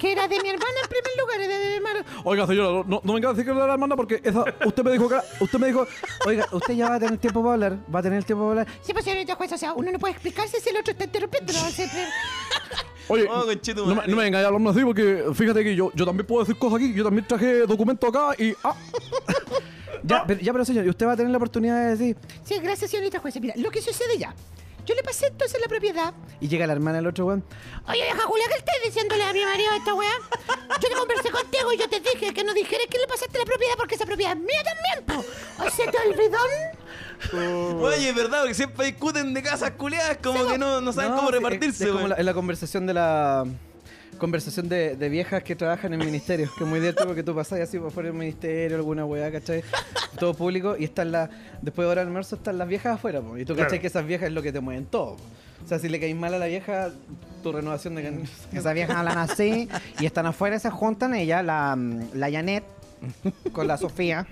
[SPEAKER 7] que era de mi hermana en primer lugar, era de mi hermano.
[SPEAKER 2] Oiga, señora, no, no venga a decir que era la hermana porque esa, usted me dijo que era- usted me dijo, oiga, usted ya va a tener tiempo para hablar, va a tener tiempo para hablar.
[SPEAKER 7] Sí, pues señorita jueza, o sea, uno no puede explicarse si el otro está interrumpiendo. No, siempre-
[SPEAKER 2] Oye,
[SPEAKER 3] Oh, conchetumare.
[SPEAKER 2] no, me- no me venga a hablarme así porque fíjate que yo, yo también puedo decir cosas aquí, yo también traje documentos acá y ah. ya, pero, ya, pero señor, usted va a tener la oportunidad de decir.
[SPEAKER 7] Sí, gracias, señorita jueza. Mira, lo que sucede ya. Yo le pasé entonces la propiedad.
[SPEAKER 2] Y llega la hermana del otro weón.
[SPEAKER 7] Oye, vieja Julia, ¿qué estás diciéndole a mi marido esta weá? Yo te conversé contigo y yo te dije que no dijeras que le pasaste la propiedad porque esa propiedad es mía también, po. O sea, te olvidó.
[SPEAKER 2] Oh.
[SPEAKER 3] Oye, es verdad, porque siempre discuten de casas culiadas, como que no, no saben
[SPEAKER 2] No,
[SPEAKER 3] cómo
[SPEAKER 2] sí, es-
[SPEAKER 3] repartirse,
[SPEAKER 2] Es, como
[SPEAKER 3] weón.
[SPEAKER 2] la, es la conversación de la. Conversación de, de viejas que trabajan en ministerios, que es muy divertido porque tú pasás así por fuera del ministerio, alguna weá, ¿cachai? Todo público, y están las. Después de hora de almuerzo están las viejas afuera, po, y tú
[SPEAKER 1] Claro.
[SPEAKER 2] cachai que esas viejas es lo que te mueven todo. po. O sea, si le caís mal a la vieja, tu renovación de can-
[SPEAKER 8] Esas viejas hablan así y están afuera, se juntan ella, la, la Janet, con la Sofía.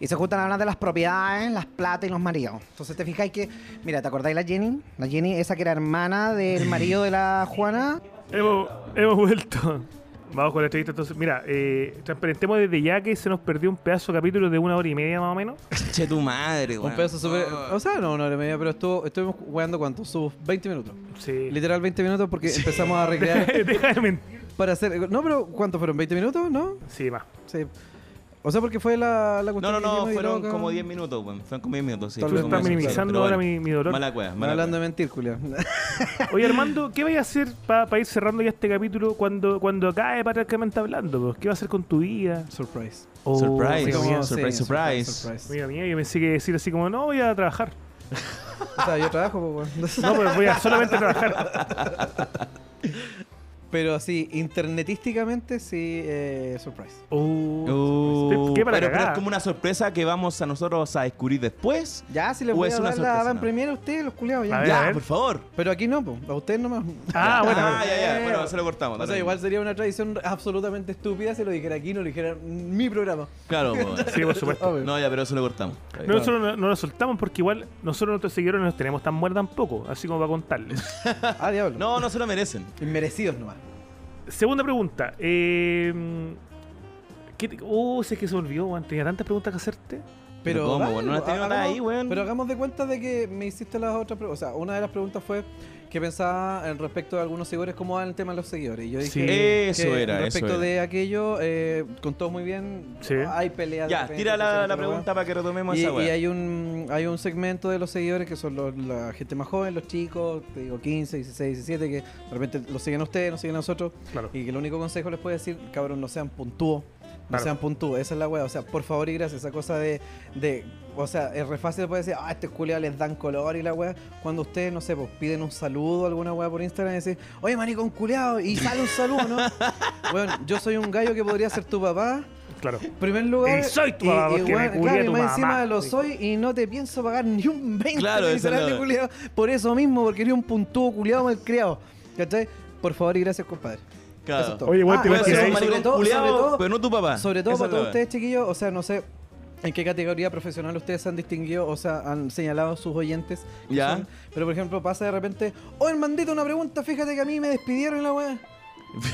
[SPEAKER 8] Y se juntan a hablar de las propiedades, las plata y los maridos. Entonces te fijáis que, mira, ¿te acordáis la Jenny? La Jenny, esa que era hermana del marido de la Juana.
[SPEAKER 1] Hemos, hemos vuelto. Vamos con la entrevista entonces. Mira, eh, transparentemos desde ya que se nos perdió un pedazo de capítulo de una hora y media más o menos.
[SPEAKER 3] Che tu madre, weón. Oh.
[SPEAKER 2] Un pedazo súper. O sea, no, una hora y media, pero estuvo, estuvimos weando cuánto? Sus 20 minutos.
[SPEAKER 1] Sí.
[SPEAKER 2] Literal 20 minutos porque empezamos a recrear
[SPEAKER 1] Deja de mentir.
[SPEAKER 2] para hacer. No, pero ¿cuántos fueron? ¿20 minutos? ¿No?
[SPEAKER 1] Sí, más.
[SPEAKER 2] Sí. O sea, porque fue la, la
[SPEAKER 3] No,
[SPEAKER 2] cuestión
[SPEAKER 3] no,
[SPEAKER 2] que
[SPEAKER 3] no,
[SPEAKER 2] hicimos y
[SPEAKER 3] fueron
[SPEAKER 2] luego
[SPEAKER 3] como
[SPEAKER 2] acá-
[SPEAKER 3] 10 minutos, weón. Fueron como 10 minutos, sí.
[SPEAKER 2] Tal
[SPEAKER 3] fue
[SPEAKER 2] vez
[SPEAKER 3] como
[SPEAKER 2] estás
[SPEAKER 3] eso, sí,
[SPEAKER 1] minimizando
[SPEAKER 3] pero
[SPEAKER 1] ahora
[SPEAKER 3] bueno.
[SPEAKER 1] mi- mi dolor.
[SPEAKER 3] Mala cueva,
[SPEAKER 2] Están
[SPEAKER 3] mala
[SPEAKER 2] hablando
[SPEAKER 3] cueva.
[SPEAKER 2] de mentir, Julia.
[SPEAKER 1] Oye, Armando, ¿qué vais a hacer para ir cerrando ya este capítulo cuando, cuando acabe patriarcalmente hablando? pues? ¿Qué va a hacer con tu vida?
[SPEAKER 2] Surprise.
[SPEAKER 1] Oh,
[SPEAKER 3] Surprise.
[SPEAKER 1] amigo
[SPEAKER 3] Sí,
[SPEAKER 1] mío.
[SPEAKER 3] como- surprise, surprise.
[SPEAKER 1] Amigo mío, yo pensé que decir así como, no, voy a trabajar.
[SPEAKER 2] O sea, yo trabajo, pues,
[SPEAKER 1] No, pero voy a solamente trabajar.
[SPEAKER 2] Pero sí, internetísticamente sí, eh, surprise.
[SPEAKER 1] Oh.
[SPEAKER 3] Uh,
[SPEAKER 1] Qué para
[SPEAKER 3] pero, pero
[SPEAKER 1] cagar.
[SPEAKER 3] es como una sorpresa que vamos a nosotros a descubrir después.
[SPEAKER 2] Ya, si les
[SPEAKER 3] O
[SPEAKER 2] voy
[SPEAKER 3] es
[SPEAKER 2] a
[SPEAKER 3] una
[SPEAKER 2] dar
[SPEAKER 3] sorpresa,
[SPEAKER 2] la van
[SPEAKER 3] ¿no?
[SPEAKER 2] primero a ustedes, los culiados.
[SPEAKER 1] A
[SPEAKER 2] Ya.
[SPEAKER 1] ver.
[SPEAKER 2] pues,
[SPEAKER 3] ya, por favor.
[SPEAKER 2] Pero aquí no, pues. A ustedes nomás.
[SPEAKER 1] Ah, bueno, Eh.
[SPEAKER 3] ah,
[SPEAKER 1] bueno.
[SPEAKER 3] ya, ya. Bueno, se lo cortamos.
[SPEAKER 2] O sea,
[SPEAKER 3] dale.
[SPEAKER 2] igual sería una tradición absolutamente estúpida si lo dijera aquí, no lo dijera en mi programa. Ah,
[SPEAKER 3] Claro, weón.
[SPEAKER 1] Sí, por supuesto.
[SPEAKER 2] Obvio.
[SPEAKER 3] No, ya, pero eso lo cortamos. Está bien.
[SPEAKER 1] No, nosotros no, no lo soltamos porque igual nosotros nuestros seguidores no los tenemos tan muertos tampoco, así como para contarles.
[SPEAKER 2] Ah, diablo.
[SPEAKER 3] No, no se lo merecen.
[SPEAKER 2] Inmerecidos nomás.
[SPEAKER 1] Segunda pregunta. Eh, ¿qué te- oh, sé que se me olvidó, weón. Tenía tantas preguntas que hacerte.
[SPEAKER 2] Pero,
[SPEAKER 3] ¿Pero cómo,
[SPEAKER 2] dale,
[SPEAKER 3] weón? No la
[SPEAKER 2] pues,
[SPEAKER 3] tengo nada
[SPEAKER 2] hagamos-
[SPEAKER 3] ahí, weón.
[SPEAKER 2] Pero hagamos de cuenta de que me hiciste las otras preguntas. O sea, una de las preguntas fue que pensaba en respecto de algunos seguidores, cómo va el tema de los seguidores. Y yo dije,
[SPEAKER 1] Sí.
[SPEAKER 2] que
[SPEAKER 3] Eso era,
[SPEAKER 2] Respecto
[SPEAKER 3] eso era.
[SPEAKER 2] de aquello, eh, con todo muy bien.
[SPEAKER 1] Sí.
[SPEAKER 2] Hay peleas. de
[SPEAKER 3] Ya,
[SPEAKER 2] repente,
[SPEAKER 3] tira
[SPEAKER 2] etcétera,
[SPEAKER 3] la, la
[SPEAKER 2] pero,
[SPEAKER 3] pregunta para que retomemos
[SPEAKER 2] y,
[SPEAKER 3] esa
[SPEAKER 2] y
[SPEAKER 3] weá.
[SPEAKER 2] hay un hay un segmento de los seguidores que son los- la gente más joven, los chicos, te digo 15, 16, 17, que de repente los siguen a ustedes, nos siguen a nosotros.
[SPEAKER 1] Claro.
[SPEAKER 2] Y que el único consejo les puedo decir, cabrón, no sean puntúos,
[SPEAKER 1] Claro.
[SPEAKER 2] No sean puntú, esa es la weá. O sea, por favor y gracias. Esa cosa de. de o sea, es re fácil poder decir, ah, estos culiados les dan color y la weá. Cuando ustedes, no sé, pues piden un saludo a alguna weá por Instagram y decís, oye, maricón culiado, y sale un saludo, ¿no? bueno, yo soy un gallo que podría ser tu papá.
[SPEAKER 1] Claro.
[SPEAKER 2] Primer lugar.
[SPEAKER 1] Y soy tu papá, porque me
[SPEAKER 2] weón,
[SPEAKER 1] culié
[SPEAKER 2] claro,
[SPEAKER 1] a
[SPEAKER 2] y
[SPEAKER 1] tu
[SPEAKER 2] más
[SPEAKER 1] mamá.
[SPEAKER 2] encima lo soy y no te pienso pagar ni un 20
[SPEAKER 3] Claro, esa es
[SPEAKER 2] miserable
[SPEAKER 3] la-
[SPEAKER 2] culiao, Por eso mismo, porque eres un puntúo culiado mal criado. ¿Cachai? Por favor y gracias, compadre.
[SPEAKER 3] Claro.
[SPEAKER 2] Eso es todo.
[SPEAKER 1] Oye, igual
[SPEAKER 2] Ah,
[SPEAKER 1] te voy a
[SPEAKER 2] eso,
[SPEAKER 1] decir
[SPEAKER 3] Puede ser
[SPEAKER 1] ahí.
[SPEAKER 3] un maricón
[SPEAKER 2] sobre todo-
[SPEAKER 3] culiao,
[SPEAKER 2] sobre todo-
[SPEAKER 3] pero no tu papá.
[SPEAKER 2] Sobre todo
[SPEAKER 3] Esa
[SPEAKER 2] para
[SPEAKER 3] es la
[SPEAKER 2] todos
[SPEAKER 3] weá.
[SPEAKER 2] ustedes, chiquillos, o sea, no sé en qué categoría profesional ustedes se han distinguido, o sea, han señalado a sus oyentes. que
[SPEAKER 3] Ya.
[SPEAKER 2] son, pero, por ejemplo, pasa de repente, oh, hermandito, una pregunta, fíjate que a mí me despidieron en la weá.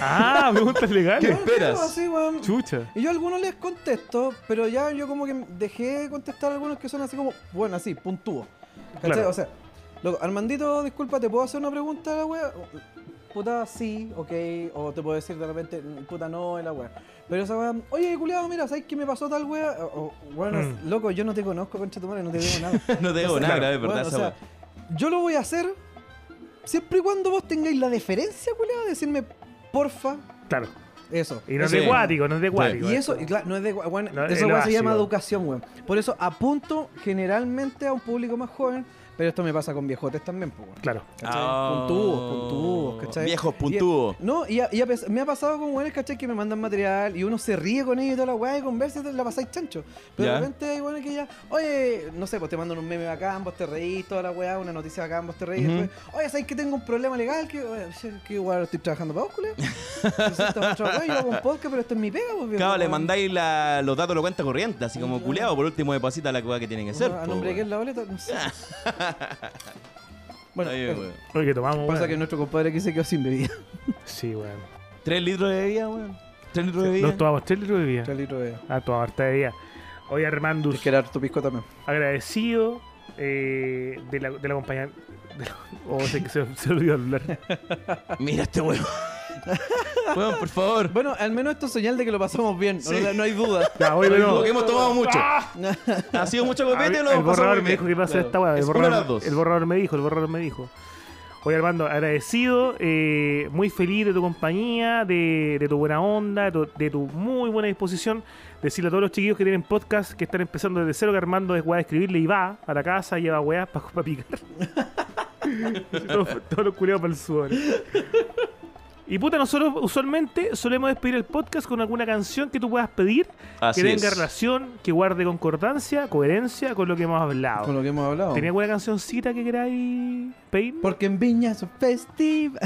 [SPEAKER 1] Ah, preguntas legales.
[SPEAKER 2] Weón,
[SPEAKER 3] esperas?
[SPEAKER 2] claro, así, weón.
[SPEAKER 1] Chucha.
[SPEAKER 2] Y yo a algunos les contesto, pero ya yo como que dejé de contestar a algunos que son así como, bueno, así, puntúo. ¿Cachai?
[SPEAKER 1] Claro.
[SPEAKER 2] O sea, loco, Armandito, disculpa, ¿te puedo hacer una pregunta a la wea? Puta, sí, ok. O te puedo decir de repente, mm, puta, no, y la wea. Pero esa wea, oye, culiado, mira, ¿sabes qué me pasó tal wea? O, o, bueno,
[SPEAKER 1] Mm.
[SPEAKER 2] loco, yo no te conozco, concha tu madre, no te debo nada.
[SPEAKER 3] No te debo
[SPEAKER 2] Entonces,
[SPEAKER 3] nada, grave,
[SPEAKER 2] bueno,
[SPEAKER 3] verdad,
[SPEAKER 2] o
[SPEAKER 3] esa
[SPEAKER 2] sea,
[SPEAKER 3] weá.
[SPEAKER 2] Yo lo voy a hacer siempre y cuando vos tengáis la deferencia, culiado, de decirme, porfa,
[SPEAKER 1] Claro.
[SPEAKER 2] eso.
[SPEAKER 1] Y no es
[SPEAKER 3] Sí.
[SPEAKER 1] de guático, no es de guático.
[SPEAKER 2] Y
[SPEAKER 1] eh.
[SPEAKER 2] eso, y claro, no es de, gua- bueno,
[SPEAKER 1] No, es
[SPEAKER 2] eso
[SPEAKER 1] lo
[SPEAKER 2] weón, se
[SPEAKER 1] básico.
[SPEAKER 2] llama educación, weón. Por eso apunto generalmente a un público más joven, pero esto me pasa con viejotes también, pues, weón.
[SPEAKER 1] Claro.
[SPEAKER 2] ¿Cachai?
[SPEAKER 3] Ah.
[SPEAKER 2] Puntúos,
[SPEAKER 3] Oh.
[SPEAKER 2] puntúos, ¿cachai?
[SPEAKER 3] Viejos
[SPEAKER 2] Y-
[SPEAKER 3] puntúos.
[SPEAKER 2] no, y, a- y a pes- me ha pasado con weones, ¿cachai? Que me mandan material y uno se ríe con ellos y toda la weá y conversa y te la pasáis chancho. Pero
[SPEAKER 3] Ya.
[SPEAKER 2] de repente hay weones que ya, oye, no sé, pues te mandan un meme bacán, vos te reís, toda la weá, una noticia bacán, vos te reís.
[SPEAKER 3] Ujú.
[SPEAKER 2] después, oye, ¿sabes que tengo un problema legal? Que, oye, que igual estoy trabajando para vos, culé. Entonces, esta otra weá, yo hago un podcast, pero esto es mi pega, pues, viejo,
[SPEAKER 3] Claro, le
[SPEAKER 2] weón.
[SPEAKER 3] mandáis la- los datos a la cuenta corriente, así como culeado, por último deposita la cueva que tiene que ser.
[SPEAKER 2] ¿A
[SPEAKER 3] po,
[SPEAKER 2] nombre de
[SPEAKER 3] pues, weón.
[SPEAKER 2] quién la boleta? No sé. bueno,
[SPEAKER 3] Está bien,
[SPEAKER 2] eso.
[SPEAKER 3] weón.
[SPEAKER 1] Oye, que tomamos.
[SPEAKER 2] pasa
[SPEAKER 1] weón.
[SPEAKER 2] que nuestro compadre aquí se quedó sin bebida.
[SPEAKER 1] Sí, weón.
[SPEAKER 3] Tres litros de bebida, weón. Tres litros de
[SPEAKER 1] Nos
[SPEAKER 3] bebida.
[SPEAKER 1] tomamos tres litros de bebida.
[SPEAKER 2] Tres litros de bebida.
[SPEAKER 1] Ah, tomamos harta bebida. Oye, Armandus.
[SPEAKER 2] eh. Es que era harto pisco también.
[SPEAKER 1] agradecido eh, de la, de la compañía. de la- oh, sé que se, se olvidó hablar.
[SPEAKER 3] Mira este weón. weón, por favor.
[SPEAKER 2] Bueno, al menos esto es señal de que lo pasamos bien. No, no- no hay duda.
[SPEAKER 1] Ya, oye, pero no.
[SPEAKER 3] Porque hemos tomado mucho.
[SPEAKER 1] ¡Ah!
[SPEAKER 3] ¿Ha sido mucho
[SPEAKER 1] A mí-
[SPEAKER 3] copete o lo
[SPEAKER 1] el
[SPEAKER 3] hemos pasado
[SPEAKER 1] borrador
[SPEAKER 3] muy
[SPEAKER 1] me
[SPEAKER 3] bien?
[SPEAKER 1] dijo que iba a hacer
[SPEAKER 2] Claro.
[SPEAKER 1] esta weá. El,
[SPEAKER 3] Es una de las
[SPEAKER 1] borrador-
[SPEAKER 3] dos.
[SPEAKER 1] el borrador me dijo, el borrador me dijo. Oye, Armando, agradecido, eh, muy feliz de tu compañía, de, de tu buena onda, de tu, de tu muy buena disposición. Decirle a todos los chiquillos que tienen podcast, que están empezando desde cero, que Armando es weá de escribirle y va a la casa, lleva weá para picar. todos, todos los culiados para el sudor. Y puta, nosotros usualmente solemos despedir el podcast con alguna canción que tú puedas pedir
[SPEAKER 3] Así
[SPEAKER 1] que tenga
[SPEAKER 3] es.
[SPEAKER 1] relación, que guarde concordancia, coherencia con lo que hemos hablado.
[SPEAKER 2] Con lo que hemos hablado.
[SPEAKER 1] ¿Tenía alguna cancioncita que queráis pedir?
[SPEAKER 2] Porque en Viña es un festival.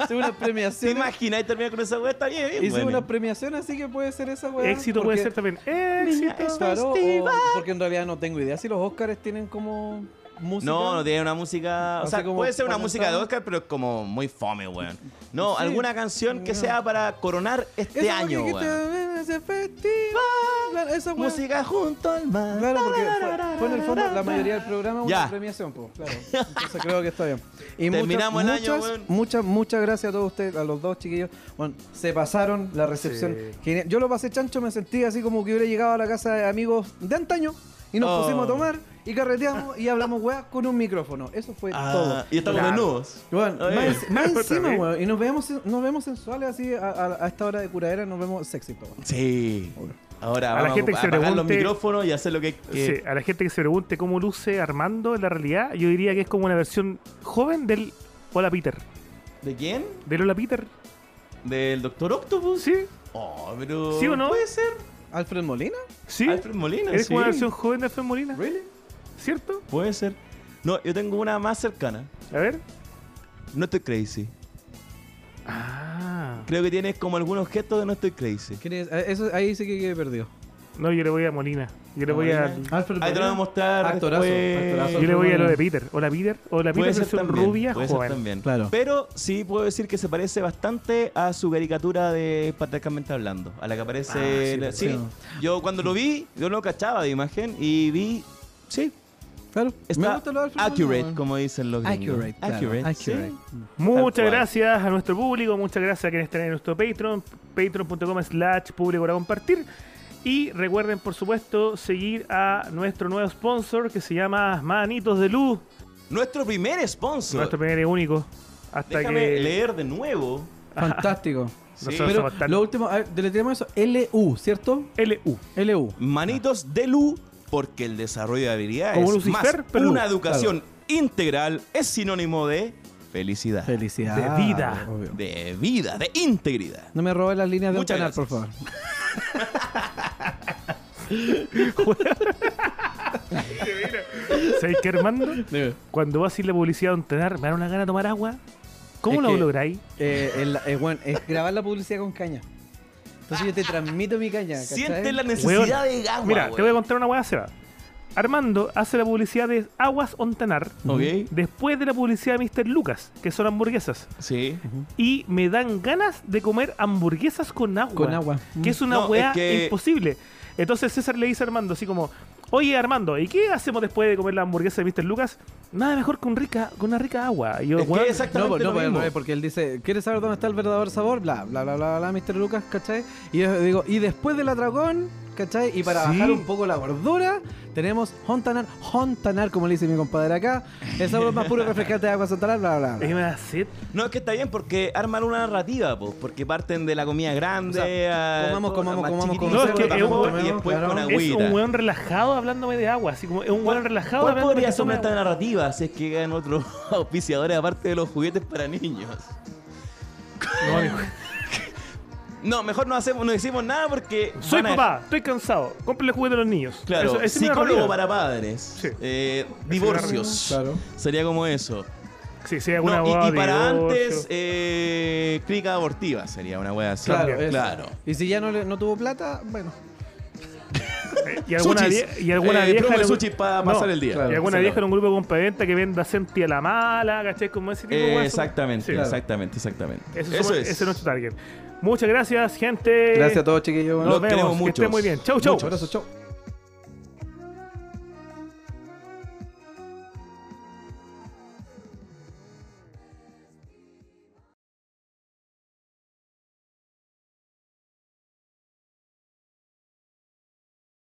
[SPEAKER 2] Hice una
[SPEAKER 3] ¿Te
[SPEAKER 2] premiación.
[SPEAKER 3] imaginas terminar con esa weá? Está bien, bien.
[SPEAKER 2] Hice
[SPEAKER 3] bueno.
[SPEAKER 2] una premiación, así que puede ser esa weá.
[SPEAKER 1] Éxito puede
[SPEAKER 2] porque-
[SPEAKER 1] ser también.
[SPEAKER 2] Viña
[SPEAKER 1] Éxito.
[SPEAKER 2] es Claro, o- porque en realidad no tengo idea si los Oscars tienen como música.
[SPEAKER 3] No, no tiene una música. O
[SPEAKER 2] Así
[SPEAKER 3] sea,
[SPEAKER 2] como
[SPEAKER 3] puede ser una
[SPEAKER 2] para
[SPEAKER 3] música de
[SPEAKER 2] cantar.
[SPEAKER 3] Oscar, pero es como muy fome, weón. No,
[SPEAKER 2] Sí.
[SPEAKER 3] alguna canción que
[SPEAKER 2] No.
[SPEAKER 3] sea para coronar este
[SPEAKER 2] Esa
[SPEAKER 3] año,
[SPEAKER 2] weá que
[SPEAKER 3] weón.
[SPEAKER 2] te- ese festival. Claro, esa weá.
[SPEAKER 3] Música junto al mar.
[SPEAKER 2] Claro, porque fue, fue en el fondo la mayoría del programa una
[SPEAKER 3] Ya.
[SPEAKER 2] premiación, po, claro. Entonces creo que está bien. Y
[SPEAKER 3] Terminamos el
[SPEAKER 2] muchas,
[SPEAKER 3] año,
[SPEAKER 2] muchas,
[SPEAKER 3] weón.
[SPEAKER 2] muchas, muchas gracias a todos ustedes, a los dos chiquillos. Bueno, se pasaron la recepción.
[SPEAKER 1] Sí.
[SPEAKER 2] genial. Yo lo pasé chancho, me sentí así como que hubiera llegado a la casa de amigos de antaño y nos
[SPEAKER 3] Oh.
[SPEAKER 2] pusimos a tomar y carreteamos y hablamos weas con un micrófono. Eso fue
[SPEAKER 3] Ah,
[SPEAKER 2] todo.
[SPEAKER 3] Y estamos
[SPEAKER 1] Claro.
[SPEAKER 3] desnudos.
[SPEAKER 2] Bueno,
[SPEAKER 3] Oye.
[SPEAKER 2] más, más encima,
[SPEAKER 1] También.
[SPEAKER 2] weón, y nos vemos, nos vemos sensuales así a, a- a esta hora de curadera, nos vemos sexy, po, weón.
[SPEAKER 3] Sí. Ahora
[SPEAKER 1] A la
[SPEAKER 3] vamos
[SPEAKER 1] gente
[SPEAKER 3] a
[SPEAKER 1] que se
[SPEAKER 3] apagar los
[SPEAKER 1] pregunte-
[SPEAKER 3] micrófonos y hacer lo que. que-
[SPEAKER 1] Sí, a la gente que se pregunte cómo luce Armando en la realidad, yo diría que es como una versión joven del Hola Peter.
[SPEAKER 3] ¿De quién?
[SPEAKER 1] ¿Del Hola Peter?
[SPEAKER 3] ¿Del Doctor Octopus?
[SPEAKER 1] ¿Sí?
[SPEAKER 3] Oh, pero.
[SPEAKER 1] ¿Sí o no?
[SPEAKER 3] Puede ser.
[SPEAKER 2] ¿Alfred Molina?
[SPEAKER 1] ¿Sí?
[SPEAKER 3] Alfred Molina.
[SPEAKER 1] ¿Eres
[SPEAKER 3] sí.
[SPEAKER 1] como una versión joven de Alfred Molina?
[SPEAKER 2] ¿Really?
[SPEAKER 1] ¿Cierto?
[SPEAKER 3] Puede ser. No, yo tengo una más cercana.
[SPEAKER 1] A ver.
[SPEAKER 3] No estoy crazy.
[SPEAKER 1] Ah.
[SPEAKER 3] Creo que tienes como algún objeto de no estoy crazy.
[SPEAKER 2] ¿Quién es? Eh, Eso, ahí sí que quedé perdido.
[SPEAKER 1] No, yo le voy a Molina. Yo le voy a.
[SPEAKER 2] Alfred
[SPEAKER 3] Ahí te lo voy a mostrar.
[SPEAKER 2] Actorazo,
[SPEAKER 3] después.
[SPEAKER 2] actorazo.
[SPEAKER 1] Yo le voy a lo de Peter. Hola Peter. Hola Peter,
[SPEAKER 3] Puede ser
[SPEAKER 1] versión
[SPEAKER 3] también,
[SPEAKER 1] rubia
[SPEAKER 3] puede ser
[SPEAKER 1] joven.
[SPEAKER 3] también.
[SPEAKER 2] Claro.
[SPEAKER 3] Pero sí puedo decir que se parece bastante a su caricatura de patriarcalmente hablando. A la que
[SPEAKER 1] Ah,
[SPEAKER 3] aparece. la- sí,
[SPEAKER 2] claro.
[SPEAKER 3] yo cuando lo vi, yo no cachaba de imagen y vi. Sí,
[SPEAKER 2] Claro.
[SPEAKER 3] está
[SPEAKER 2] Me gusta lo de Alfred
[SPEAKER 3] accurate,
[SPEAKER 2] Molina, weón.
[SPEAKER 3] como dicen los gringos.
[SPEAKER 2] Accurate, claro, Ah,
[SPEAKER 3] sí.
[SPEAKER 2] accurate.
[SPEAKER 1] Muchas
[SPEAKER 3] cual.
[SPEAKER 1] gracias a nuestro público, muchas gracias a quienes están en nuestro Patreon, patreon.com slash público para compartir. Y recuerden, por supuesto, seguir a nuestro nuevo sponsor que se llama Manitos de Luz,
[SPEAKER 3] Nuestro primer sponsor.
[SPEAKER 1] nuestro primer y único. Hasta
[SPEAKER 3] Déjame
[SPEAKER 1] que...
[SPEAKER 3] leer de nuevo.
[SPEAKER 2] Fantástico.
[SPEAKER 3] Sí.
[SPEAKER 1] Nosotros
[SPEAKER 2] Pero
[SPEAKER 1] somos tan-
[SPEAKER 2] lo último, a ver, deletreamos eso. LU, ¿cierto?
[SPEAKER 1] LU.
[SPEAKER 2] LU.
[SPEAKER 3] Manitos de Lu, porque el desarrollo de habilidades
[SPEAKER 1] Como
[SPEAKER 3] es
[SPEAKER 1] Lucifer,
[SPEAKER 3] más
[SPEAKER 1] pero Lu,
[SPEAKER 3] una educación integral es sinónimo de felicidad,
[SPEAKER 2] Felicidad.
[SPEAKER 1] De vida.
[SPEAKER 2] obvio.
[SPEAKER 3] de vida, de integridad.
[SPEAKER 2] No me robes las líneas de un
[SPEAKER 3] Muchas
[SPEAKER 2] canal,
[SPEAKER 3] gracias.
[SPEAKER 2] por favor.
[SPEAKER 1] ¿Sabéis qué, Armando? Cuando vas a ir la publicidad a entrenar, me da una gana de tomar agua. ¿Cómo
[SPEAKER 2] Es
[SPEAKER 1] lo
[SPEAKER 2] que-
[SPEAKER 1] lográis?
[SPEAKER 2] Eh, el- eh, bueno, es grabar la publicidad con caña. Entonces yo te transmito mi caña. ¿cachai?
[SPEAKER 3] Siente la
[SPEAKER 1] Weón,
[SPEAKER 3] necesidad de agua.
[SPEAKER 1] Mira, te voy a
[SPEAKER 3] weón.
[SPEAKER 1] contar una hueá, Seba. Armando hace la publicidad de Aguas Ontanar
[SPEAKER 3] Ok,
[SPEAKER 1] después de la publicidad de Mr. Lucas, que son hamburguesas.
[SPEAKER 3] sí.
[SPEAKER 1] Y me dan ganas de comer hamburguesas con agua.
[SPEAKER 2] Con agua. Mm.
[SPEAKER 1] Que es una
[SPEAKER 3] No,
[SPEAKER 1] hueá
[SPEAKER 3] es que-
[SPEAKER 1] imposible. Entonces César le dice a Armando, así como, oye Armando, ¿y qué hacemos después de comer la hamburguesa de Mr. Lucas? Nada mejor con rica, con una rica agua. Y yo,
[SPEAKER 3] Es que
[SPEAKER 1] "Weón,
[SPEAKER 2] No,
[SPEAKER 3] exactamente
[SPEAKER 2] pues, no,
[SPEAKER 3] lo
[SPEAKER 2] pues, al
[SPEAKER 3] mismo.
[SPEAKER 2] revés, porque él dice, ¿quieres saber dónde está el verdadero sabor? Bla, bla, bla, bla, bla, Mr. Lucas, ¿cachai? Y yo digo, y después del atragón, ¿cachai? Y para
[SPEAKER 1] Sí.
[SPEAKER 2] bajar un poco la gordura, tenemos Hontanar, Hontanar, como le dice mi compadre acá, el sabor más puro y refrescante de agua santanar, bla, bla,
[SPEAKER 1] es
[SPEAKER 2] bla.
[SPEAKER 1] una sed".
[SPEAKER 3] No, es que está bien porque arman una narrativa, po, porque parten de la comida grande.
[SPEAKER 2] O sea,
[SPEAKER 3] a-
[SPEAKER 2] comamos,
[SPEAKER 3] todo,
[SPEAKER 2] comamos,
[SPEAKER 3] más
[SPEAKER 2] comamos,
[SPEAKER 3] chiquitito,
[SPEAKER 1] comamos, No, es que
[SPEAKER 3] más
[SPEAKER 1] es un-
[SPEAKER 3] comamos, y después
[SPEAKER 2] claro.
[SPEAKER 3] con
[SPEAKER 2] Es
[SPEAKER 1] Es
[SPEAKER 3] agüita.
[SPEAKER 1] un weón relajado hablándome de agua, así como es un weón relajado
[SPEAKER 3] ¿Cuál
[SPEAKER 1] hablándome
[SPEAKER 3] podría
[SPEAKER 1] de
[SPEAKER 3] ser
[SPEAKER 1] tomar
[SPEAKER 3] nuestra
[SPEAKER 1] agua.
[SPEAKER 3] narrativa si es que llegan otros auspiciadores aparte de los juguetes para niños?
[SPEAKER 1] No, amigo.
[SPEAKER 3] No, mejor no hacemos, no decimos nada porque.
[SPEAKER 1] Soy
[SPEAKER 3] van a-
[SPEAKER 1] papá, estoy cansado. Cómprenle juguete a los niños.
[SPEAKER 3] Claro,
[SPEAKER 1] Eso- esa es mi
[SPEAKER 3] psicólogo
[SPEAKER 1] narrativa.
[SPEAKER 3] para padres.
[SPEAKER 1] Sí.
[SPEAKER 3] eh, divorcios.
[SPEAKER 2] Claro.
[SPEAKER 3] Sería como eso.
[SPEAKER 1] Sí, sí, alguna
[SPEAKER 3] No, y-
[SPEAKER 1] hueá
[SPEAKER 3] y,
[SPEAKER 1] de
[SPEAKER 3] para
[SPEAKER 1] divorcio.
[SPEAKER 3] antes, eh, clínica abortiva sería una wea así.
[SPEAKER 2] Claro, eso.
[SPEAKER 3] claro.
[SPEAKER 2] Y si ya no, le- no tuvo plata, bueno.
[SPEAKER 1] Eh, Y alguna,
[SPEAKER 3] Sushis.
[SPEAKER 1] vie- y alguna
[SPEAKER 3] Eh,
[SPEAKER 1] vieja.
[SPEAKER 3] promo de
[SPEAKER 1] en un-
[SPEAKER 3] sushi para
[SPEAKER 1] No,
[SPEAKER 3] pasar el día.
[SPEAKER 1] Y
[SPEAKER 2] claro.
[SPEAKER 1] alguna
[SPEAKER 3] Sí,
[SPEAKER 1] vieja en un grupo de compraventa que venda Senti a la mala, ¿cachai? Como ese tipo de
[SPEAKER 3] Eh,
[SPEAKER 1] hueá.
[SPEAKER 3] exactamente,
[SPEAKER 1] Sí.
[SPEAKER 3] exactamente, exactamente.
[SPEAKER 1] Eso,
[SPEAKER 3] Eso,
[SPEAKER 1] somos-
[SPEAKER 3] es.
[SPEAKER 1] Ese es nuestro target. Muchas gracias, gente.
[SPEAKER 2] Gracias a todos, chiquillos.
[SPEAKER 1] Nos
[SPEAKER 3] Los
[SPEAKER 1] vemos.
[SPEAKER 3] queremos
[SPEAKER 1] que estén
[SPEAKER 3] muchos.
[SPEAKER 1] muy bien. Chau, chau.
[SPEAKER 2] Muchos abrazos, chau.